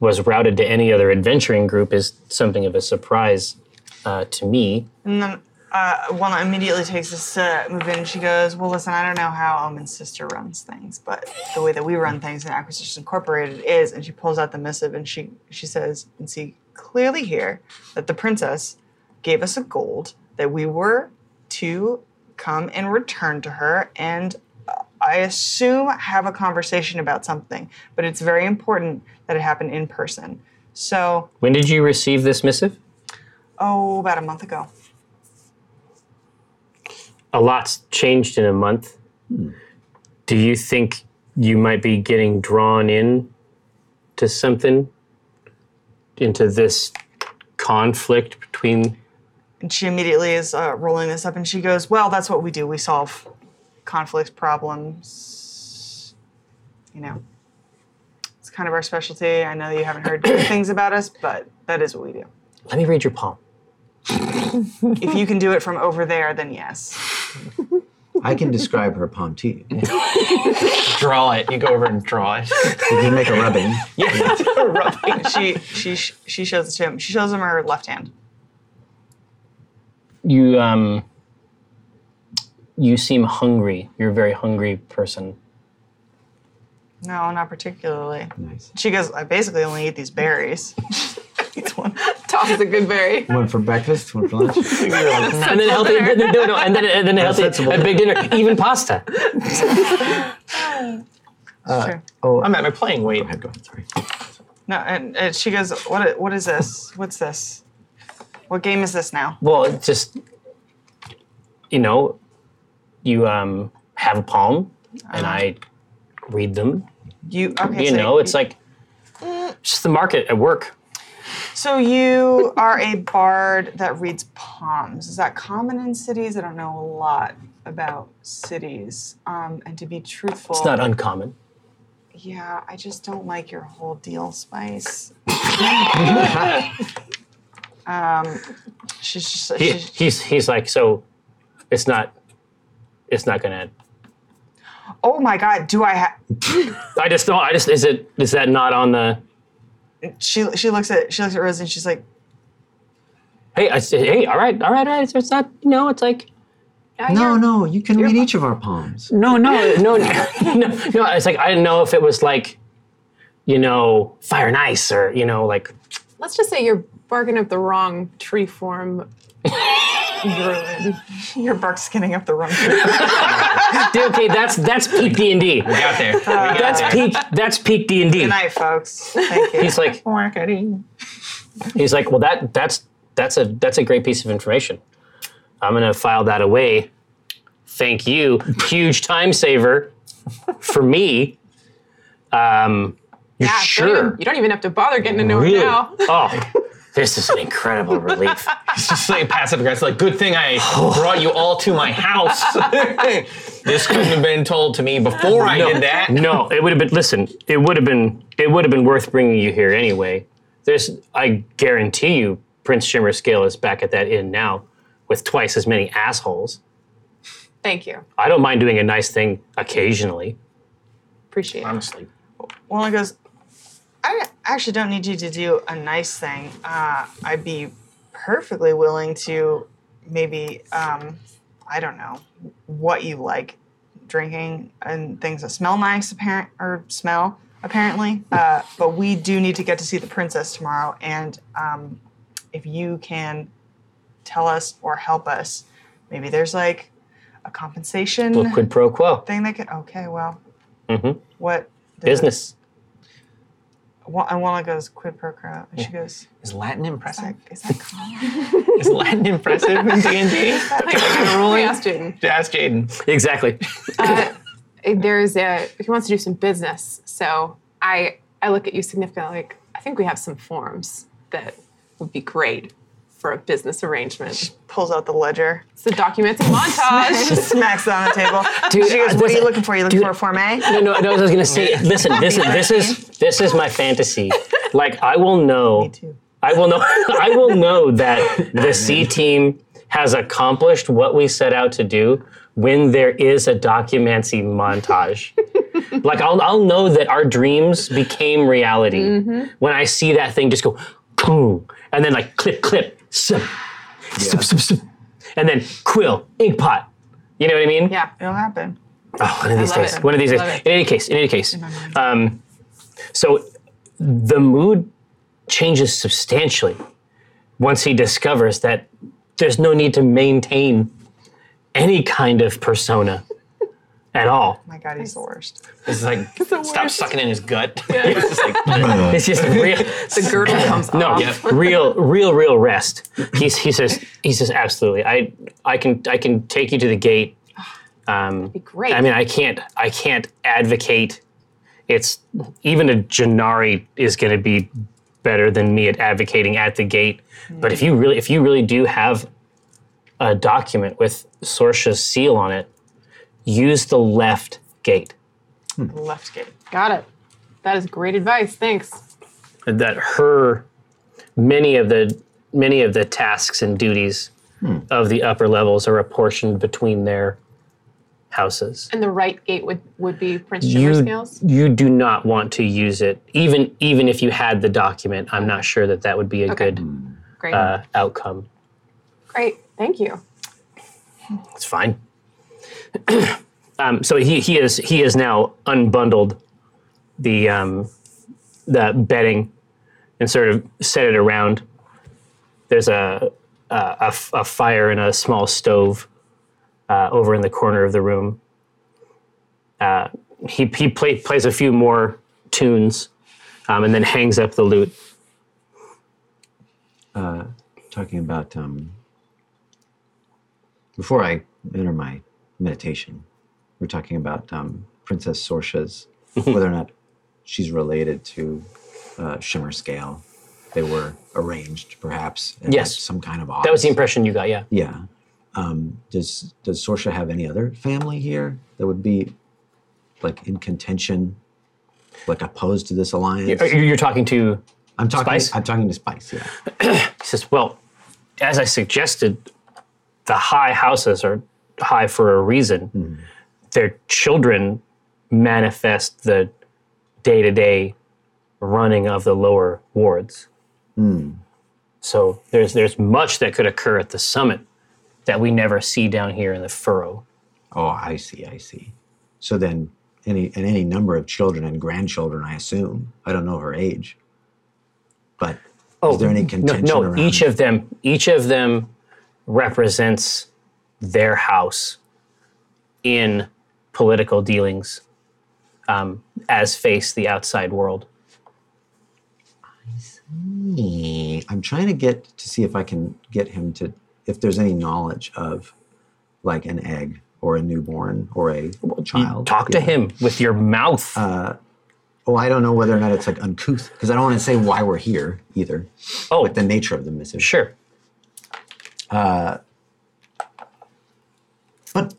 S2: was routed to any other adventuring group is something of a surprise uh, to me.
S5: And then uh, Walnut immediately takes us to move in. And she goes, "Well, listen, I don't know how Almond's sister runs things, but the way that we run things in Acquisition Incorporated is." And she pulls out the missive and she she says, "And see clearly here that the princess gave us a gold that we were to come and return to her and uh, I assume have a conversation about something, but it's very important that it happen in person. So,
S2: When did you receive this missive?
S5: oh, about a month ago.
S2: A lot's changed in a month. Hmm. Do you think you might be getting drawn in to something? Into this conflict between
S5: And she immediately is uh, rolling this up and she goes, Well, that's what we do. We solve conflicts, problems. You know, it's kind of our specialty. I know you haven't heard good things about us, but that is what we do.
S2: Let me read your palm.
S5: If you can do it from over there, then yes.
S3: I can describe her palm to you. You
S4: Draw it. You go over and draw it.
S3: can make a rubbing.
S4: yeah. Rubbing.
S5: She she she shows it to him. She shows him her left hand.
S2: You um. You seem hungry. You're a very hungry person.
S5: No, not particularly.
S3: Nice.
S5: She goes, I basically only eat these berries. Eats one.
S6: Toss is a good berry.
S3: One for breakfast, one for lunch.
S2: and then healthy, no, no, and then and then a healthy,
S3: sensible.
S2: a big dinner, even pasta. Uh,
S5: sure.
S3: Oh,
S4: I'm at my playing weight.
S3: go ahead, go ahead. Sorry.
S5: No, and, and she goes, what, i- what is this? What's this? What game is this now?
S2: Well, it's just you know, you um have a palm, and I read them.
S5: You Uh-huh. okay?
S2: You
S5: so
S2: know, it's like just the market at work.
S5: So you are a bard that reads palms. Is that common in cities? I don't know a lot about cities. Um, and to be truthful,
S2: It's not uncommon.
S5: yeah, I just don't like your whole deal, Spice. um, she's just
S2: He,
S5: she's,
S2: he's he's like so. It's not. It's not gonna.
S5: oh my god, do I have?
S2: I just don't. I just is it is that not on the.
S5: She she looks at she looks at Rose and she's like,
S2: Hey, I say, hey, all right, all right, all right. So it's not, you know, it's like,
S6: Now
S3: No,
S6: you're-
S3: no, you can read each of our palms.
S2: no, no, no, no, no. It's like I didn't know if it was like, you know, fire and ice, or you know, like
S6: Let's just say you're barking up the wrong tree form. Druid.
S5: your bark's skinning up the wrong tree.
S2: okay, that's that's peak D and D.
S4: We got there. We got
S2: Uh, That's
S4: there.
S2: peak. That's peak D and D.
S5: Good night, folks. Thank you.
S2: He's like, he's like, well, that that's that's a that's a great piece of information. I'm gonna file that away. Thank you, huge time saver for me. Um, you're
S6: Yeah,
S2: sure.
S6: Don't even, you don't even have to bother getting to know
S2: Really?
S6: her now.
S2: Oh, this is an incredible relief.
S4: It's just like passive aggressive. Like, good thing I brought you all to my house. this couldn't have been told to me before I did that.
S2: No, it would have been. Listen, it would have been. It would have been worth bringing you here anyway. There's, I guarantee you, Prince Shimmer Scale is back at that inn now, with twice as many assholes.
S6: Thank you.
S2: I don't mind doing a nice thing occasionally.
S6: Appreciate it.
S4: Honestly,
S5: Well, it goes, I actually don't need you to do a nice thing. Uh, I'd be perfectly willing to maybe, um, I don't know, what you like drinking and things that smell nice, apparent or smell apparently. Uh, but we do need to get to see the princess tomorrow, and um, if you can tell us or help us, maybe there's like a compensation
S2: Well, quid pro quo,
S5: thing that could. Okay, well, Mm-hmm.
S2: Mhm.
S5: what
S2: business.
S5: Wa- and Walla goes, quid pro quo. And she goes,
S4: is Latin
S5: is that,
S4: impressive?
S5: is that common?
S4: Is Latin impressive in D and D?
S6: Let me ask Jaden.
S4: Ask Jaden.
S2: Exactly.
S6: Uh, eh, There's a he wants to do some business, so I I look at you significantly. Like I think we have some forms that would be great for a business arrangement.
S5: Pulls out the ledger,
S6: So documents and montage.
S5: smacks it on the table.
S2: Dude,
S5: she
S2: uh,
S5: goes, what are you
S2: listen,
S5: looking for? You looking
S2: dude-
S5: for a Form A?
S2: No, no, no, I was gonna say. Listen, this is this is this is my fantasy. Like I will know.
S5: Me too.
S2: I will know. I will know that the C team has accomplished what we set out to do when there is a documancy montage. like I'll, I'll know that our dreams became reality
S5: Mm-hmm.
S2: when I see that thing just go, boom, and then like clip, clip, sip, sip, sip, sip, and then quill, ink pot. You know what I mean?
S6: yeah.
S5: It'll happen.
S2: Oh, one of these
S6: love
S2: days.
S6: it.
S2: One of these days.
S6: Love it.
S2: In any case, in any case. Um, so the mood changes substantially once he discovers that there's no need to maintain any kind of persona at all.
S5: My God, he's the worst.
S4: It's like stop sucking in his gut. it's just like
S3: Uh,
S2: It's just real
S6: The girdle comes
S2: no
S6: off.
S2: real real real rest. He's, he says he says absolutely. I I can I can take you to the gate. Um,
S6: Be great.
S2: I mean, I can't. I can't advocate. It's even a Janari is going to be better than me at advocating at the gate. But if you really, if you really do have a document with Sorsha's seal on it, use the left gate.
S5: Left gate.
S6: Got it. That is great advice. Thanks.
S2: that her many of the many of the tasks and duties of the upper levels are apportioned between their houses.
S6: And the right gate would would be Prince Shimmer
S2: You,
S6: scales.
S2: you do not want to use it, even even if you had the document. I'm not sure that that would be a
S6: Okay.
S2: good
S6: Great.
S2: uh, outcome.
S6: great. Thank you.
S2: It's fine. um, so he he is he is now unbundled the um, the bedding and sort of set it around. There's a a- a f- a fire and a small stove uh, over in the corner of the room. Uh, he he play, plays a few more tunes um, and then hangs up the lute.
S3: talking about um, before I enter my meditation, we're talking about um, Princess Sorsha's whether or not she's related to uh, Shimmer Scale. They were arranged, perhaps. in
S2: Yes.
S3: some kind of office.
S2: That was the impression you got, yeah.
S3: Yeah. Um, does Does Sorsha have any other family here that would be like in contention, like opposed to this alliance?
S2: You're, you're talking to
S3: I'm talking.
S2: uh, Spice?
S3: I'm talking to Spice. Yeah.
S2: He says, Well, as I suggested, the high houses are high for a reason. Their children manifest the day to day running of the lower wards. So there's, there's much that could occur at the summit that we never see down here in the furrow.
S3: Oh, I see, I see. So then, any and any number of children and grandchildren, I assume. I don't know her age, but is there any
S2: Oh, No,
S3: contention
S2: no
S3: around?
S2: each of them, each of them represents their house in political dealings um, as face the outside world.
S3: Hmm, I'm trying to get to see if I can get him to if there's any knowledge of like an egg or a newborn or a child.
S2: Talk to
S3: Yeah. Uh,
S2: him with your mouth.
S3: Oh, I don't know whether or not it's like uncouth because I don't want to say why we're here either.
S2: oh,
S3: Like the nature of the message.
S2: sure.
S3: But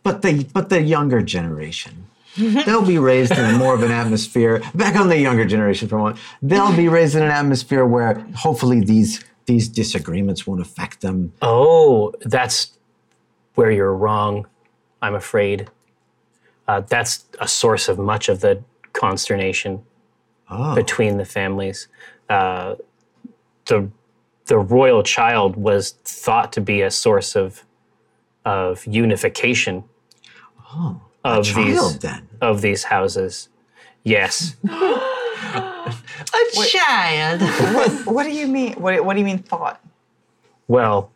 S3: but the but the younger generation, they'll be raised in a more of an atmosphere. Back on the younger generation for a moment, they'll be raised in an atmosphere where hopefully these these disagreements won't affect them.
S2: Oh, that's where you're wrong, I'm afraid. Uh, that's a source of much of the consternation between the families. Uh, the the royal child was thought to be a source of of unification of
S3: Child,
S2: these
S3: then
S2: of these houses. Yes.
S5: What do you mean? What, what do you mean thought?
S2: Well,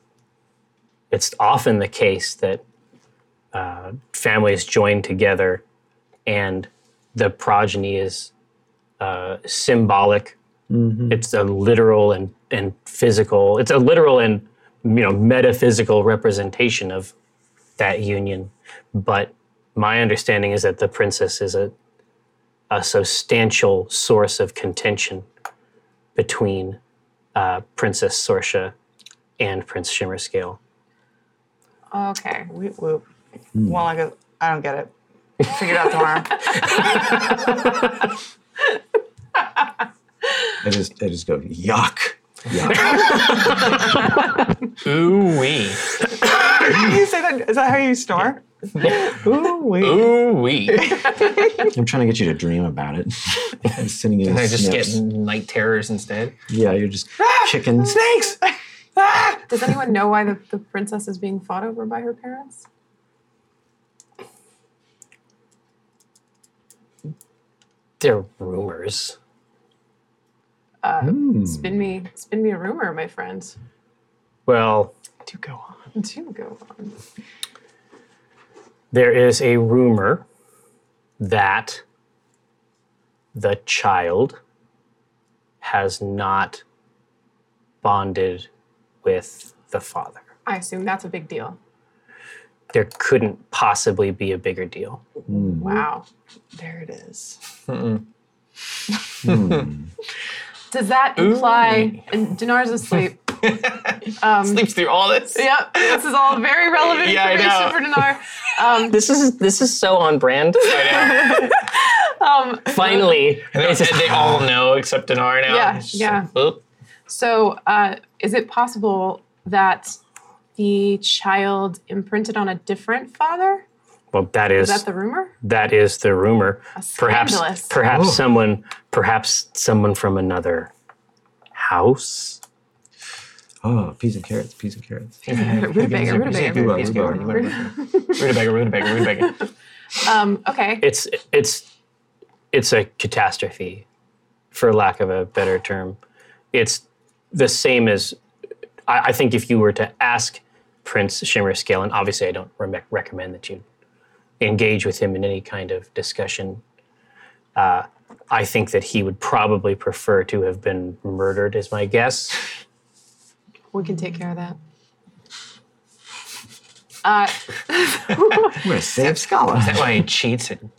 S2: it's often the case that uh, families join together and the progeny is uh, symbolic. It's a literal and, and physical, it's a literal and you know metaphysical representation of that union. But my understanding is that the princess is a, a substantial source of contention between uh, Princess Sorsha and Prince Shimmerscale.
S6: Okay.
S5: Whoop whoop. Well, I go. I don't get it. Figure it out tomorrow.
S3: I just I just go yuck. yuck.
S4: Ooh wee.
S5: you say that? Is that how you snore? Ooh, wait.
S4: Ooh wee.
S3: I'm trying to get you to dream about it. I'm sending you.
S4: I just
S3: snips.
S4: get night terrors instead.
S3: yeah. You're just chicken
S5: Thanks.
S6: Does anyone know why the, the princess is being fought over by her parents?
S2: They're rumors.
S6: Spin me, spin me a rumor, my friend.
S2: Well,
S5: Do go on.
S6: Do go on.
S2: there is a rumor that the child has not bonded with the father.
S6: I assume that's a big deal.
S2: There couldn't possibly be a bigger deal.
S6: Wow.
S5: There it is.
S6: Does that imply? And Dinar's asleep.
S4: Sleeps through all this.
S7: Yep, this is all very relevant
S4: Yeah, I
S7: information
S4: know.
S7: for Dinar. Um,
S2: This is this is so on brand.
S4: I know.
S7: um,
S2: Finally,
S4: And,
S2: it's
S4: they-
S2: just,
S4: and they all know except Dinar now.
S7: Yeah,
S4: It's just
S7: yeah.
S4: like, oop.
S7: so, uh, is it possible that the child imprinted on a different father?
S2: well, that is
S7: Is that the rumor?
S2: that is the rumor.
S7: scandalous.
S2: Perhaps perhaps someone perhaps someone from another house.
S3: Oh, peas and carrots, peas and carrots.
S7: Rutabaga, rutabaga,
S3: Rhubarb,
S7: rutabaga.
S3: rhubarb, rhubarb.
S4: Rutabaga, rutabaga, rutabaga.
S7: Um, okay.
S2: It's it's it's a catastrophe, for lack of a better term. It's the same as I, I think if you were to ask Prince Shimmer Scale, and obviously I don't re- recommend that you engage with him in any kind of discussion. Uh, I think that he would probably prefer to have been murdered, is my guess.
S7: We can take care of that. Uh,
S3: I'm gonna save Scala.
S4: Is that why he cheats? And,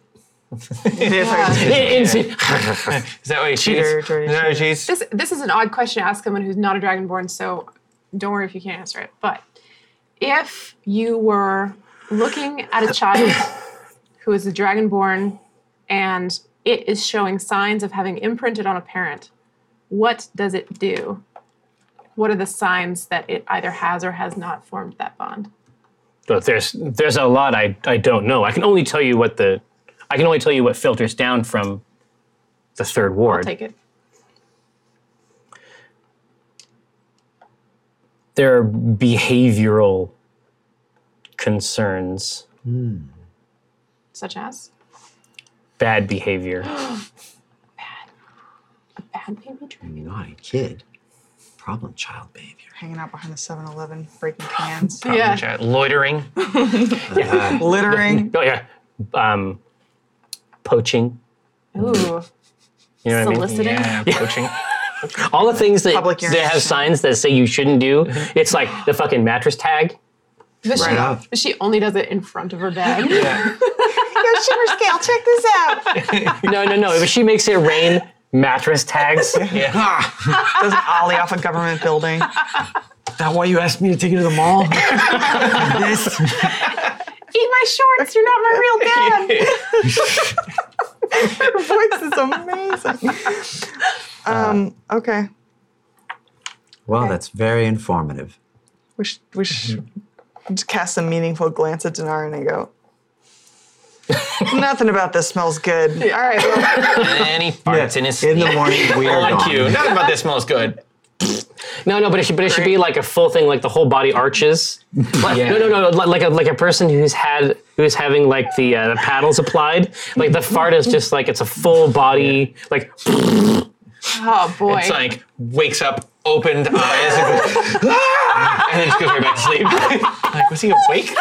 S5: Yeah.
S4: is that why he
S5: Cheater,
S4: cheats?
S5: dirty
S4: Is that why he cheats?
S7: this this is an odd question to ask someone who's not a dragonborn, so don't worry if you can't answer it. But if you were looking at a child who is a dragonborn and it is showing signs of having imprinted on a parent, what does it do? What are the signs that it either has or has not formed that bond?
S2: But there's there's a lot I, I don't know. I can only tell you what the I can only tell you what filters down from the third ward.
S7: Take it.
S2: there are behavioral concerns,
S7: Such as
S2: bad behavior.
S7: bad baby dragon.
S3: Naughty kid. Problem child behavior.
S5: Hanging out behind the 7 Eleven, breaking cans,
S7: Yeah.
S4: Chat, Loitering.
S5: littering.
S2: oh yeah, um, poaching.
S7: Ooh.
S2: You know what I mean?
S7: Soliciting.
S4: Yeah, poaching.
S2: All the things that,
S5: Public
S2: that have
S5: urination.
S2: signs that say you shouldn't do. It's like the fucking mattress tag.
S7: But she,
S3: Right up.
S7: but she only does it in front of her bed.
S5: Yo, Shimmer Scale, check this out.
S2: No, no, no. If she makes it rain, mattress tags.
S5: Does an ollie off a government building.
S3: that why you asked me to take you to the mall? this?
S7: Eat my shorts. You're not my real dad.
S5: Her voice is amazing. Um, okay.
S3: Well, that's very informative.
S5: We should, we should just cast a meaningful glance at Dinar and I go, nothing about this smells good. All right, well,
S4: Any farts in his
S3: In
S4: sleep.
S3: the morning, we are
S4: On
S3: gone.
S4: cue. Nothing about this smells good.
S2: No, no, but it should, but it should be
S5: Right.
S2: like a full thing, like the whole body arches. Like- No, no, no, li- like a like a person who's had who's having like the uh, the paddles applied. Like the fart is just like it's a full body. Like
S7: Oh boy.
S4: It's like wakes up, opened eyes, and, goes, "Ah!" and then just goes right back to sleep. like, was he awake?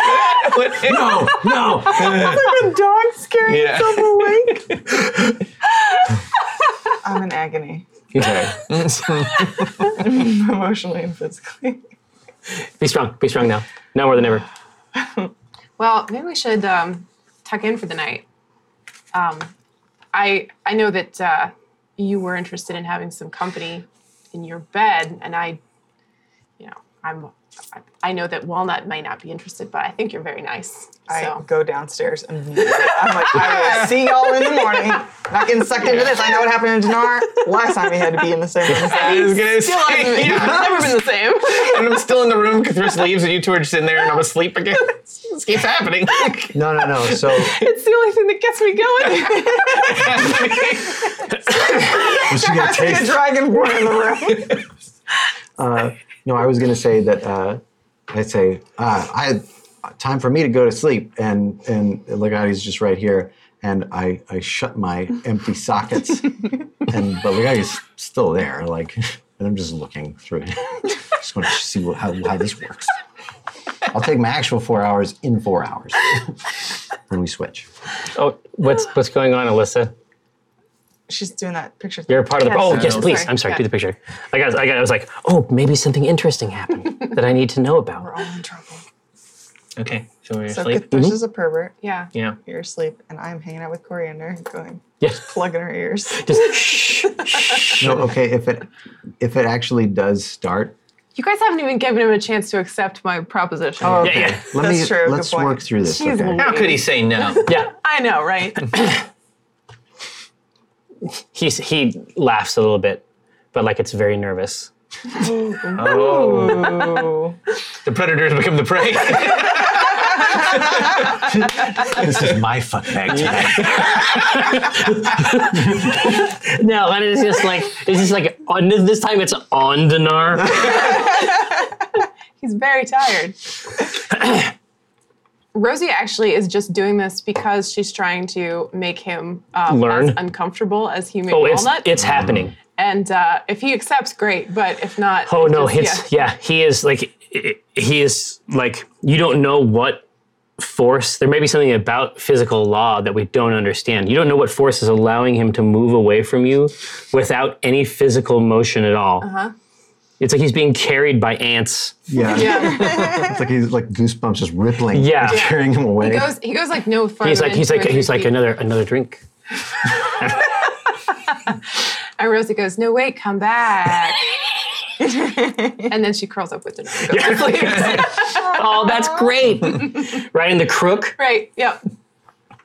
S4: What-
S3: No, no.
S5: the dog scaring
S4: Yeah.
S5: itself awake. I'm in agony,
S3: Okay.
S5: emotionally and physically.
S2: be strong, be strong now, now more than ever.
S7: well, Oh, maybe we should um, tuck in for the night. Um, I I know that uh, you were interested in having some company in your bed, and I, you know, I'm. I- I know that Walnut may not be interested, but I think you're very nice.
S5: I
S7: so
S5: go downstairs immediately. I'm like, I will see y'all in the morning. Not getting sucked into this. I know what happened to Dinar last time we had to be in the same room. as that.
S4: I was gonna say,
S7: I've never been the same.
S4: and I'm still in the room because Chris leaves, and you two are just in there, and I'm asleep again. This keeps happening.
S3: No, no, no. So,
S7: it's the only thing that gets me going.
S3: she got
S5: Be a
S3: taste.
S5: dragonborn in the room.
S3: No, Uh, I was going to say that uh, I'd say uh, I had time for me to go to sleep, and and Legati's just right here, and I I shut my empty sockets, and but Legati's still there, like, and I'm just looking through it, just going to see what, how how this works. I'll take my actual four hours in four hours when we switch.
S2: Oh, what's what's going on, Alyssa?
S5: She's doing that picture.
S2: You're a part of the.
S7: Yes.
S2: Oh yes,
S7: Oh,
S2: please.
S7: sorry.
S2: I'm sorry.
S7: Yeah.
S2: Do the picture. I got. I got. I was like, oh, maybe something interesting happened that I need to know about.
S5: We're all in trouble.
S4: Okay, so we're
S5: So
S4: asleep.
S5: this is a pervert.
S7: yeah.
S4: Yeah.
S5: You're asleep, and I'm hanging out with Coriander, going
S2: Yes.
S5: plugging her ears.
S2: Just shh.
S3: No, okay, if it if it actually does start,
S6: You guys haven't even given him a chance to accept my proposition.
S5: Oh,
S4: Yeah, yeah.
S3: Let
S5: That's
S3: me
S5: true, good
S3: let's
S5: point.
S3: work through this.
S6: Jeez,
S3: okay?
S6: Louise.
S4: How could he say no?
S2: Yeah.
S6: I know, right?
S2: He's, he laughs a little bit, but like it's very nervous.
S4: the predators become the prey.
S3: This is my fuck bag tonight.
S2: No, and it's just like, it's just like, on, this time it's on Dinar.
S6: He's very tired. Rosie actually is just doing this because she's trying to make him um,
S2: Learn.
S6: as uncomfortable as human
S2: Oh, it's,
S6: walnut.
S2: it's happening.
S6: and uh, if he accepts, great. But if not,
S2: Oh
S6: it's
S2: no,
S6: just-
S2: it's yeah. He is like i- he is like you don't know what force. There may be something about physical law that we don't understand. You don't know what force is allowing him to move away from you without any physical motion at all. It's like he's being carried by ants.
S3: Yeah.
S6: yeah. yeah.
S3: It's like he's like goosebumps just rippling.
S2: Yeah. Yeah.
S3: Carrying him away.
S6: He goes. He goes like no further.
S2: He's like he's
S6: than
S2: like
S6: two or
S2: he's
S6: three
S2: like
S6: feet.
S2: another another drink.
S6: And Rosie goes, "No, wait, come back." and then she curls up with the
S2: Oh, that's great! right in the crook.
S6: Right. Yep.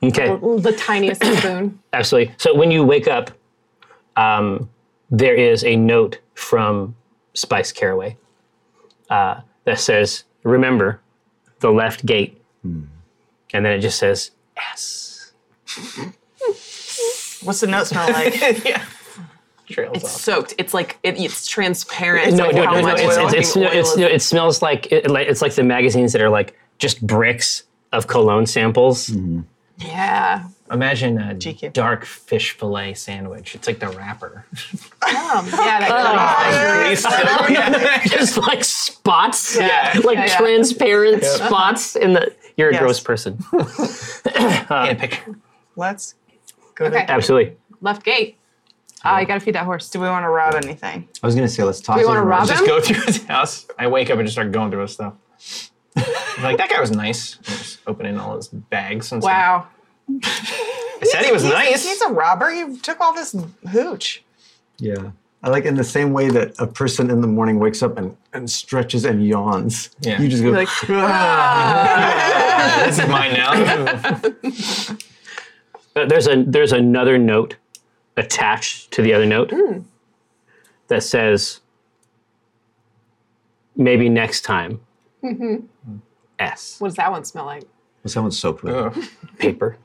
S2: Okay.
S6: The tiniest spoon.
S2: Absolutely. So when you wake up, um, there is a note from Spice Caraway uh, that says, "Remember the left gate," and then it just says S.
S5: What's the note smell like?
S4: Trails off.
S7: soaked. It's like it, it's transparent.
S2: No,
S7: like
S2: no,
S7: how
S2: no, no.
S7: much
S2: It's, it's, it's,
S7: fucking
S2: no,
S7: oil
S2: it's,
S7: is-
S2: no, it smells like it, like it's like the magazines that are like just bricks of cologne samples.
S6: Yeah.
S4: Imagine a
S5: GQ.
S4: dark fish fillet sandwich. It's like the wrapper.
S6: Um, yeah. That
S2: just like spots,
S6: Yeah.
S2: like
S6: Yeah, yeah.
S2: transparent spots in the. You're a
S5: Yes.
S2: gross person.
S4: Get a picture.
S5: Let's go to.
S6: okay.
S2: Absolutely.
S6: Left gate. Uh, you gotta feed that horse.
S5: Do we want to rob anything?
S3: I was gonna say let's toss.
S6: we
S3: it
S6: wanna
S3: to
S6: rob
S3: Rosie.
S6: him?
S4: Just go through his house. I wake up and just start going through his stuff. I'm like that guy was nice. I'm just opening all his bags and
S6: Wow.
S4: stuff. I said he was nice.
S5: He's a robber. He took all this hooch.
S3: Yeah. I like in the same way that a person in the morning wakes up and, and stretches and yawns.
S4: Yeah.
S3: You just go
S7: like,
S3: "Ah."
S4: this is mine now.
S2: Uh, there's a there's another note attached to the other note that says maybe next time s
S6: What does that one smell like?
S3: someone's soaked with. it.
S4: Ugh.
S2: paper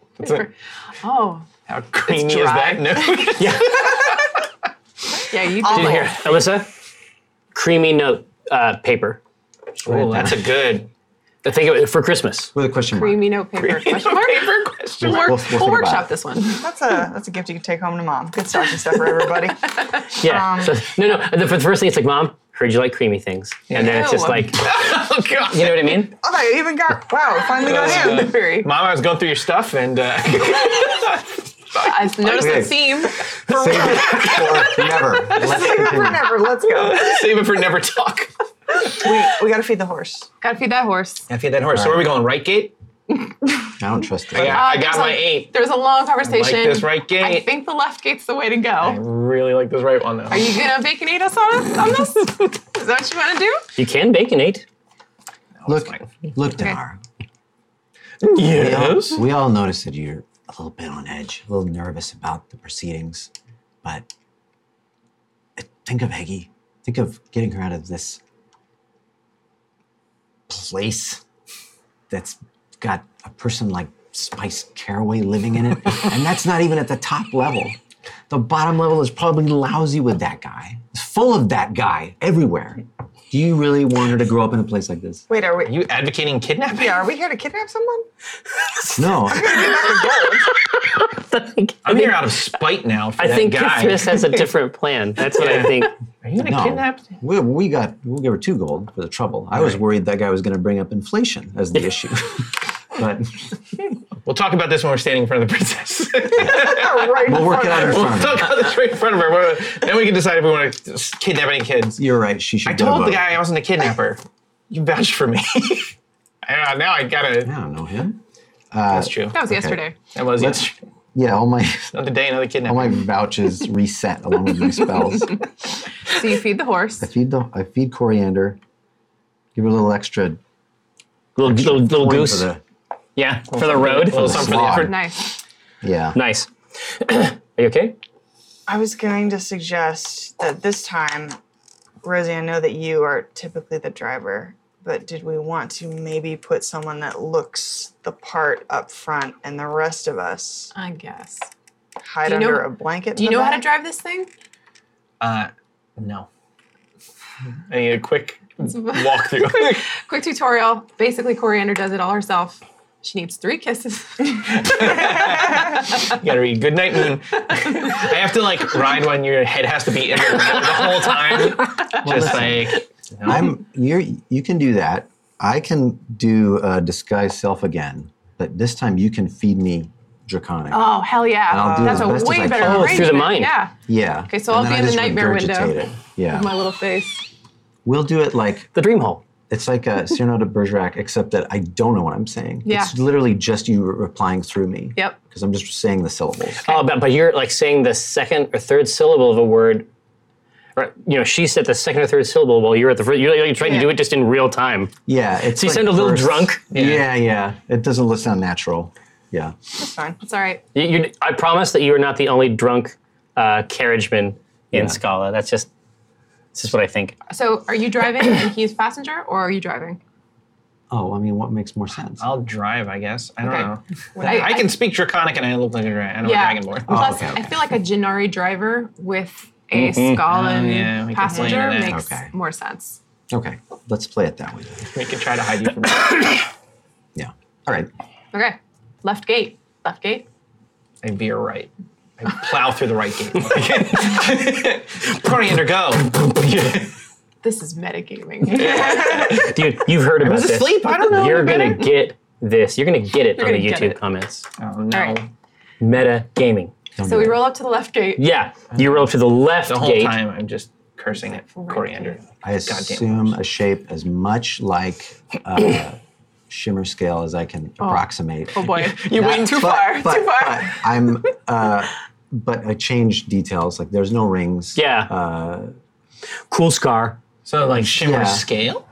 S6: Oh.
S4: How creamy is
S6: dry.
S4: that? No.
S6: Yeah. You did.
S2: here alyssa creamy note uh, paper
S4: oh, that's a good
S2: i think of it for christmas
S3: With a question mark.
S6: Creamy note paper. question mark?
S4: paper question.
S6: We'll, work-
S3: We'll- we'll
S6: we'll
S3: think about
S6: workshop
S3: it.
S6: this one.
S5: That's a that's a gift you can take home to mom. Good stocking stuffer, everybody.
S2: yeah
S5: Um,
S2: so, no no and the, for the first thing it's like mom heard you like creamy things and then it's just
S6: Ew.
S2: like
S4: Oh god.
S2: you know what i mean
S5: Oh, I even got wow! Finally got
S4: That's
S5: him.
S4: good.
S6: Very.
S4: Mom, I was going through your stuff and uh,
S6: I noticed
S3: Okay.
S6: the theme.
S3: Save it for never. Let's continue.
S5: Never. Let's go.
S4: save it for never talk.
S5: We we got to feed the horse.
S6: Gotta feed that horse.
S4: I feed that horse. So where are we going? Right gate?
S3: I don't trust this.
S4: Yeah, I got
S6: there's
S4: my
S6: a,
S4: eight.
S6: There's a long
S4: Like
S6: conversation.
S4: this right gate.
S6: I think the left gate's the way to go.
S4: I really like this right one though.
S6: Are you gonna baconate us on, us, on this? Is that what you wanna do?
S2: you can baconate
S3: Look,
S4: fine.
S3: look, Dinar.
S4: Yes.
S3: We all notice that you're a little bit on edge, a little nervous about the proceedings, but think of Heggy. Think of getting her out of this place that's got a person like Spice Caraway living in it, and that's not even at the top level. The bottom level is probably lousy with that guy. It's full of that guy everywhere. Do you really want her to grow up in a place like this?
S5: Wait, are we?
S4: Are you advocating kidnapping?
S5: yeah, are we here to kidnap someone?
S3: No.
S4: I'm here out of spite now for
S2: i
S4: that
S2: think
S4: guy.
S2: christmas has a different plan that's what i think
S4: Are you gonna
S3: No.
S4: kidnap?
S3: We, we got we'll give her two gold for the trouble. I was worried that guy was going to bring up inflation as the issue, but
S4: We'll talk about this when we're standing in front of the princess.
S5: right.
S3: we'll work it out in
S4: we'll
S3: front.
S4: talk about this right in front of her. We're- Then we can decide if we want to kidnap any kids.
S3: You're right. She should.
S4: I
S3: get a
S4: told the
S3: vote.
S4: guy I wasn't a kidnapper. You vouched for me. I don't know, now I gotta.
S3: I don't know him.
S4: That's true.
S6: That was yesterday.
S4: That was
S3: Let's Oh
S4: yesterday.
S3: yeah, all my
S4: Another day, another
S3: all
S4: kidnapping.
S3: my vouches reset along with my spells.
S6: So you feed the horse.
S3: I feed the I feed coriander, give her a little extra
S2: Little little, little
S3: coin
S2: goose.
S3: for the
S2: yeah, for the road.
S4: little something for the
S3: slog.
S4: effort.
S6: Nice.
S3: yeah.
S2: Nice. Are you okay?
S5: I was going to suggest that this time, Rosie, I know that you are typically the driver, but did we want to maybe put someone that looks the part up front and the rest of us
S6: I guess.
S5: hide
S6: Uh, Do you know-
S5: under a blanket?
S6: Do you know how to drive this thing?
S4: Uh, no. I need a quick walkthrough.
S6: Quick tutorial. Basically, Coriander does it all herself. She needs three kisses.
S4: You gotta read Good Night Moon. I have to like ride when your head has to be in the, the whole time. Just like
S3: I'm you. You can do that. I can do uh, disguise self again, but this time you can feed me draconic.
S6: oh hell yeah!
S3: I'll do
S6: That's
S3: as
S6: a
S3: best as I
S6: way better
S3: can.
S2: Oh, through the
S6: arrangement.
S2: mind.
S6: Yeah.
S3: yeah.
S6: Okay, so
S3: And then
S6: I'll be
S3: I
S6: in the
S3: just
S6: nightmare window.
S3: regurgitate it. Yeah.
S6: My little face.
S3: we'll do it like
S2: The dream hole.
S3: it's like a Cyrano de Bergerac, except that I don't know what I'm saying.
S6: Yeah.
S3: It's literally just you re- replying through me.
S6: Yep.
S3: Because I'm just saying the syllables.
S2: Oh, but, but you're like saying the second or third syllable of a word. Or, you know, she said the second or third syllable while you're at the first. You're, you're trying to do it just in real time.
S3: Yeah. It's
S2: So you
S3: like
S2: sound a little
S3: verse-
S2: drunk.
S3: Yeah. yeah, It doesn't look- sound natural. Yeah.
S5: That's fine.
S6: It's all right.
S2: You, you, I promise that you are not the only drunk uh, carriageman in Scala. That's just, that's just what I think.
S6: So, are you driving and he's passenger, or are you driving?
S3: Oh, I mean, what makes more sense?
S4: I'll drive, I guess. I don't
S6: Okay.
S4: know.
S6: I-
S4: I, can speak Draconic and I look like a dra- I know
S6: Yeah.
S4: a dragonborn.
S2: Oh,
S6: Plus,
S3: okay, okay.
S6: I feel like a Gennari driver with a
S2: Mm-hmm.
S6: Scotland
S4: Oh, yeah, we can play
S6: passenger
S4: into that.
S6: makes
S3: Okay.
S6: more sense.
S3: Okay. Let's play it that way. then.
S4: We can try to hide you from.
S3: Yeah. All right.
S6: Okay. Left gate. Left gate.
S4: I veer right. I plow through the right gate. Coriander, go.
S6: This is metagaming.
S2: Dude, you've heard about
S4: was
S2: this.
S4: asleep. I don't know
S2: You're
S4: any
S2: gonna get this. You're gonna get it on the
S6: gonna get
S2: YouTube
S6: it.
S2: comments.
S4: Oh no.
S6: All right.
S2: Meta gaming.
S4: Oh.
S3: Don't
S6: so
S3: do
S6: we
S3: it.
S6: roll up to the left gate.
S2: Yeah, you roll to the left
S4: The whole
S2: gate.
S4: time I'm just cursing at Coriander.
S3: I assume a shape as much like uh, shimmer scale as I can approximate.
S6: Oh boy.
S7: You went
S3: Not-
S7: too
S3: but-
S7: far.
S3: but-
S7: too far.
S3: but I'm, uh, but I changed details. Like there's no rings.
S2: Yeah.
S4: Uh,
S2: cool scar.
S4: So like shimmer
S3: Yeah.
S4: scale.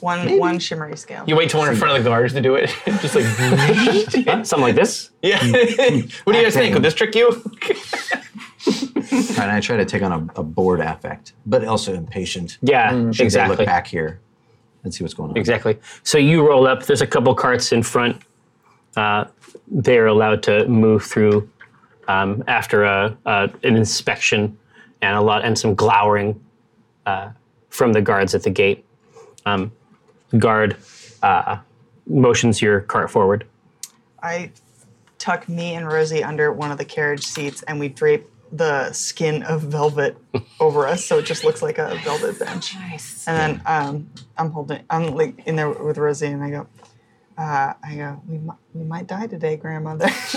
S5: One one shimmery scale.
S4: You wait till we're in front of the guards to do it. just like
S2: Huh? Something like this.
S4: yeah. what do you guys think? Would this trick you?
S3: And I try to take on a, a bored affect, but also impatient.
S2: Yeah,
S3: Mm, Should they
S2: exactly.
S3: Look back here and see what's going on.
S2: Exactly. So you roll up. There's a couple carts in front. Uh, they are allowed to move through um, after a, a, an inspection and a lot and some glowering uh, from the guards at the gate. Um, guard uh, motions your cart forward.
S5: I tuck me and Rosie under one of the carriage seats and we drape the skin of velvet over us so it just looks like a velvet bench.
S6: Nice.
S5: And then um, I'm holding, I'm like in there with Rosie, and I go, uh, I go, we might, we might die today, grandmother.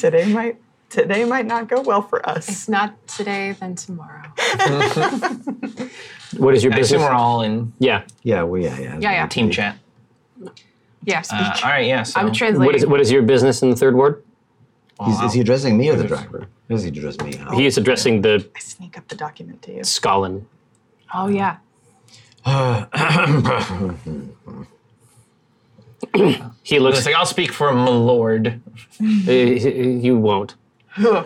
S5: today might, today might not go well for us.
S6: It's not today, then tomorrow.
S2: What is your
S4: I assume
S2: business?
S4: we're all in
S2: Yeah.
S3: Yeah. Well. Yeah. Yeah.
S6: Yeah, yeah.
S4: team chat.
S6: Yeah.
S4: Uh, all right. Yeah. So
S6: I'm translating.
S2: What is what is your business in the third ward?
S3: He's, is he addressing me or the driver? Is he addressing me? Oh.
S2: He is addressing the
S5: I sneak up the document to you.
S2: Skolin.
S6: oh yeah.
S2: He
S4: It's
S2: looks.
S4: like I'll speak for my lord.
S2: uh, you won't.
S4: Blah.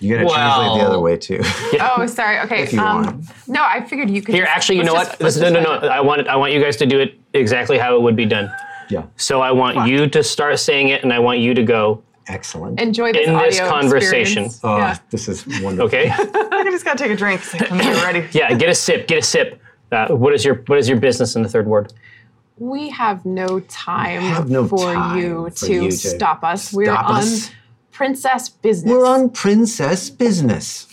S3: you gotta translate the
S4: Well-
S3: other way too.
S6: Oh sorry. Okay.
S3: If you
S6: um,
S3: want.
S6: No, I figured you could.
S2: Here,
S6: just-
S2: actually, you
S6: let's
S2: know
S6: just-
S2: what?
S6: let's
S2: Listen, no, no,
S6: just find
S2: no.
S6: out.
S2: I want it, I want you guys to do it exactly how it would be done.
S3: yeah.
S2: So I want you to start saying it, and I want you to go.
S3: Excellent.
S6: Enjoy this
S2: In
S6: audio
S2: this conversation.
S6: experience.
S3: oh,
S6: yeah.
S3: this is wonderful.
S2: Okay.
S5: I just gotta take a drink. 'cause I'm not ready.
S2: yeah. Get a sip. Get a sip. Uh, what is your What is your business in the third ward?
S6: We have no time
S3: have no
S6: for
S3: time
S6: you
S3: for
S6: to
S3: you to
S6: stop us. We're
S3: stop
S6: on
S3: us.
S6: princess business.
S3: We're on princess business.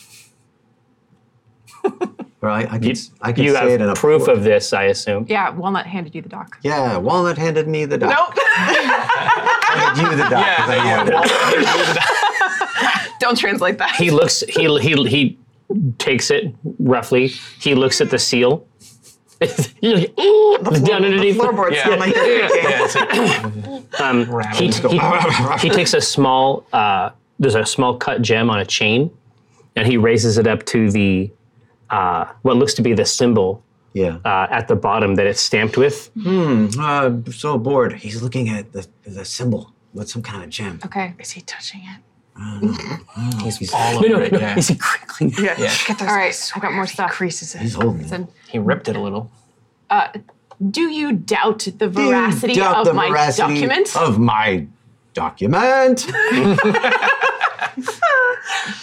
S3: Or I, I could,
S2: You,
S3: I could
S2: you
S3: say it in a
S2: have proof of this, I assume.
S6: Yeah, Walnut handed you the doc.
S3: Yeah, Walnut handed me the doc.
S6: Nope.
S3: Handed you the doc. 'cause I wanted it.
S6: Don't translate that.
S2: He looks. He he he takes it roughly. He looks at the seal. You're like, "Ooh," down
S5: The
S2: underneath.
S5: floorboards
S4: Yeah.
S5: sound like they're creaking.
S4: Yeah, it's like,
S2: Um, he,
S4: Rattles
S2: he, he takes a small. Uh, there's a small cut gem on a chain, and he raises it up to the uh, what looks to be the symbol
S3: Yeah.
S2: uh, at the bottom that it's stamped with.
S3: Uh, so bored. He's looking at the, the symbol. What's some kind of gem?
S6: Okay.
S5: Is he touching it?
S4: all
S2: No,
S4: over
S2: no,
S4: it,
S2: no.
S4: yeah.
S2: Is he crinkling?
S5: Yeah.
S4: Yeah.
S5: Get those.
S6: All right. I got more stuff.
S5: Creases it.
S3: He's holding it.
S6: And
S4: He ripped it a little.
S6: do you doubt the
S3: Do you
S6: veracity
S3: doubt
S6: of
S3: the
S6: my
S3: veracity
S6: document?
S3: Of my document.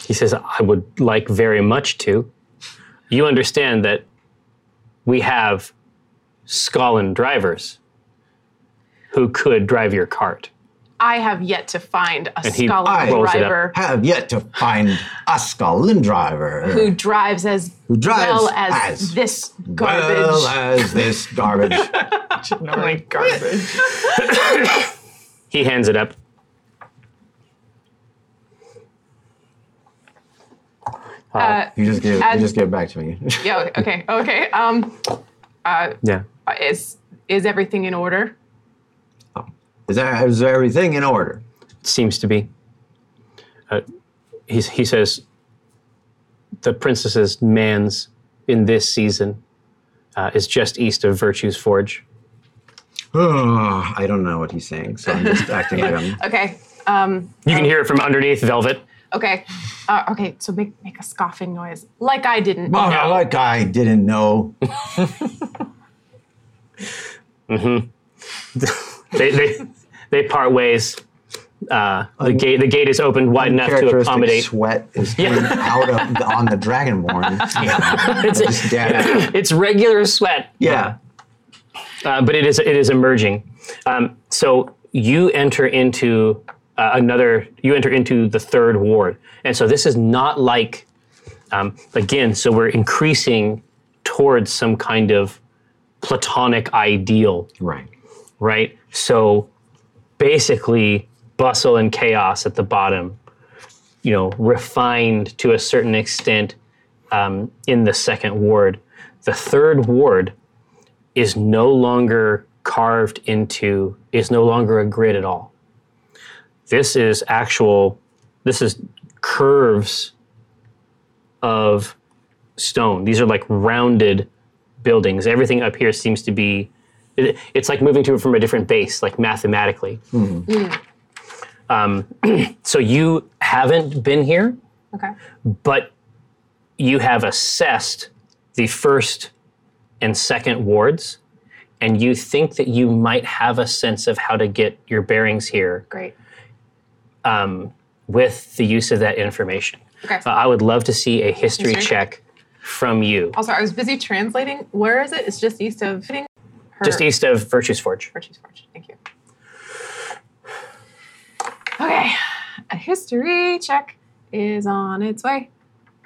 S2: He says, I would like very much to. You understand that we have Skolin drivers who could drive your cart.
S6: I have yet to find a
S2: And he
S6: scholar
S3: rolls
S2: it up.
S6: driver
S3: Have yet to find a Scotland driver
S6: who drives as
S3: who drives
S6: well as,
S3: as
S6: this garbage.
S3: well as this garbage.
S5: Oh my garbage.
S2: He hands it up.
S6: uh,
S3: you just give. You
S6: As-
S3: just give it back to me.
S6: yeah. Okay. Okay. Um,
S2: Yeah.
S6: is is everything in order?
S3: is, that, is everything in order?
S2: Seems to be. Uh, he, he says, the princess's man's in this season uh, is just east of Virtue's Forge.
S3: Ugh, I don't know what he's saying, so I'm just acting like I'm.
S6: Okay. Um,
S2: You
S3: Oh.
S2: can hear it from underneath Velvet.
S6: okay. Uh, okay. So make make a scoffing noise, like I didn't.
S3: Well, like I didn't know.
S2: they, they, they part ways. Uh, the gate the gate is opened wide enough to
S3: Characteristic
S2: accommodate.
S3: sweat is coming out of the, on the dragonborn. Yeah. Just dab-
S2: it's regular sweat,
S3: yeah.
S2: uh, but it is it is emerging. Um, so you enter into uh, another. You enter into the third ward, and so this is not like um, again. So we're increasing towards some kind of platonic ideal
S3: Right.
S2: right? So basically, bustle and chaos at the bottom, you know, refined to a certain extent um, in the second ward. The third ward is no longer carved into, is no longer a grid at all. This is actual, this is curves of stone. These are like rounded buildings. Everything up here seems to be it, it's like moving to it from a different base, like mathematically. Um, so you haven't been here,
S6: Okay.
S2: but you have assessed the first and second wards, and you think that you might have a sense of how to get your bearings here
S6: Great.
S2: um, with the use of that information.
S6: Okay.
S2: Uh, I would love to see a history
S6: History?
S2: check from you,
S6: Also, I was busy translating. Where is it? It's just east of. Her,
S2: just east of Virtue's Forge.
S6: Virtue's Forge. Thank you. Okay, a history check is on its way,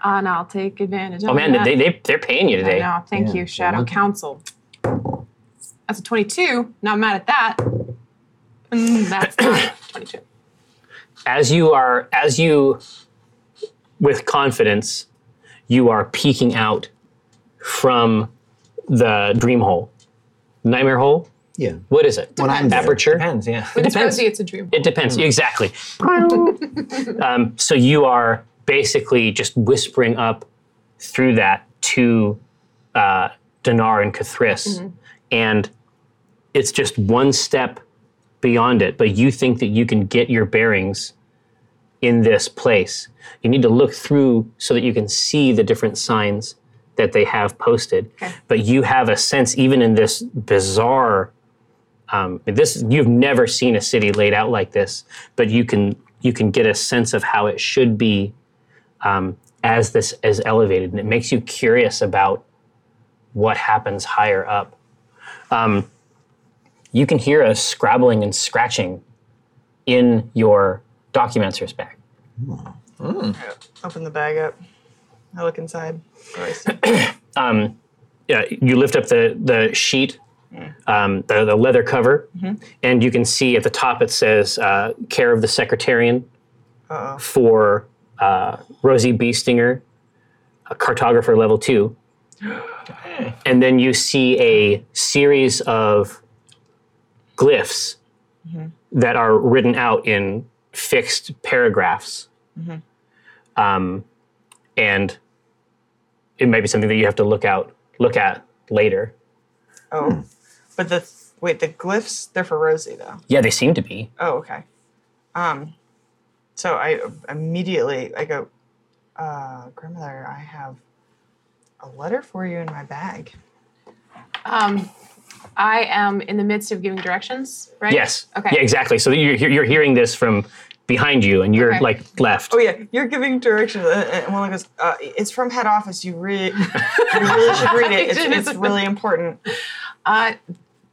S6: Uh, and I'll take advantage of
S2: Oh man,
S6: that.
S2: they, they, they're paying you today.
S6: I know. Thank
S3: Yeah,
S6: you, Shadow
S3: welcome.
S6: Council. That's a 22. Not mad at that. Mm, that's not 22.
S2: as you are as you with confidence you are peeking out from the dream hole nightmare hole
S3: Yeah.
S2: what is it
S3: When I'm there.
S2: aperture
S4: Depends, yeah.
S6: It's Rosie, it's a dream.
S2: it depends exactly um, so you are basically just whispering up through that to uh, dinar and kathris and it's just one step beyond it but you think that you can get your bearings in this place you need to look through so that you can see the different signs that they have posted but you have a sense even in this bizarre um, this you've never seen a city laid out like this, but you can you can get a sense of how it should be um, as this is elevated, and it makes you curious about what happens higher up. Um, you can hear a scrabbling and scratching in your documenter's bag.
S5: Open the bag up. I look inside.
S2: um, yeah, you lift up the the sheet, um, the, the leather cover, and you can see at the top it says uh, "Care of the Secretarian for uh, Rosie Beestinger, a cartographer level two, and then you see a series of glyphs that are written out in fixed paragraphs. Um, and it might be something that you have to look out, look at later.
S5: Oh, but the wait, the glyphs they're for Rosie though.
S2: Yeah, they seem to be.
S5: Oh, okay. Um, so I immediately I go, uh, grandmother, I have a letter for you in my bag.
S6: Um, I am in the midst of giving directions, right?
S2: Yes.
S6: Okay.
S2: Yeah, exactly. So you're, you're hearing this from behind you, and you're
S6: Okay.
S2: like left.
S5: Oh yeah, you're giving directions, uh, and Willow goes, uh, "It's from head office. You really, you really should read it. It's, it's really important."
S6: Uh,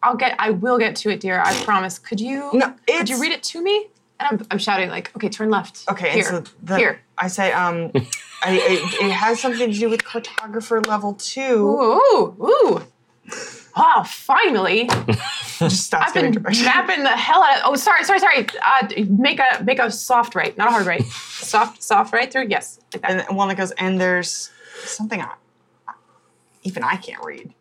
S6: I'll get. I will get to it, dear. I promise. Could you?
S5: No,
S6: Could
S5: it's-
S6: you read it to me? And I'm, I'm shouting like, okay, turn left.
S5: Okay,
S6: Here.
S5: and so the,
S6: here.
S5: I say, um, I, I, it has something to do with cartographer level two.
S6: Ooh, ooh. Oh, finally!
S5: Just stop
S6: I've been mapping the hell out. Oh, sorry, sorry, sorry. Uh, make a make a soft right, not a hard right. soft, soft right through. Yes, like that.
S5: And then Willow goes, and there's something I, even I can't read.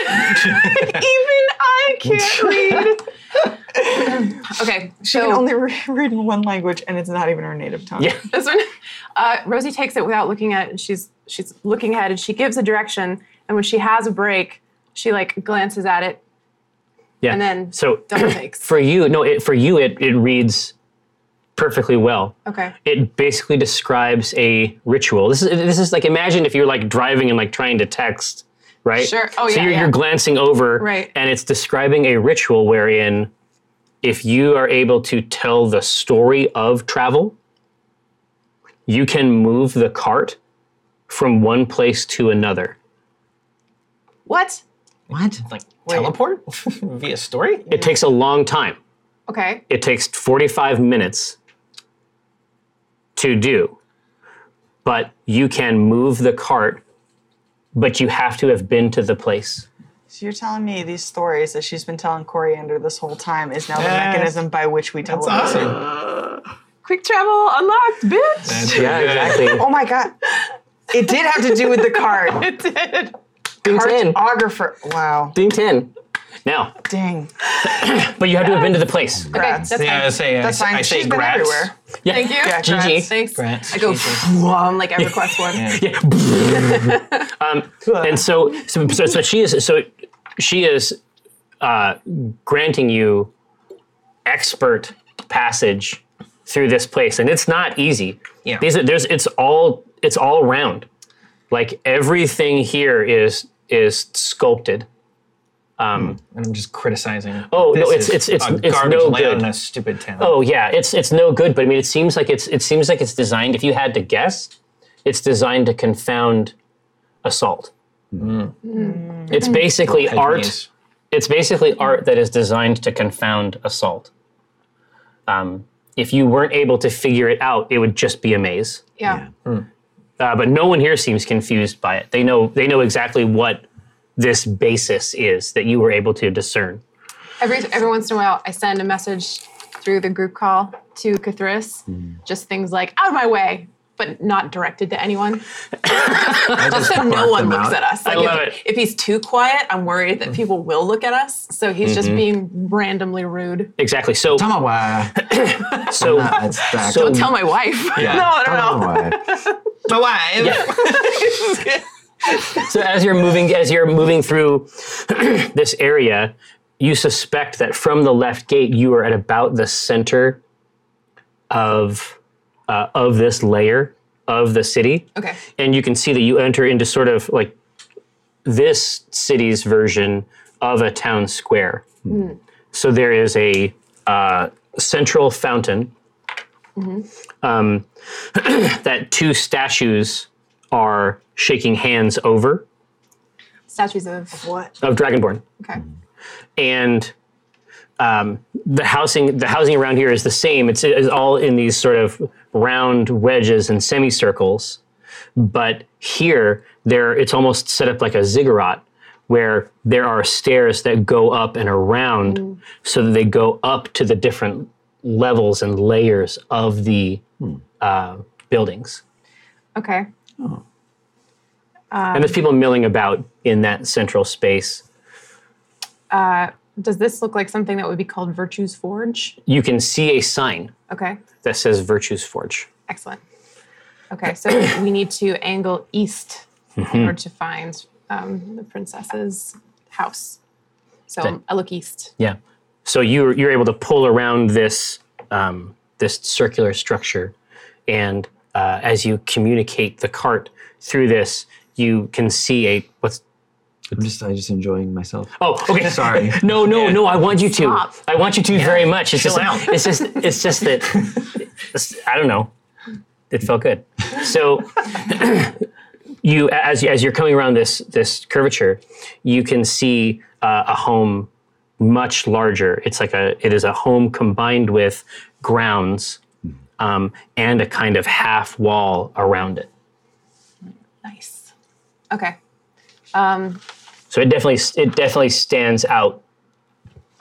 S6: Even I can't read. okay,
S5: She can
S6: so-
S5: only re- read one language, and it's not even her native tongue.
S2: Yeah.
S6: This one, uh, Rosie takes it without looking at it, and she's she's looking ahead, and she gives a direction. And when she has a break, she like glances at it,
S2: Yeah.
S6: and then
S2: so
S6: double takes.
S2: for you, no, it, for you, it, it reads perfectly well.
S6: Okay,
S2: It basically describes a ritual. This is this is like imagine if you're like driving and like trying to text, right?
S6: Sure. Oh,
S2: so
S6: yeah,
S2: You're,
S6: yeah.
S2: you're glancing over,
S6: Right.
S2: And it's describing a ritual wherein, if you are able to tell the story of travel, you can move the cart from one place to another.
S6: what?
S3: What?
S4: Like teleport via story?
S2: It takes a long time.
S6: Okay,
S2: it takes 45 minutes to do but you can move the cart but you have to have been to the place
S5: So you're telling me these stories that she's been telling Coriander this whole time is now the
S4: Yeah.
S5: mechanism by which we tell
S4: That's
S5: them.
S4: awesome.
S6: quick travel Oh, unlocked, bitch.
S4: That's yeah,
S5: Oh my god. It did have to do with the card.
S6: It did.
S2: ding 10
S5: Cartographer. Wow.
S2: ding 10 now
S5: Dang.
S2: but you have to have been to the place
S6: Okay,
S5: Congrats.
S6: that's fine.
S4: Yeah, I say,
S5: That's
S4: I,
S5: fine.
S4: I say
S5: She's been
S4: grats.
S5: everywhere.
S2: yeah.
S6: Thank you.
S5: Yeah,
S6: Congrats.
S5: GG.
S6: Thanks.
S4: Grats.
S6: I go on like EverQuest one.
S2: and so, so, so, so she is so she is uh, granting you expert passage through this place, and it's not easy.
S4: Yeah.
S2: These are, there's it's all it's all round. Like everything here is is sculpted.
S4: And I'm just criticizing.
S2: Oh, no, it's-
S4: This
S2: it's-
S4: is
S2: it's-
S4: a
S2: it's
S4: garbage
S2: no
S4: layout
S2: good.
S4: in a stupid town.
S2: Oh yeah, it's it's no good. But I mean, it seems like it's it seems like it's designed. If you had to guess, it's designed to confound assault. It's basically
S4: Hedge
S2: art.
S4: maze.
S2: it's basically art that is designed to confound assault. Um, if you weren't able to figure it out, it would just be a maze.
S6: Yeah.
S2: Uh, but no one here seems confused by it. They know they know exactly what this basis is that you were able to discern.
S6: Every every once in a while, I send a message through the group call to Cathris,
S3: Mm.
S6: just things like "out of my way," but not directed to anyone.
S3: Just
S7: So no
S3: mark
S7: one
S3: them
S7: looks
S3: out.
S7: at us. Like
S2: love
S7: if,
S2: it.
S7: if he's too quiet, I'm worried that people will look at us.
S6: So he's
S3: Mm-hmm.
S6: just being randomly rude.
S2: Exactly. So
S3: Tamawa.
S2: so
S3: That's back.
S2: so
S7: Tell my wife.
S4: Yeah.
S3: Oh. Tamawa.
S4: My wife.
S2: so as you're moving as you're moving through this area, you suspect that from the left gate you are at about the center of uh, of this layer of the city.
S6: Okay.
S2: and you can see that you enter into sort of like this city's version of a town square. So there is a uh, central fountain um, that two statues are shaking hands over
S6: Statues of
S5: What?
S2: of Dragonborn,
S6: okay.
S3: Mm.
S2: and um, the housing the housing around here is the same. It's, it's all in these sort of round wedges and semicircles, but here there it's almost set up like a ziggurat where there are stairs that go up and around so that they go up to the different levels and layers of the uh, buildings.
S6: Okay.
S2: and there's people milling about in that central space.
S6: Does this look like something that would be called Virtues Forge?
S2: You can see a sign
S6: Okay,
S2: that says Virtues Forge.
S6: excellent. Okay, so we need to angle east in order to find um, the princess's house. So
S2: Okay.
S6: I look east.
S2: Yeah. So you're you're able to pull around this um, this circular structure, and uh, as you communicate the cart through this, you can see a what's
S3: I'm just, I just enjoying myself.
S2: Oh, okay.
S3: Sorry.
S2: No, no, no. I want you to.
S6: Stop.
S2: I want you to very much. It's just.
S4: Chill out.
S2: It's just. It's just that. it's- I don't know. It felt good. So, you as as you're coming around this this curvature, you can see uh, a home much larger. It's like a. It is a home combined with grounds, um, and a kind of half wall around it.
S6: Nice. Okay,
S2: So it definitely it definitely stands out.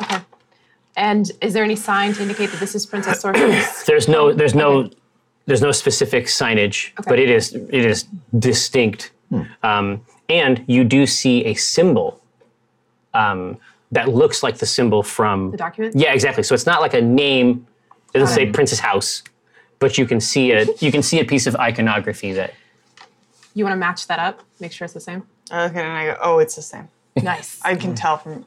S6: okay. And is there any sign to indicate that this is Princess Sorceress?
S2: There's no there's no there's no specific signage, but it is it is distinct. Um, and you do see a symbol um, that looks like the symbol from the
S6: document?
S2: Yeah, exactly. So it's not like a name. It doesn't say Princess House, but you can see a you can see a piece of iconography that
S6: You want to match that up, make sure it's the same.
S5: I look at it and I go, oh, it's the same.
S6: Nice.
S5: I can tell from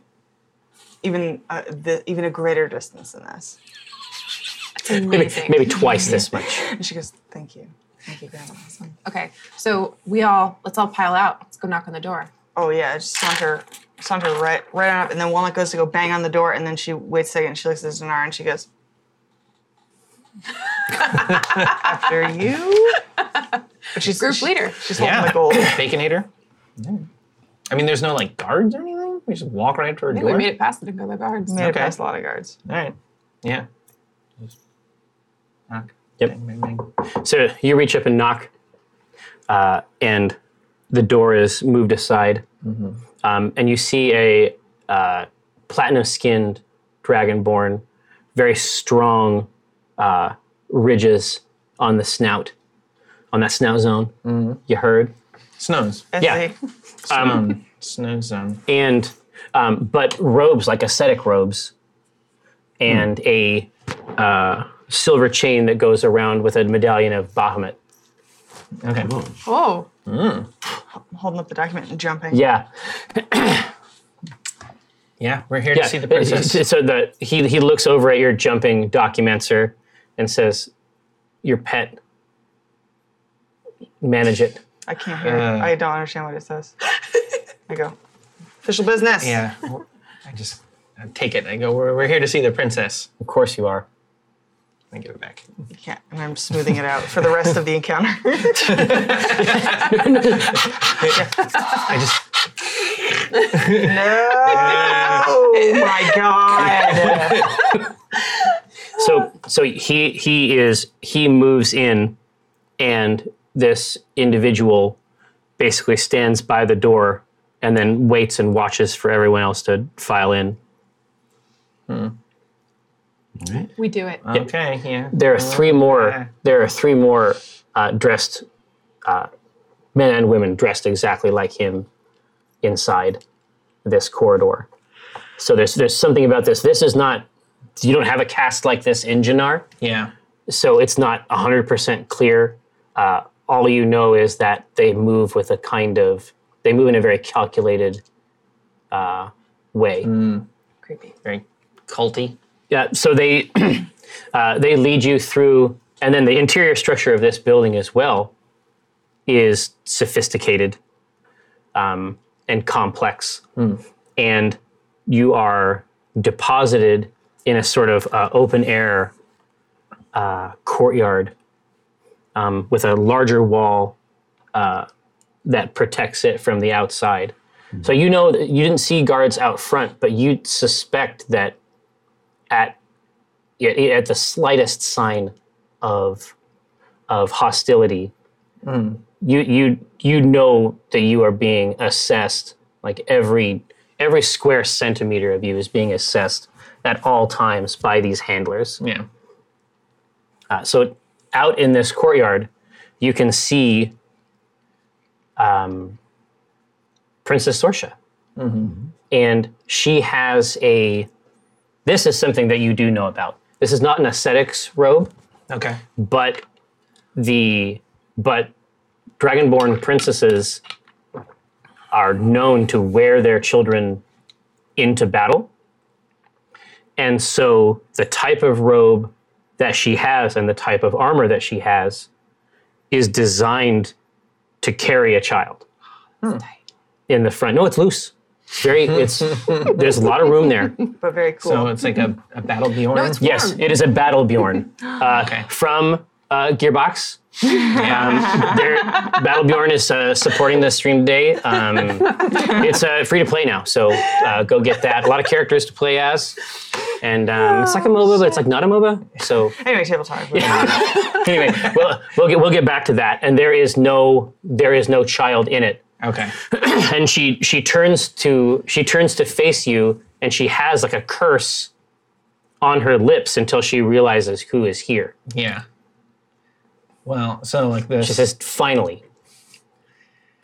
S5: even uh, the, even a greater distance than this.
S6: It's amazing.
S2: maybe twice this much.
S5: And she goes, thank you. Thank you, Grandma. Awesome.
S6: Okay, so we all let's all pile out. Let's go knock on the door.
S5: Oh, yeah, I just saunter, saunter right, right on up. And then Walnut goes to go bang on the door. And then she waits a second. She looks at Zanar and she goes, after you. But She's,
S6: Group
S5: she-
S6: leader.
S5: She's holding
S4: Yeah.
S5: the gold.
S4: Baconator. I mean, there's no like guards or anything. We just walk right up to her
S6: I think we
S4: door.
S6: made it past the other guards.
S5: Made it
S4: Okay.
S5: past a lot of guards.
S4: All right. Yeah. Just knock.
S2: Yep.
S4: Bang, bang, bang.
S2: So you reach up and knock, uh, and the door is moved aside, um, and you see a uh, platinum-skinned dragonborn, very strong uh, ridges on the snout, on that snout zone. You heard,
S4: Snows.
S5: I
S2: Yeah.
S5: see.
S4: Um, Snow zone.
S2: and um, but robes like ascetic robes, and a uh, silver chain that goes around with a medallion of Bahamut.
S4: Okay.
S6: Oh,
S4: Mm.
S5: I'm holding up the document and jumping.
S2: Yeah,
S4: Yeah, we're here to see the
S2: but it's-
S4: princess.
S2: it's- So the he he looks over at your jumping documenter and says, "Your pet, manage it."
S5: I can't hear.
S4: Uh.
S5: it. I don't understand what it says. I go, official business.
S4: Yeah. I just I take it. I go, we're, we're here to see the princess.
S2: Of course you are.
S4: I give it back.
S5: You can't- and I'm smoothing it out for the rest of the encounter.
S4: I just
S5: oh my God.
S2: So so he he is he moves in, and this individual basically stands by the door and then waits and watches for everyone else to file in.
S6: we do it.
S2: Uh,
S4: okay. Yeah.
S2: There are three
S4: Okay.
S2: more. There are three more uh, dressed uh, men and women dressed exactly like him inside this corridor. So there's there's something about this. This is not. You don't have a cast like this in Jannar,
S4: Yeah.
S2: so it's not 100% clear. Uh, all you know is that they move with a kind of they move in a very calculated uh, way.
S6: Creepy.
S4: Very culty.
S2: Yeah, so they uh, they lead you through, and then the interior structure of this building as well is sophisticated um, and complex, and you are deposited in a sort of uh, open air uh, courtyard um, with a larger wall uh, that protects it from the outside. So you know that you didn't see guards out front, but you suspect that at at at the slightest sign of of hostility, you you you know that you are being assessed. Like every every square centimeter of you is being assessed at all times by these handlers.
S4: Yeah.
S2: Uh, so out in this courtyard, you can see um, Princess Sorsha. And she has a. This is something that you do know about. This is not an ascetic's robe,
S4: Okay.
S2: but the but dragonborn princesses are known to wear their children into battle and so the type of robe that she has and the type of armor that she has is designed to carry a child in the front no it's loose it's very it's there's a lot of room there
S5: but very cool.
S4: So it's like a, a battle Bjorn.
S6: No, it's
S2: Yes,
S6: warm.
S2: it is a Battle Bjorn uh,
S4: Okay.
S2: from uh, Gearbox. um, they're- Battle Bjorn is uh, supporting the stream today. Um, it's uh, free to play now, so uh, go get that. A lot of characters to play as, and um, it's like a MOBA, but it's like not a MOBA. So
S5: anyway, table talk.
S2: anyway, we'll, we'll get we'll get back to that. And there is no there is no child in it
S4: okay.
S2: and she she turns to she turns to face you and she has like a curse on her lips until she realizes who is here
S4: Yeah. Well, so like this.
S2: she says finally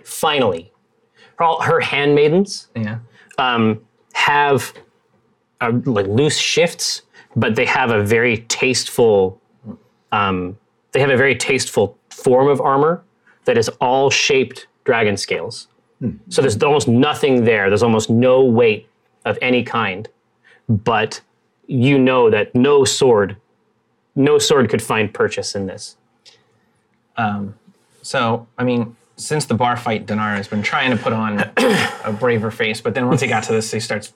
S2: finally her, all- her handmaidens
S4: yeah.
S2: um, have uh, like loose shifts but they have a very tasteful um, they have a very tasteful form of armor that is all shaped dragon scales So there's almost nothing there. There's almost no weight of any kind. But you know that no sword, no sword could find purchase in this.
S4: So, I mean, since the bar fight, Dinara has been trying to put on a braver face, but then once he got to this, he starts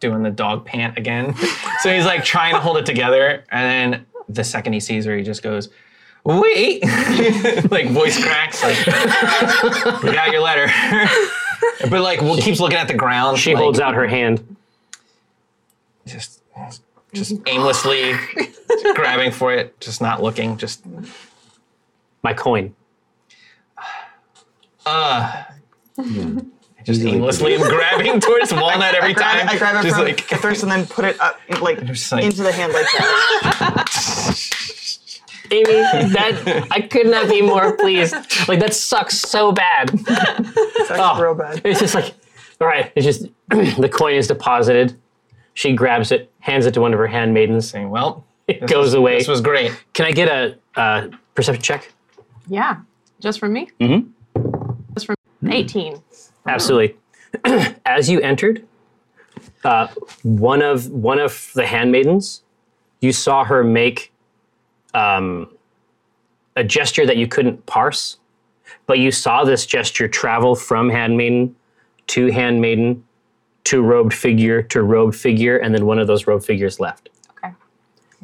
S4: doing the dog pant again. so he's like trying to hold it together, and then the second he sees her, he just goes, "Wait!" like voice cracks, like "We got your letter," but like well, keeps looking at the ground.
S2: She
S4: like,
S2: holds out her hand.
S4: just just aimlessly grabbing for it, just not looking, just
S2: My coin.
S4: just
S3: Easily
S4: aimlessly grabbing towards walnut every
S5: I grab,
S4: time.
S5: it- I grab it
S4: just
S5: from
S4: like
S5: Cthulhu and then put it up, like,
S4: Just like-
S5: into the hand like that.
S2: Amy, that I could not be more pleased. Like that sucks so bad.
S5: It's
S4: Oh.
S5: actually real bad.
S2: It's just like, all right. It's just the coin is deposited. She grabs it, hands it to one of her handmaidens.
S4: saying, "Well."
S2: It goes away.
S4: This was great.
S2: Can I get a uh, perception check?
S6: Yeah. Just from me? Mm-hmm. Just from 18.
S2: Mm-hmm. Absolutely. As you entered, uh, one of one of the handmaidens, you saw her make um, a gesture that you couldn't parse, but you saw this gesture travel from handmaiden to handmaiden to robed figure to robed figure, and then one of those robed figures left.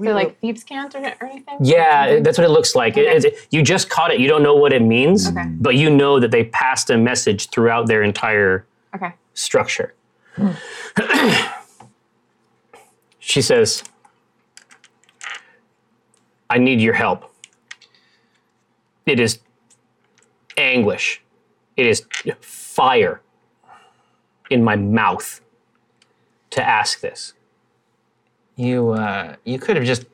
S6: So like Thebes can't or, or anything?
S2: Yeah, it- that's what it looks like. It-
S6: Mm-hmm. Okay.
S2: it's- you just caught it. You don't know what it means,
S6: Okay.
S2: but you know that they passed a message throughout their entire
S6: Okay.
S2: structure. she says, I need your help. It is anguish, it is fire in my mouth to ask this.
S4: You uh, you could have just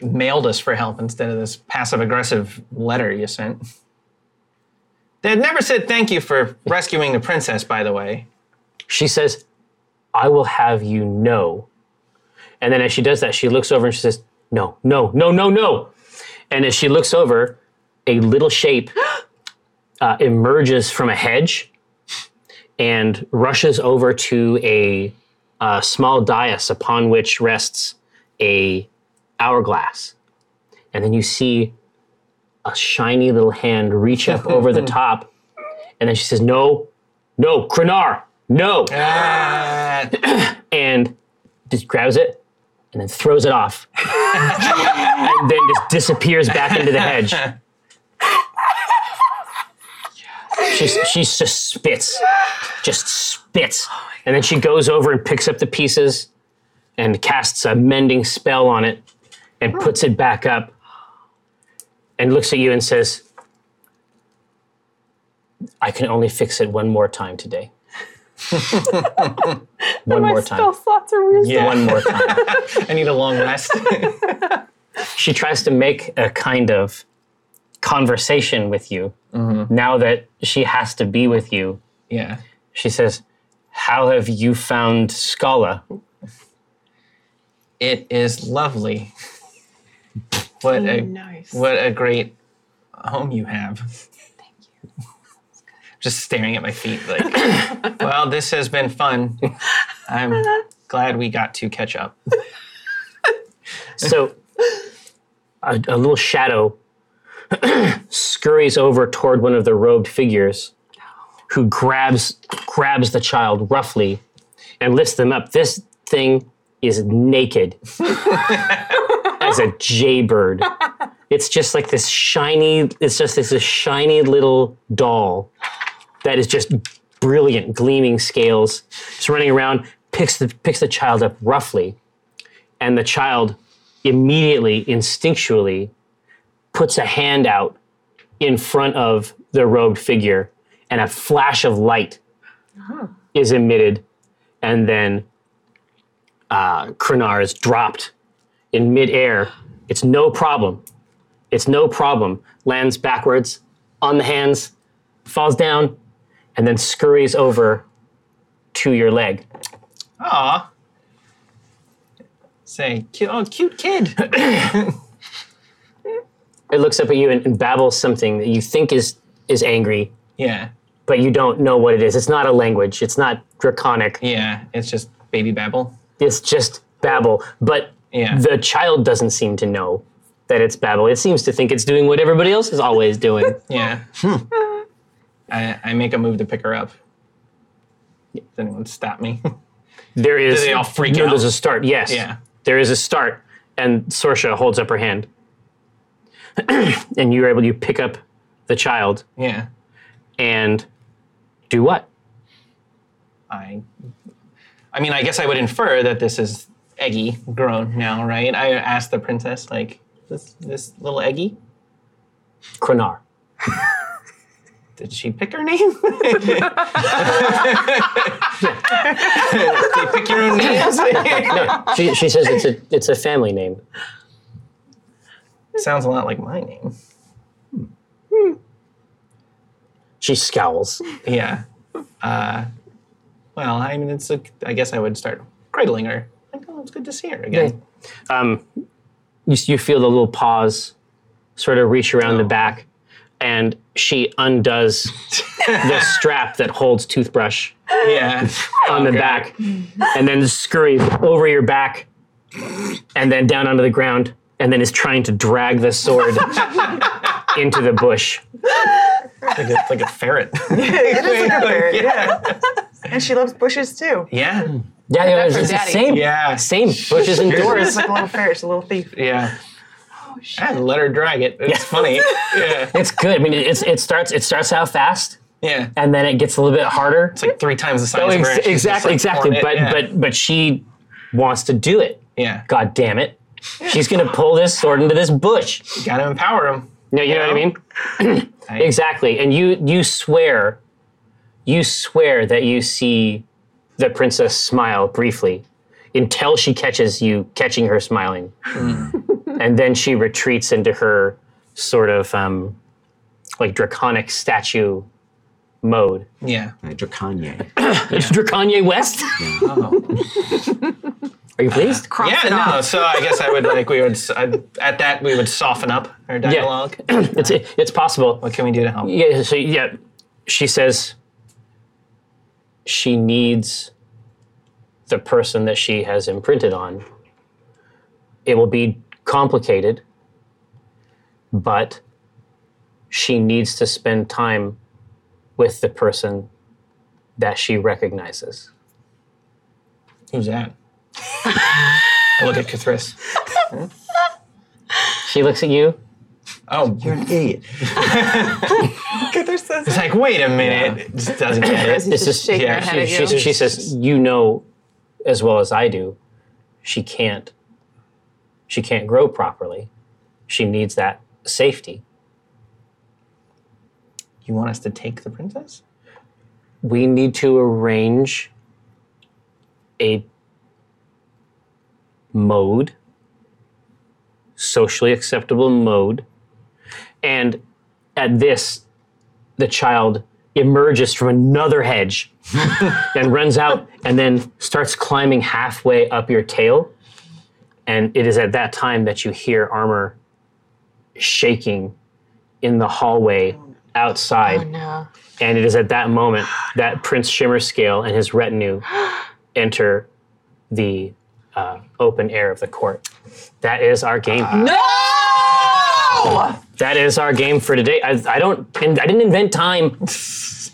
S4: mailed us for help instead of this passive aggressive letter you sent. They had never said thank you for rescuing the princess, by the way.
S2: She says, I will have you know. And then as she does that, she looks over and she says, No, no, no, no, no. And as she looks over, a little shape uh, emerges from a hedge and rushes over to a, uh small dais upon which rests a hourglass. And then you see a shiny little hand reach up over the top. And then she says, No, no, Krenar, no
S4: Ah,
S2: and just grabs it and then throws it off and then just disappears back into the hedge. She, she just spits, just spits. and then she goes over and picks up the pieces and casts a mending spell on it and puts it back up and looks at you and says, I can only fix it one more time today. one more time.
S6: Spell slots are wisdom.
S4: yeah.
S2: One more time.
S4: I need a long rest.
S2: she tries to make a kind of conversation with you now that she has to be with you
S4: yeah.
S2: She says, How have you found Scala?
S4: It is lovely. What a
S6: Nice.
S4: what a great home you have. Thank you. Just staring at my feet like, well, this has been fun. I'm glad we got to catch up.
S2: So a, a little shadow scurries over toward one of the robed figures who grabs grabs the child roughly and lifts them up. This thing is naked as a jaybird. It's just like this shiny, it's just this, this shiny little doll that is just brilliant, gleaming scales. Just running around, picks the picks the child up roughly, and the child immediately, instinctually, puts a hand out in front of the robed figure, and a flash of light is emitted, and then uh, Krenar is dropped in midair. It's no problem. It's no problem. Lands backwards on the hands, falls down, and then scurries over to your leg.
S4: Aw. Say, cu- oh, cute kid.
S2: It looks up at you and, and babbles something that you think is is angry,
S4: yeah,
S2: but you don't know what it is. It's not a language. It's not draconic.
S4: yeah. It's just baby babble.
S2: It's just babble. But
S4: Yeah.
S2: the child doesn't seem to know that it's babble. It seems to think it's doing what everybody else is always doing.
S4: Yeah. Hmm. I, I make a move to pick her up. Does anyone stop me?
S2: There is
S4: they all freak
S2: no,
S4: out?
S2: There's a start. Yes.
S4: Yeah.
S2: There is a start, and Sorsha holds up her hand, and you're able to pick up the child
S4: yeah.
S2: and do what?
S4: I, I mean, I guess I would infer that this is Eggy grown now, right? I asked the princess, like, this this little Eggy,
S2: Krenar.
S4: did she pick her name? Do you pick your own names?
S2: She, she says it's a it's a family name.
S4: Sounds a lot like my name.
S2: She scowls.
S4: Yeah. Uh, well, I mean, it's a, I guess I would start cradling her. Like, oh, it's good to see her again.
S2: Um, you, you feel the little paws sort of reach around
S4: Oh.
S2: the back, and she undoes the strap that holds toothbrush
S4: Yeah.
S2: on the
S4: Okay.
S2: back, and then scurries over your back, and then down onto the ground, and then is trying to drag the sword into the bush.
S4: Like a, like a ferret.
S5: It is like a ferret, yeah. And she loves bushes too.
S4: yeah.
S2: Yeah, yeah, it's
S6: for
S2: the
S6: daddy.
S2: same,
S4: Yeah.
S2: same bushes and
S5: It's
S2: doors.
S5: like a little ferret, she's a little thief.
S4: Yeah. And let her drag it. It's funny. Yeah.
S2: It's good. I mean, it- it's it starts it starts out fast,
S4: Yeah.
S2: and then it gets a little bit harder.
S4: It's like three times the size
S2: Oh,
S4: of her.
S2: ex-
S4: She's just,
S2: exactly,
S4: like,
S2: exactly.
S4: pouring it.
S2: But
S4: yeah.
S2: but but she wants to do it.
S4: yeah,
S2: God damn it! She's gonna pull this sword into this bush.
S4: gotta empower him.
S2: No, you know what I mean?
S4: I-
S2: exactly. And you you swear, you swear that you see the princess smile briefly, until she catches you catching her smiling, and then she retreats into her sort of um, like draconic statue mode.
S4: Yeah.
S3: Like Draconier.
S2: It's Draconye West. Are you pleased?
S4: yeah. No. So I guess I would like we would s- I'd- at that we would soften up our dialogue.
S2: It's it's possible.
S4: What can we do to help?
S2: Yeah, so yeah, she says she needs the person that she has imprinted on. It will be complicated, but she needs to spend time with the person that she recognizes.
S4: Who's that? I look at Cathris.
S2: She looks at you.
S4: Oh,
S3: You're an idiot.
S4: it's like wait a minute. It just doesn't get it.
S2: It's
S6: just shaking
S4: yeah,
S6: her head
S2: she,
S6: at you.
S2: she- she says, "You know as well as I do, she can't. She can't grow properly. She needs that safety.
S4: You want us to take the princess?
S2: We need to arrange a mode, socially acceptable mode, and at this, the child emerges from another hedge and runs out and then starts climbing halfway up your tail. And it is at that time that you hear armor shaking in the hallway outside.
S7: No.
S2: And it is at that moment that Prince Shimmerscale and his retinue enter the uh, open air of the court. That is our game.
S7: No!
S2: That is our game for today. I, I don't. And I didn't invent time.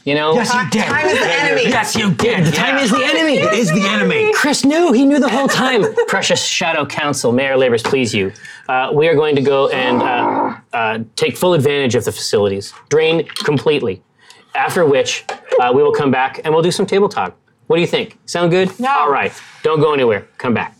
S2: You know.
S3: you did.
S5: Time is the enemy.
S3: Yes, you did.
S2: The time is the enemy.
S3: It is the enemy.
S2: Chris knew. He knew the whole time. Precious Shadow Council, Mayor Labors, please you. Uh, we are going to go and uh, uh, take full advantage of the facilities, drain completely. After which, uh, we will come back and we'll do some table talk. What do you think? Sound good?
S6: No.
S2: All right. Don't go anywhere. Come back.